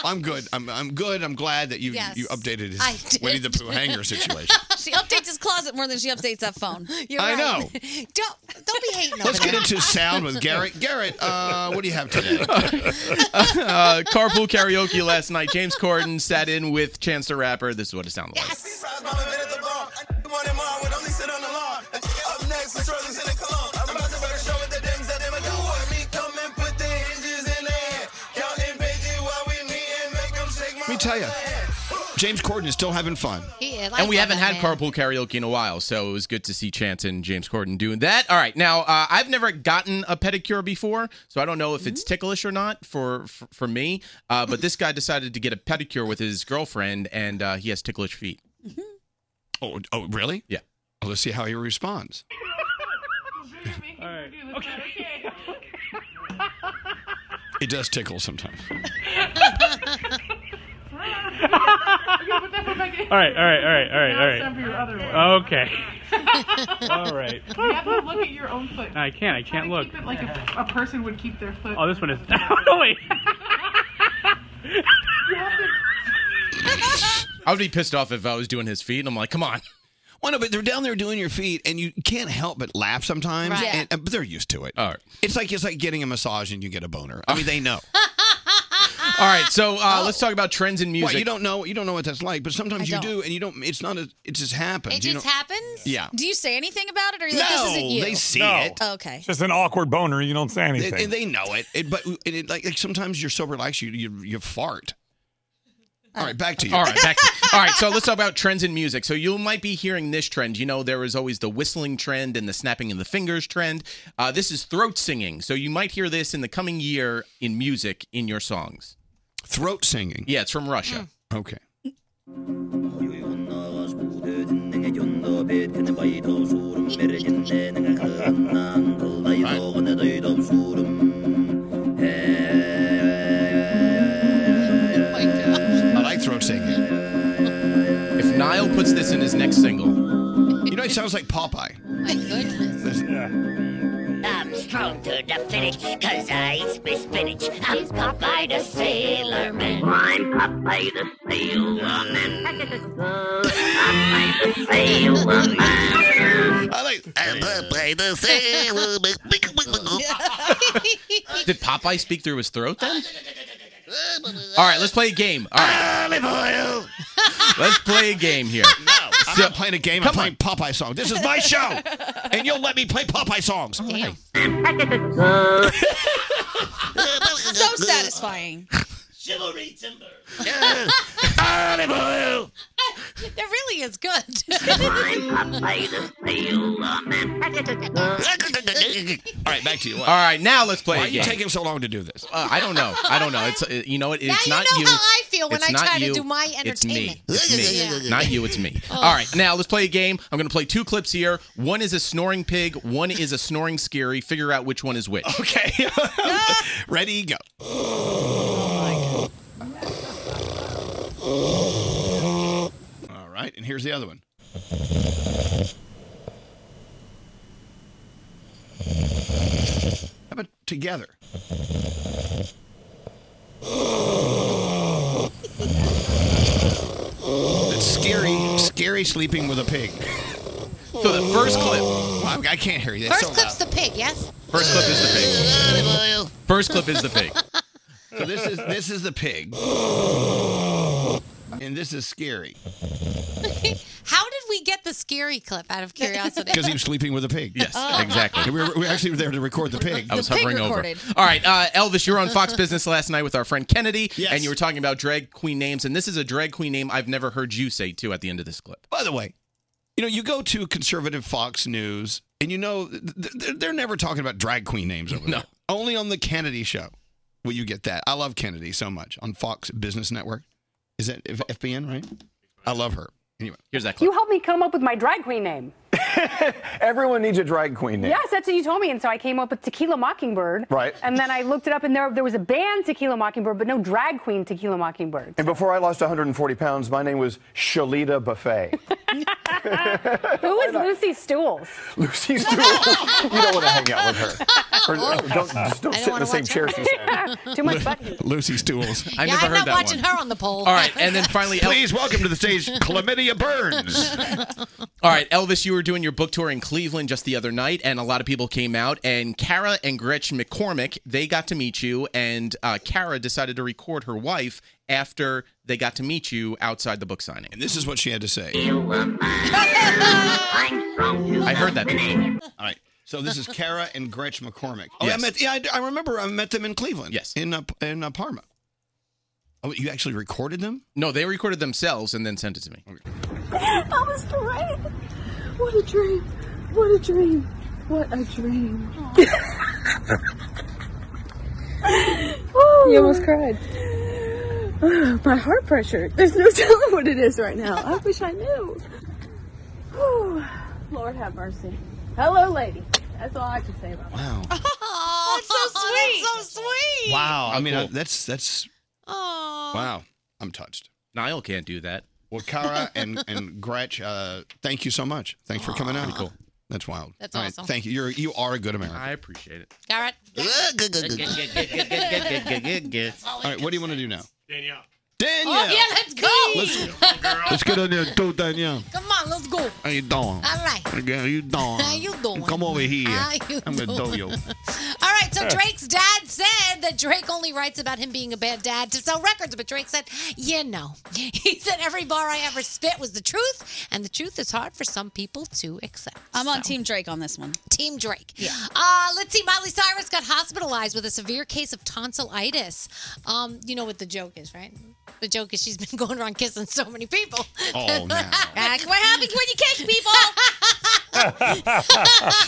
I'm good. I'm, I'm good. I'm glad that you
Yes.
you updated his
I did.
Winnie the Pooh hanger situation.
she updates his closet more than she updates that phone.
You're I right. know.
don't don't be hating.
Let's get into sound with Garrett. Garrett, uh, what do you have today?
uh, carpool karaoke last night. James Corden sat in with Chance the Rapper. This is what it sounded like.
Up next, the Trojans in the cologne. I'm about to write a show with the dims that never do want me. Come and put the hinges in there. Counting pages while we meet and make 'em shake my
Let me tell you,
James Corden is still having fun.
He is. I
And we
love
haven't
that
had
man.
carpool karaoke in a while, so it was good to see Chance and James Corden doing that. All right, now uh, I've never gotten a pedicure before, so I don't know if
Mm.
it's ticklish or not for for, for me. Uh, but this guy decided to get a pedicure with his girlfriend, and uh, he has ticklish feet.
Mm-hmm. Oh, oh, really?
Yeah.
let's see how he responds.
All right. Okay.
It does tickle sometimes.
All right, all right, all right, all right, all right.
Now it's time for your other one.
Okay. all right.
You have to look at your own foot.
I can't. I can't look.
Keep it like a, a person would keep their foot.
Oh, this one is. oh wait.
You have to-
I would be pissed off if I was doing his feet, and I'm like, come on.
Well, no, but they're down there doing your feet, and you can't help but laugh sometimes.
Right. Yeah.
And, and- but they're used to it.
All right.
It's like it's like getting a massage and you get a boner. I mean, they know. Oh.
All right, so uh, let's talk about trends in music.
Well, you don't know. You don't know what that's like, but sometimes
I
you
don't.
do, and you don't. It's not. A, it just happens.
It
you
just
know-
happens.
Yeah.
Do you say anything about it, or are you like,
No,
this isn't you?
they see it.
Okay.
Just an awkward boner. You don't say
They,
anything.
and they know it. it but it, it- like, like sometimes you're so relaxed, you you, you fart. All right, back to you.
All right, back to All right, so let's talk about trends in music. So you might be hearing this trend. You know, there is always the whistling trend and the snapping of the fingers trend. Uh, this is throat singing. So you might hear this in the coming year in music in your songs.
Throat singing.
Yeah, it's from Russia.
Okay. Hmm. Oh I like throat singing.
If Niall puts this in his next single,
You know, it sounds like Popeye.
My goodness.
I'm strong to the finish, cause I eat my spinach. I'm Popeye the Sailor Man. I'm Popeye the Sailor Man. Popeye the Sailor Man.
I like
I'm Popeye the Sailor Man.
did Popeye speak through his throat then? All right, let's play a game. All right. Let's play a game here. No,
I'm not playing a game. I'm playing Popeye song. This is my show, and you'll let me play Popeye songs.
so satisfying.
Chivalry Timber.
that really is good.
All right, back to you. All right, now let's play.
Why
a
are you
game.
taking so long to do this?
Uh, I don't know. I don't know. It's uh, you know what? It's
Now you
not
know
you.
how I feel when
It's
I
not
try to
you.
do my
It's me.
entertainment.
It's me.
Yeah.
Not you. It's me.
Oh.
All right. Now let's play a game. I'm going to play two clips here. One is a snoring pig. One is a snoring scary. Figure out which one is which.
Okay.
Ah.
Ready? Go. All right, and here's the other one. How about together? It's scary, scary sleeping with a pig.
So the first clip.
I, I can't hear you. It's
First
so
clip's the pig, yes?
First clip is the pig. First clip is the pig.
loud. So this is this is the pig, and this is scary
How did we get the scary clip out of curiosity?
because he was sleeping with a pig.
Yes, Oh. exactly.
We were, we were actually were there to record the pig.
I was hovering over. All right, uh, Elvis, you were on Fox Business last night with our friend Kennedy,
Yes.
and you were talking about drag queen names, and this is a drag queen name I've never heard you say too. At the end of this clip,
By the way, you know, you go to conservative Fox News, and you know th- th- they're- they're never talking about drag queen names over there. Only on the Kennedy show will you get that. I love Kennedy so much on Fox Business Network. Is that F- FBN right? I love her. Anyway,
here's that
You helped me come up with my drag queen name.
Everyone needs a drag queen name.
Yes, that's what you told me. And so I came up with Tequila Mockingbird.
Right.
And then I looked it up, and there, there was a band Tequila Mockingbird, but no drag queen Tequila Mockingbird.
And before I lost 140 pounds, my name was Shalita Buffet.
Who is Lucy Stools?
Lucy Stewart. you don't want to hang out with her. Or, uh, don't just don't
I don't
sit in
wanna
the same
watch
chair she's in.
Too much butt.
Lucy Stools.
I never heard that one.
her on the pole.
All right, and then finally,
please welcome to the stage Chlamydia Burns.
All right, Elvis, you were doing your book tour in Cleveland just the other night, and a lot of people came out. And Kara and Gretchen McCormick, they got to meet you, and uh, Kara decided to record her wife after they got to meet you outside the book signing. And
this is what she had to say.
I heard that.
All right. So this is Kara and Gretchen McCormick. Oh, I met. Yeah, I, I remember. I met them in Cleveland. Yes. In uh, in uh, Parma. Oh, you actually recorded them?
No, they recorded themselves and then sent it to me.
That was great. What a dream. What a dream. What a dream.
You almost cried. my heart pressure. There's no telling what it is right now. I wish I knew. Whew. Lord have mercy. Hello, lady. That's all I can say about that.
Wow.
That's so sweet. Oh, That's so sweet.
Ah, Wow. I mean, uh, I, that's that's. Wow. I'm touched.
Niall can't do that.
Well, Kara and and Gretch, uh, thank you so much. Thanks for coming out. cool. That's wild.
That's
All right,
awesome.
thank you. You're you are a good American.
I appreciate it.
Garrett.
All right, what do you want to do now?
Danielle.
Danielle.
Oh, yeah, let's go.
Let's get on there, do Danielle.
Come on, let's go.
How you doing? All
right.
How you doing?
How you doing?
Come over here.
How you
I'm gonna
doing?
do you.
All right, so Drake's dad said that Drake only writes about him being a bad dad to sell records, but Drake said, yeah, no. He said every bar I ever spit was the truth, and the truth is hard for some people to accept.
I'm on Team Drake on this one.
Team Drake. Uh, let's see. Miley Cyrus got hospitalized with a severe case of tonsillitis. Um, you know what the joke is, right? The joke is she's been going around kissing so many people.
Oh, no.
That's what happens when you kiss people.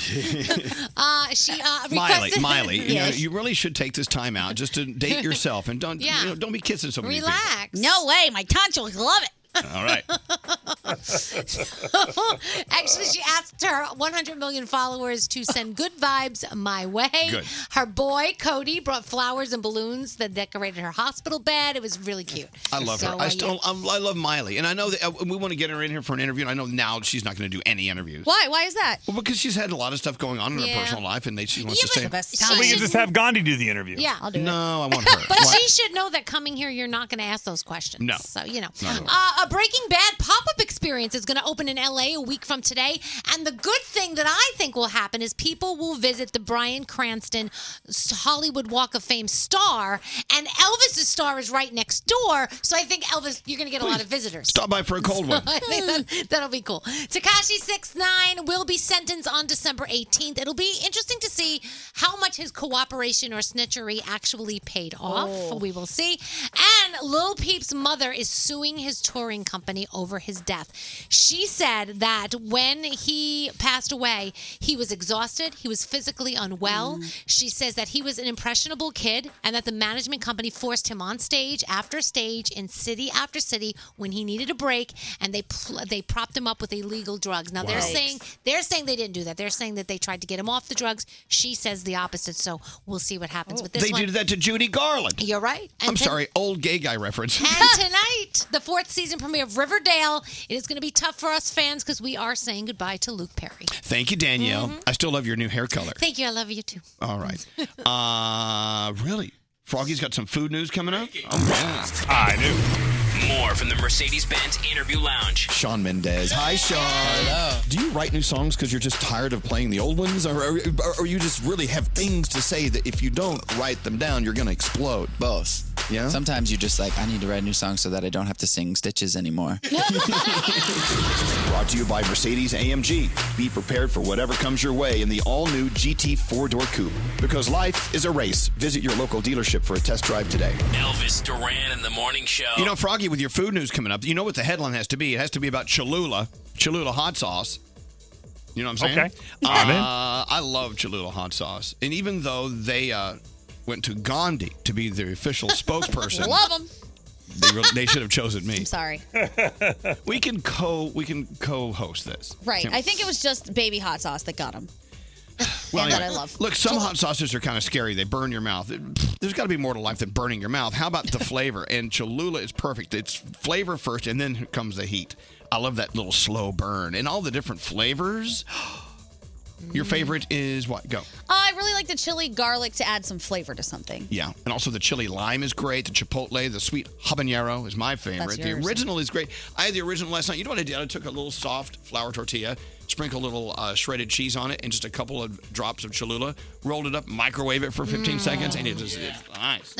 Uh, she uh,
Miley,
requested-
Miley, you, know,
Yes.
you really should take this time out just to date yourself and don't
Yeah.
you know, don't be kissing so many
No way. My tonsils love it.
people. All right.
Actually, she asked her 100 million followers to send good vibes my way.
Good.
Her boy, Cody, brought flowers and balloons that decorated her hospital bed. It was really cute.
I love
So,
her. I
uh,
still I'm, I love Miley, and I know that uh, we want to get her in here for an interview. And I know now she's not going to do any interviews.
Why? Why is that?
Well, because she's had a lot of stuff going on in
Yeah.
her personal life, and they, she wants
Yeah,
to
but
stay.
the best time.
We can just have Gandhi do the interview.
Yeah, I'll do it.
No, I want her.
But
Why-
she should know that coming here, you're not going to ask those questions.
No.
So, you know.
Not at all.
Uh, a Breaking Bad pop up experience is going to open in LA a week from today. And the good thing that I think will happen is people will visit the Brian Cranston Hollywood Walk of Fame star. And Elvis's star is right next door. So I think, Elvis, you're going to get a lot of visitors.
Stop by for a cold one.
I think that, will be cool. Takashi six nine will be sentenced on December 18th. It'll be interesting to see how much his cooperation or snitchery actually paid off.
Oh.
We will see. And Lil Peep's mother is suing his touring company over his death. She said that when he passed away, he was exhausted, he was physically unwell.
Mm.
She says that he was an impressionable kid and that the management company forced him on stage after stage in city after city when he needed a break and they pl- they propped him up with illegal drugs. Now they're
Wow.
saying they're saying they didn't do that. They're saying that they tried to get him off the drugs. She says the opposite. So we'll see what happens with this
Oh. they
one.
did that to Judy Garland.
You're right. And
I'm
then-
sorry, old gay guy reference.
and tonight, the fourth season premiere of Riverdale. It is going to be tough for us fans because we are saying goodbye to Luke Perry.
Thank you, Danielle.
Mm-hmm.
I still love your new hair color.
Thank you. I love you too.
All right. Uh, really? Froggy's got some food news coming up? Oh, yeah. I knew.
More from the Mercedes Benz Interview Lounge.
Sean Mendez. Hi, Sean. Do you write new songs because you're just tired of playing the old ones? Or, or, or you just really have things to say that if you don't write them down, you're going to explode? Both. Yeah.
Sometimes you just like, I need to write a new song so that I don't have to sing Stitches anymore.
Brought to you by Mercedes AMG. Be prepared for whatever comes your way in the all new GT four door coupe. Because life is a race. Visit your local dealership for a test drive today.
Elvis Duran in the morning show.
You know, Froggy, with your food news coming up, you know what the headline has to be. It has to be about Cholula, Cholula hot sauce. You know what I'm saying?
Okay.
Uh,
I'm in.
I love Cholula hot sauce. And even though they uh, went to Gandhi to be the official spokesperson,
Love them.
they, re- they should have chosen me.
I'm sorry.
We can co we can co-host this.
Right.
Can't
I think it was just baby hot sauce that got him.
we? Well,
and that I
anyway,
love.
Look, some hot sauces are kind of scary. They burn your mouth. Pfft, There's got to be more to life than burning your mouth. How about the flavor? And Cholula is perfect. It's flavor first, and then comes the heat. I love that little slow burn and all the different flavors. Your favorite is what? Go.
Uh, I really like the chili garlic to add some flavor to something.
Yeah, and also the chili lime is great. The chipotle, the sweet habanero is my favorite. The
yours.
original is great. I had the original last night. You know what I did? I took a little soft flour tortilla, sprinkled a little uh, shredded cheese on it, and just a couple of drops of Cholula. Rolled it up, microwave it for 15 seconds, and it just it's nice.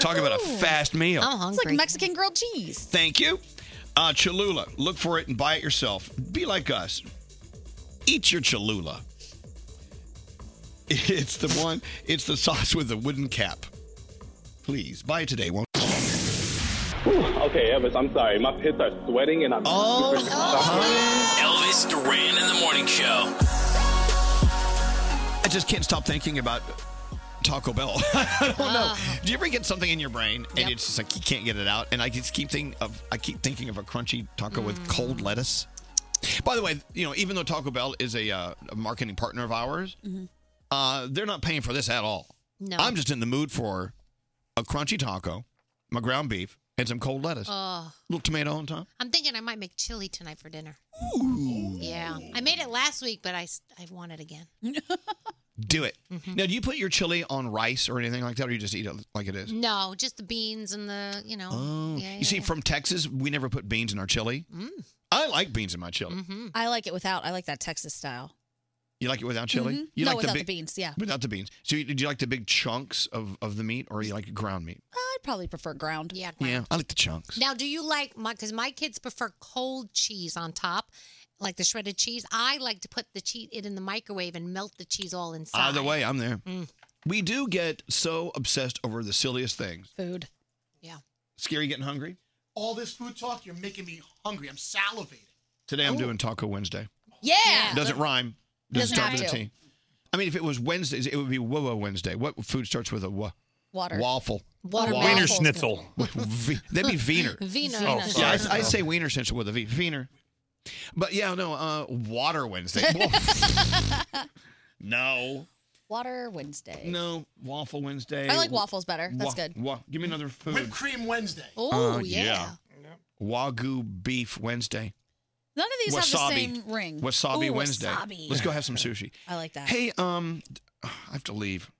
Talk about a fast meal.
It's like Mexican grilled cheese.
Thank you. Uh, Cholula. Look for it and buy it yourself. Be like us. Eat your Cholula. It's the one, it's the sauce with the wooden cap. Please buy it today. Won't
Okay, Elvis, I'm sorry. My pits are sweating and I'm. Oh,
Elvis Duran in the morning show.
I just can't stop thinking about Taco Bell. I don't know. Do you ever get something in your brain and it's just like you can't get it out? And I just keep thinking of I keep thinking of a crunchy taco with cold lettuce. By the way, you know, even though Taco Bell is a, uh, a marketing partner of ours,
Mm-hmm.
uh, they're not paying for this at all.
No.
I'm just in the mood for a crunchy taco, my ground beef, and some cold lettuce,
Oh,
little tomato on top.
I'm thinking I might make chili tonight for dinner.
Ooh.
Yeah, I made it last week, but I s- I want it again.
Do it. Now, do you put your chili on rice or anything like that, or you just eat it like it is?
No, just the beans and the you know.
Oh,
yeah, yeah,
you see,
yeah.
from Texas, we never put beans in our chili.
Mm.
I like beans in my chili.
I like it without. I like that Texas style.
You like it without chili?
Mhm.
You
no,
like
without
big-
the beans. Yeah,
Without the beans. So, you, do you like the big chunks of, of the meat, or you like ground meat?
I'd probably prefer ground.
Yeah.
Yeah, I like the chunks.
Now, do you like my? Because my kids prefer cold cheese on top, like the shredded cheese. I like to put the cheese it in the microwave and melt the cheese all inside.
Either way, I'm there.
Mm.
We do get so obsessed over the silliest things.
Food.
Yeah.
Scary getting hungry.
All this food talk, you're making me hungry. I'm salivating.
Today I'm doing Taco Wednesday.
Yeah.
Doesn't rhyme. Doesn't,
Doesn't
start with
have
a
to.
T. I mean, if it was Wednesdays, it would be Whoa Whoa Wednesday. What food starts with a wha?
Water.
Waffle.
Watermelon.
Wiener
Wiener
schnitzel.
schnitzel.
That'd be Wiener.
Wiener.
Oh,
Oh,
yeah, I- I,
sorry.
say Wiener schnitzel with a V. Wiener. But yeah, no, uh, Water Wednesday. Well, no.
Water Wednesday.
No. Waffle Wednesday.
I like waffles better. That's
Wa-
good.
wa- give me another food.
Whipped cream Wednesday.
Oh
Uh,
yeah.
Wagyu beef Wednesday.
None of these
wasabi.
have the same ring.
Wasabi
Ooh,
Wednesday.
wasabi.
Let's go have some sushi.
I like that.
Hey, um, I have to leave.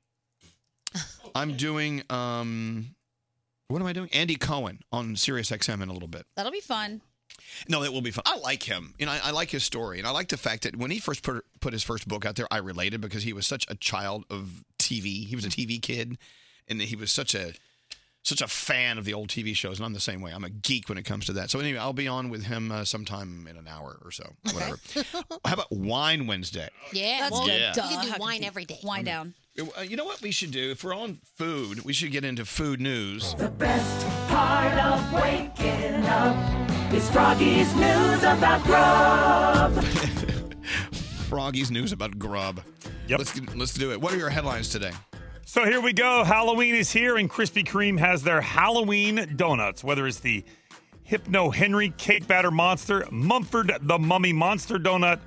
I'm doing um, what am I doing? Andy Cohen on Sirius XM in a little bit.
That'll be fun.
No, that will be fun. I like him, and I, I like his story, and I like the fact that when he first put put his first book out there, I related because he was such a child of TV. He was a TV kid, and he was such a such a fan of the old TV shows, and I'm the same way. I'm a geek when it comes to that. So anyway, I'll be on with him uh, sometime in an hour or so, whatever. How about Wine Wednesday?
Yeah,
That's
well,
good.
You
Duh.
can
How
do
could
wine
you-
every day.
Wine
Mm-hmm.
down.
Uh, You know what we should do? If we're on food, we should get into food news.
Part of waking up is Froggy's news about grub.
Froggy's news about grub. Yep. Let's let's do it. What are your headlines today?
So here we go. Halloween is here, and Krispy Kreme has their Halloween donuts. Whether it's the Hypno Henry Cake Batter Monster, Mumford the Mummy Monster Donut,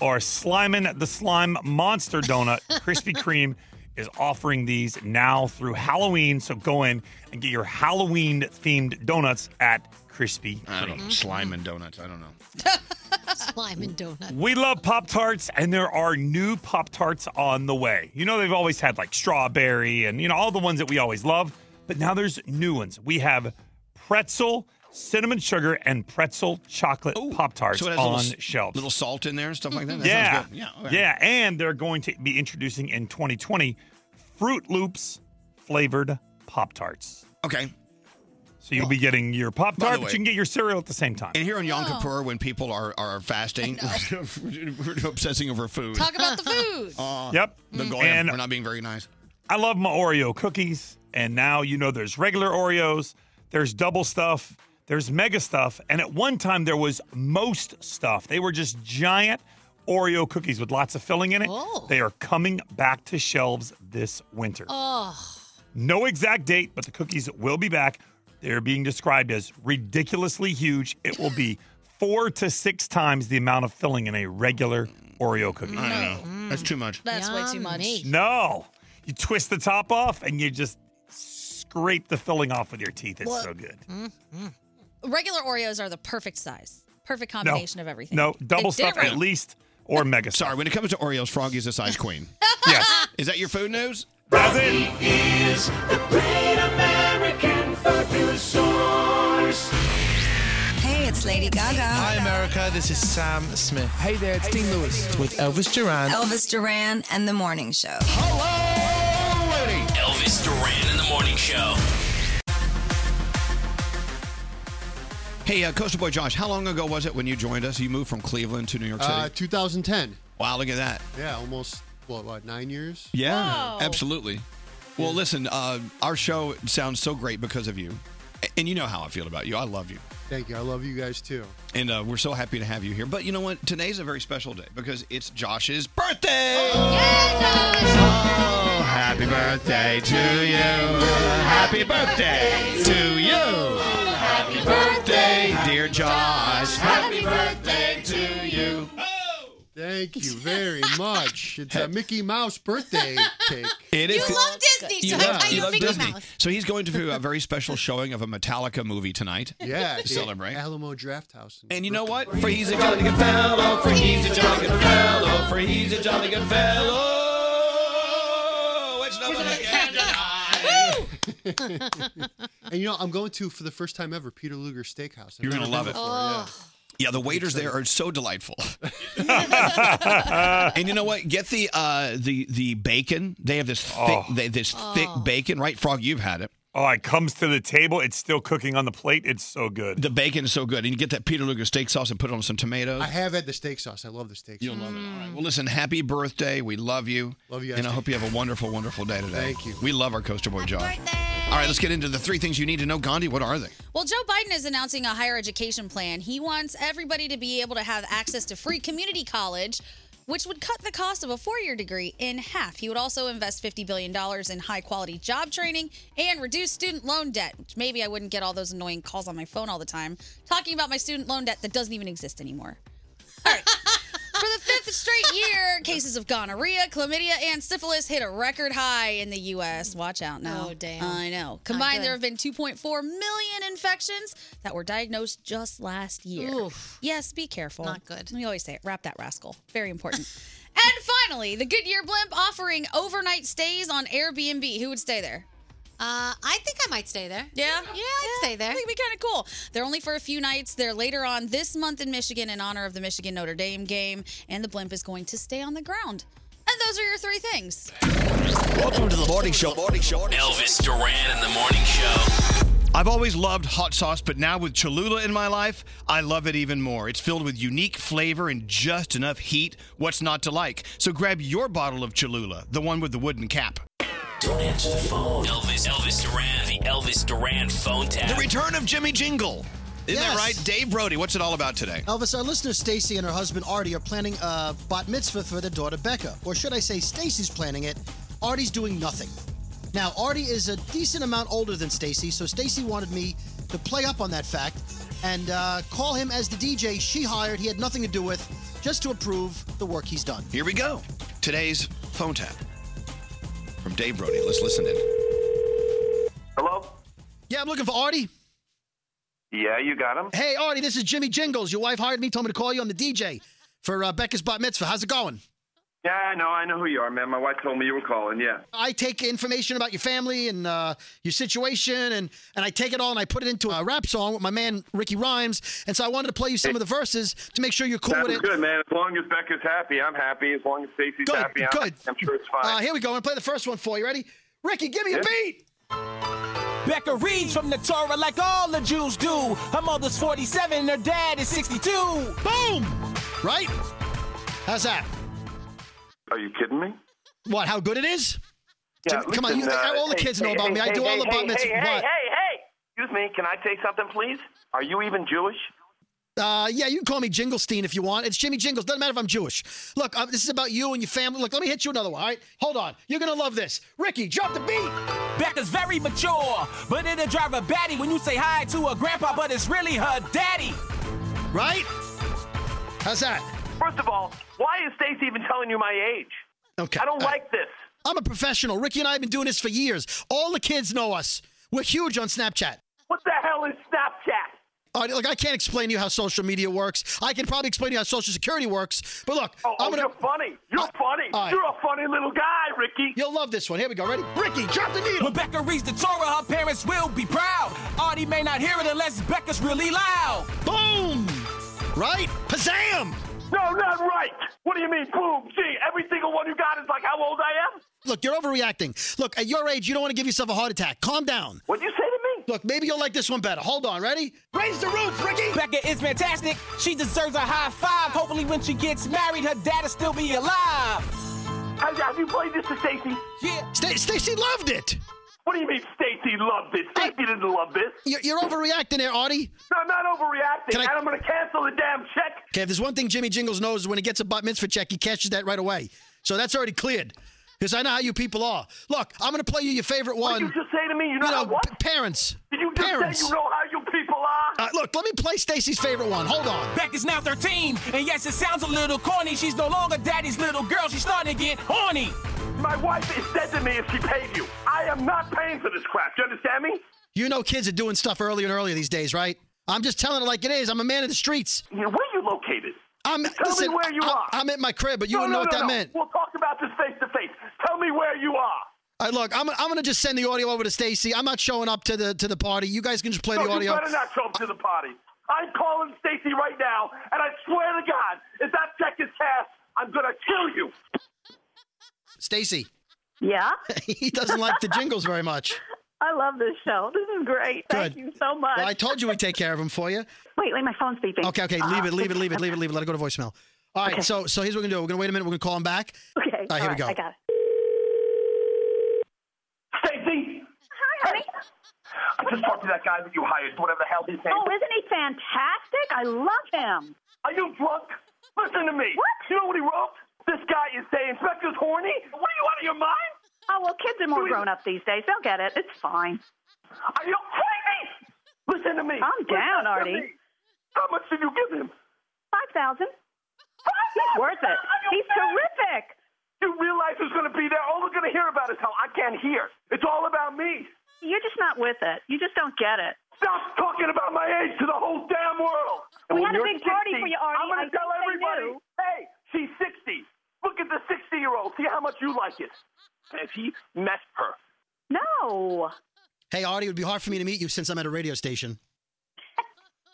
or Slimin the Slime Monster Donut, Krispy Kreme is offering these now through Halloween. So go in and get your Halloween themed donuts at Krispy Kreme.
I don't know. Slime and donuts. I don't know.
Slime and donut.
We love Pop Tarts, and there are new Pop Tarts on the way. You know, they've always had like strawberry and, you know, all the ones that we always love, but now there's new ones. We have pretzel, cinnamon sugar, and pretzel chocolate Pop Tarts
So it has
on
little, s-
shelves.
little salt in there and stuff like that. that
yeah.
sounds good.
Yeah.
yeah, okay.
And they're going to be introducing in 2020 Fruit Loops flavored Pop Tarts.
Okay.
So you'll be getting your Pop
By the
Tart,
way-
but you can get your cereal at the same time.
And here on Yom
Oh.
Kippur, when people are are fasting, we're obsessing over food.
Talk about the food.
Uh,
Yep.
The
Mm.
goyim
And-
are not being very nice.
I love my Oreo cookies, and now you know there's regular Oreos, there's double stuff, there's mega stuff, and at one time there was most stuff. They were just giant Oreo cookies with lots of filling in it. They are coming back to shelves this winter.
Oh,
No exact date, but the cookies will be back. They're being described as ridiculously huge. It will be four to six times the amount of filling in a regular Oreo cookie.
I don't know. That's too much.
That's way too much.
No. You twist the top off and you just scrape the filling off with your teeth. It's
Well,
so good.
Regular Oreos are the perfect size, perfect combination
no.
of everything.
No,
They're
double stuff
different.
at
least, or mega.
Sorry, when it comes to Oreos, Froggy's a size queen.
yes.
Is that your food news?
That's it.
Is the great American food news source.
Hey, it's Lady Gaga. Hi,
America. This is Sam Smith. Hey there, it's Dean Lewis with Elvis Duran.
Elvis Duran and the Morning Show.
Elvis Duran in the morning show.
Hey, uh, Coastal Boy Josh, how long ago was it when you joined us? You moved from Cleveland to New York City?
Uh, 2010.
wow, look at that.
Yeah, almost what, what nine years?
Yeah, absolutely. Well, listen, uh, our show sounds so great because of you. A- And you know how I feel about you. I love you.
Thank you. I love you guys too.
And uh, we're so happy to have you here. But you know what? Today's a very special day because it's Josh's birthday. Oh, happy birthday to you. Happy birthday to you. Happy birthday, dear Josh. Happy birthday to you.
Oh! Thank you very much. It's a Mickey Mouse birthday cake.
It is.
Disney, so I
love-
got you
love
Mickey
Disney.
Mouse.
So he's going to a very special showing of a Metallica movie tonight.
Yeah,
to
the
celebrate.
Alamo Draft House.
And you know what? For he's a jolly good fellow. For he's a jolly good fellow. For he's a jolly good fellow. It's no one can deny.
And you know, I'm going to for the first time ever Peter Luger Steakhouse. I've
You're gonna
never
love it.
been before, yeah.
Yeah, the waiters there are so delightful. and you know what? Get the uh, the the bacon. They have this thick they, this thick bacon, right? Frog, you've had it.
Oh, it comes to the table. It's still cooking on the plate. It's so good.
The bacon is so good, and you get that Peter Luger steak sauce and put it on some tomatoes.
I have had the steak sauce. I love the steak
You'll
sauce.
love it. All right. Well, listen, happy birthday. We love you. Love you guys. And I hope you have a wonderful, wonderful day today. Thank you. We love our Coaster Boy Josh. All right, let's get into the three things you need to know. Gandhi, what are they?
Well, Joe Biden is announcing a higher education plan. He wants everybody to be able to have access to free community college, which would cut the cost of a four year degree in half. He would also invest $50 billion in high quality job training and reduce student loan debt, which maybe I wouldn't get all those annoying calls on my phone all the time talking about my student loan debt that doesn't even exist anymore. For the fifth straight year, cases of gonorrhea, chlamydia, and syphilis hit a record high in the U.S. Watch out now.
Oh, damn.
I know.
good.
Combined, there have been 2.4 million infections that were diagnosed just last year. Yes, be careful. Not good. We always say it. Wrap that rascal. Very important. and finally, the Goodyear blimp offering overnight stays on Airbnb. Who would stay there? Uh, I think I might stay there. Yeah? Yeah, I'd stay there. I think it'd be kind of cool. They're only for a few nights. They're later on this month in Michigan in honor of the Michigan Notre Dame game, and the blimp is going to stay on the ground. And those are your three things.
Welcome to the morning show. Morning show.
Elvis Duran in the morning show.
I've always loved hot sauce, but now with Cholula in my life, I love it even more. It's filled with unique flavor and just enough heat. What's not to like? So grab your bottle of Cholula, the one with the wooden cap.
Don't answer the phone. Elvis, Elvis Duran, the Elvis Duran phone tap.
The return of Jimmy Jingle. Isn't that
Yes.
right? Dave Brody, what's it all about today?
Elvis, our listener Stacy and her husband Artie are planning a bat mitzvah for their daughter Becca. Or should I say, Stacy's planning it. Artie's doing nothing. Now, Artie is a decent amount older than Stacy, so Stacy wanted me to play up on that fact and uh, call him as the DJ she hired, he had nothing to do with, just to approve the work he's done.
Here we go. Today's phone tap from Dave Brody. Let's listen in.
Yeah, I'm looking for Artie.
Yeah, you got him.
Hey, Artie, this is Jimmy Jingles. Your wife hired me, told me to call you. I'm the DJ for uh, Becca's bat mitzvah. How's it going?
Yeah, I know, I know who you are, man. My wife told me you were calling. Yeah.
I take information about your family and uh, your situation, and, and I take it all and I put it into a rap song with my man Ricky Rhymes. And so I wanted to play you some of the verses to make sure you're cool
Sounds
with it.
good, man. As long as Becca's happy, I'm happy. As long as Stacy's
Good,
happy, I'm,
good.
I'm sure it's
Uh,
fine.
here we go. I'm gonna play the first one for you. Ready? Ricky, give me a beat.
Becca reads from the Torah like all the Jews do. Her mother's 47, her dad is 62. Boom!
Right? How's that?
are you kidding me?
What? How good it is?
Yeah,
Jimmy, come on, you,
listen, uh,
all the
hey,
kids
hey,
know about
hey,
me. I
hey,
do all
hey,
the bat
hey,
mitzvah.
Hey, hey, hey, hey! Excuse me, can I take something, please? Are you even Jewish?
Uh, yeah, you can call me Jinglestein if you want. It's Jimmy Jingles. Doesn't matter if I'm Jewish. Look, um, this is about you and your family. Look, let me hit you another one. All right, hold on. You're gonna love this. Ricky, drop the beat.
Becca's very mature, but it'll drive her batty when you say hi to her grandpa, but it's really her daddy.
Right? How's that?
First of all, why is Stacy even telling you my age?
Okay.
I don't like this.
I'm a professional. Ricky and I have been doing this for years. All the kids know us. We're huge on Snapchat.
What the hell is Snapchat?
All right, look, I can't explain to you how social media works. I can probably explain to you how Social Security works. But look,
Oh,
I'm
oh,
gonna.
you're funny. You're funny.
all right.
You're a funny little guy, Ricky.
You'll love this one. Here we go. Ready? Ricky, drop the needle.
Rebecca reads the Torah, her parents will be proud. Artie may not hear it unless Becca's really loud.
Boom! Right? Pazam!
No, not right. What do you mean, boom? Gee, every single one you got is like how old I am?
Look, you're overreacting. Look, at your age, you don't want to give yourself a heart attack. Calm down.
What'd you say to me?
Look, maybe you'll like this one better. Hold on, ready?
Raise the roof, Ricky! Becca is fantastic. She deserves a high five. Hopefully, when she gets married, her dad'll still be alive.
Have, have you played this to Stacy?
Yeah.
Stacy loved it.
What do you mean Stacy loved it? Stacy didn't love this.
You're, you're overreacting there, Artie.
No, I'm not overreacting,
Can I-
and I'm going to cancel the damn check.
Okay, if there's one thing Jimmy Jingles knows is when he gets a bat mitzvah check, he cashes that right away. So that's already cleared. Because I know how you people are. Look, I'm going to play you your favorite one.
What'd you just say to me? You know how what?
p- parents.
Did you just
parents.
say you know how you people are?
Uh, look, let me play Stacy's favorite one. Hold on.
Becca's now 13, and yes, it sounds a little corny. She's no longer daddy's little girl. She's starting to get horny.
My wife is dead to me if she paid you. I am not paying for this crap. You understand me?
You know kids are doing stuff earlier and earlier these days, right? I'm just telling it like it is. I'm a man of the streets.
You know, where you located?
I'm,
Tell
listen,
me where you
I,
are.
I'm at my crib, but you
no,
wouldn't
no,
know what
no,
that
no.
meant.
We'll talk about this face to face. Tell me where you are.
All right, look, I'm, I'm going to just send the audio over to Stacy. I'm not showing up to the to the party. You guys can just play
no,
the audio.
You better not show up to the party. I'm calling Stacy right now, and I swear to God, if that check is cashed, I'm gonna kill you.
Stacy.
Yeah?
he doesn't like the jingles very much.
I love this show. This is great. Thank
Good.
you so much.
Well, I told you we'd take care of him for you.
wait, wait, my phone's beeping.
Okay, okay, leave it, leave it, leave it, leave it, leave it. Let it go to voicemail. All right,
Okay.
so so here's what we're gonna do. We're gonna wait a minute. We're gonna call him back.
Okay.
All right, here we go.
I got it.
Stacy,
Hi, honey.
I just talked to that guy that you hired, whatever the hell his name.
Oh, isn't he fantastic? I love him.
Are you drunk? Listen to me. What? You know what he wrote? This guy is saying Inspector's horny. What are you out of your mind?
Oh, well, kids are more grown up these days. They'll get it. It's fine.
Are you crazy? Listen to me.
Calm
Listen
down,
to
Artie.
me. How much did you give him?
5000 He's worth it. He's terrific.
You realize who's going to be there? All we're going to hear about is how I can't hear. It's all about me.
You're just not with it. You just don't get it.
Stop talking about my age to the whole damn world. And
We
when
had a
you're
big party for you, Artie.
I'm going
I
to tell
think they
everybody,
knew.
hey, she's 60. Look at the 60 year old. See how much you like it. If he messed her.
No.
Hey, Artie, it would be hard for me to meet you since I'm at a radio station.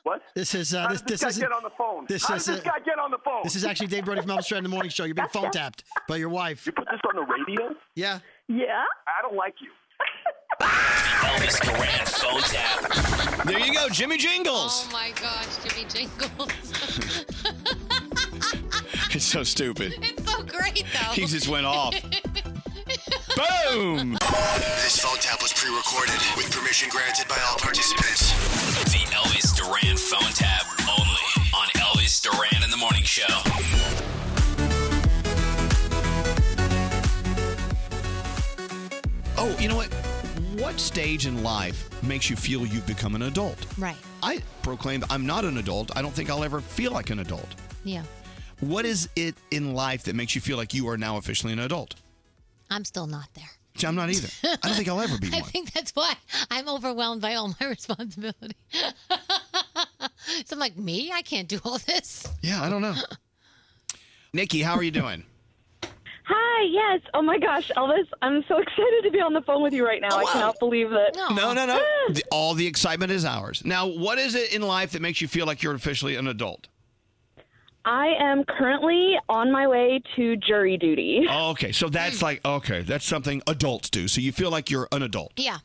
What?
This is uh,
how
this
did this,
this is
guy get on the phone?
this
how
is,
did this
uh,
guy get on the phone?
this is actually Dave Brody from Elvis Duran in the Morning Show. You're being phone tapped by your wife.
You put this on the radio?
Yeah.
Yeah?
I don't like you.
Elvis Duran phone tap.
There you go, Jimmy Jingles.
Oh my gosh, Jimmy Jingles.
It's so stupid.
it's so great though.
He just went off. Boom!
This phone tap was pre-recorded with permission granted by all participants.
The Elvis Duran phone tap only on Elvis Duran in the Morning Show.
Oh, you know what? What stage in life makes you feel you've become an adult?
Right.
I proclaim that I'm not an adult. I don't think I'll ever feel like an adult.
Yeah.
What is it in life that makes you feel like you are now officially an adult?
I'm still not there.
See, I'm not either. I don't think I'll ever be
I
one.
think that's why I'm overwhelmed by all my responsibility. so I'm like, me? I can't do all this.
Yeah, I don't know. Nikki, how are you doing?
Hi, yes. Oh my gosh, Elvis, I'm so excited to be on the phone with you right now. I cannot believe that.
Oh, No, no, no. The- all the excitement is ours. Now, what is it in life that makes you feel like you're officially an adult?
I am currently on my way to jury duty.
Oh, okay, so
Hmm.
that's like okay, that's something adults do. So you feel like you're an adult.
Yeah.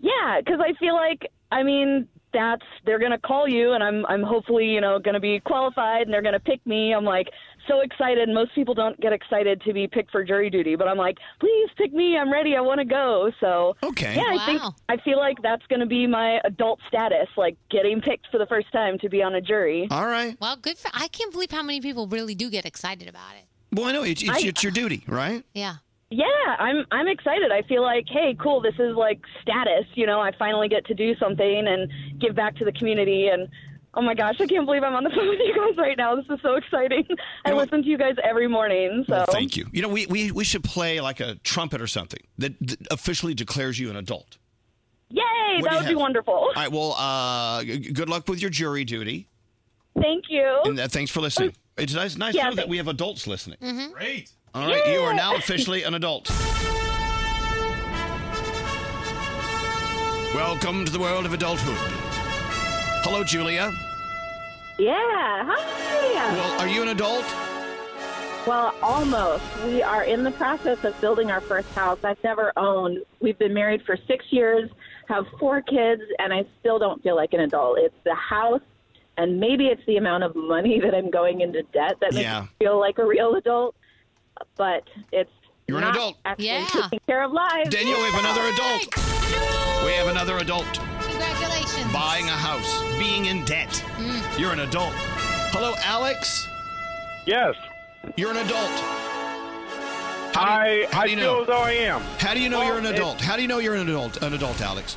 Yeah, because I feel like, I mean, that's they're gonna call you, and I'm I'm hopefully you know gonna be qualified, and they're gonna pick me. I'm like so excited. Most people don't get excited to be picked for jury duty, but I'm like, please pick me. I'm ready. I want to go. So
okay,
yeah, I think
Wow.
I feel like that's gonna be my adult status, like getting picked for the first time to be on a jury.
All right.
Well, good for. I can't believe how many people really do get excited about it.
Well, I know it's it's,
I-
it's your duty, right?
Yeah.
Yeah, I'm I'm excited. I feel like, hey, cool, this is like status, you know, I finally get to do something and give back to the community and Oh my gosh, I can't believe I'm on the phone with you guys right now. This is so exciting. I listen to you guys every morning. So
Thank you. You know, we, we, we should play like a trumpet or something that, that officially declares you an adult.
Yay,
What do
that
you
would be
have?
Oh.
wonderful.
All right. Well, uh, g- good luck with your jury duty.
Thank
Oh.
you.
And uh, thanks for listening. It's nice, nice
Yeah,
to know that
thanks.
we have adults listening.
Mm-hmm.
Great. All right. You are now officially an adult. Welcome to the world of adulthood. Hello, Julia.
Yeah. Hi.
Well, are you an adult?
Well, almost. We are in the process of building our first house. I've never owned. We've been married for six years, have four kids, and I still don't feel like an adult. It's the house, and maybe it's the amount of money that I'm going into debt that makes
Yeah.
me feel like a real adult. But it's
You're an
not
adult.
Actually taking care of lives.
Daniel, we have another adult. We have another adult.
Congratulations.
Buying a house, being in debt.
Mm.
You're an adult. Hello, Alex.
Yes.
You're an adult.
I,
how
I
do you
feel
know?
as though I am.
How do you know
Well,
you're an
it-
adult? How do you know you're an adult? An adult, Alex.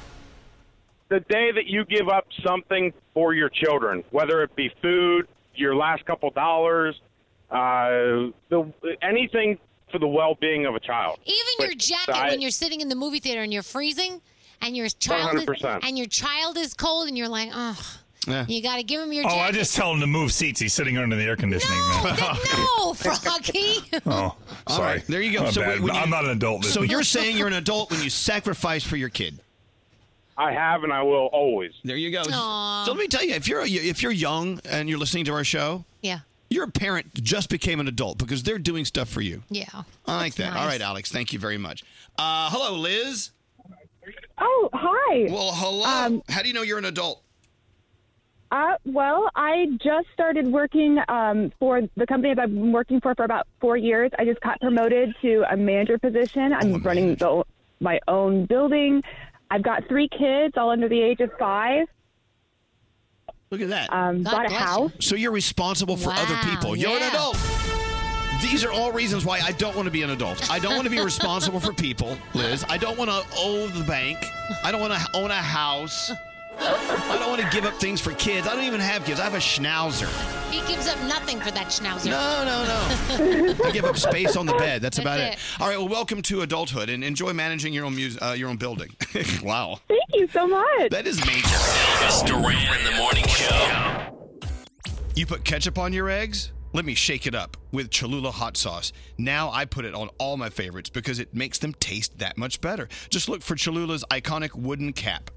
The day that you give up something for your children, whether it be food, your last couple dollars, uh, the, anything for the well-being of a child.
Even your jacket when you're sitting in the movie theater and you're freezing and your child is,
100%.
and your child is cold and you're like, oh,
Yeah.
you got to give him your
Oh,
jacket.
I just tell him to move seats. He's sitting under the air conditioning.
Oh,
man.
no, Froggy.
Oh,
All
sorry.
right, there you go.
My bad.
when- when you-
I'm not an adult.
So you're saying you're an adult when you sacrifice for your kid.
I have and I will always.
There you go.
Aw.
So let me tell you, if you're if you're young and you're listening to our show,
yeah.
your parent just became an adult because they're doing stuff for you.
Yeah.
I like that.
That's
All
nice.
right, Alex. Thank you very much. Uh, hello, Liz.
Oh, hi. Um,
Well, hello. How do you know you're an adult?
Uh, well, I just started working um, for the company that I've been working for for about four years. I just got promoted to a manager position. I'm
Oh,
running the, my own building. I've got three kids, all under the age of five.
Look at that.
Um, bought a house.
So you're responsible for other people. You're an adult. These are all reasons why I don't want to be an adult. I don't want to be responsible for people, Liz. I don't want to owe the bank. I don't want to own a house. I don't want to give up things for kids. I don't even have kids. I have a schnauzer.
He gives up nothing for that schnauzer.
No, no, I give up space on the bed. That's, about it.
That's
All right. Well, welcome to adulthood and enjoy managing your own mus- uh, your own building. wow.
Thank you so much.
That is major.
Elvis Duran in the morning show.
You put
ketchup on your eggs? Let me shake it up with Cholula hot sauce. Now I put it on all my favorites because it makes them taste that much better. Just look for Cholula's iconic wooden cap.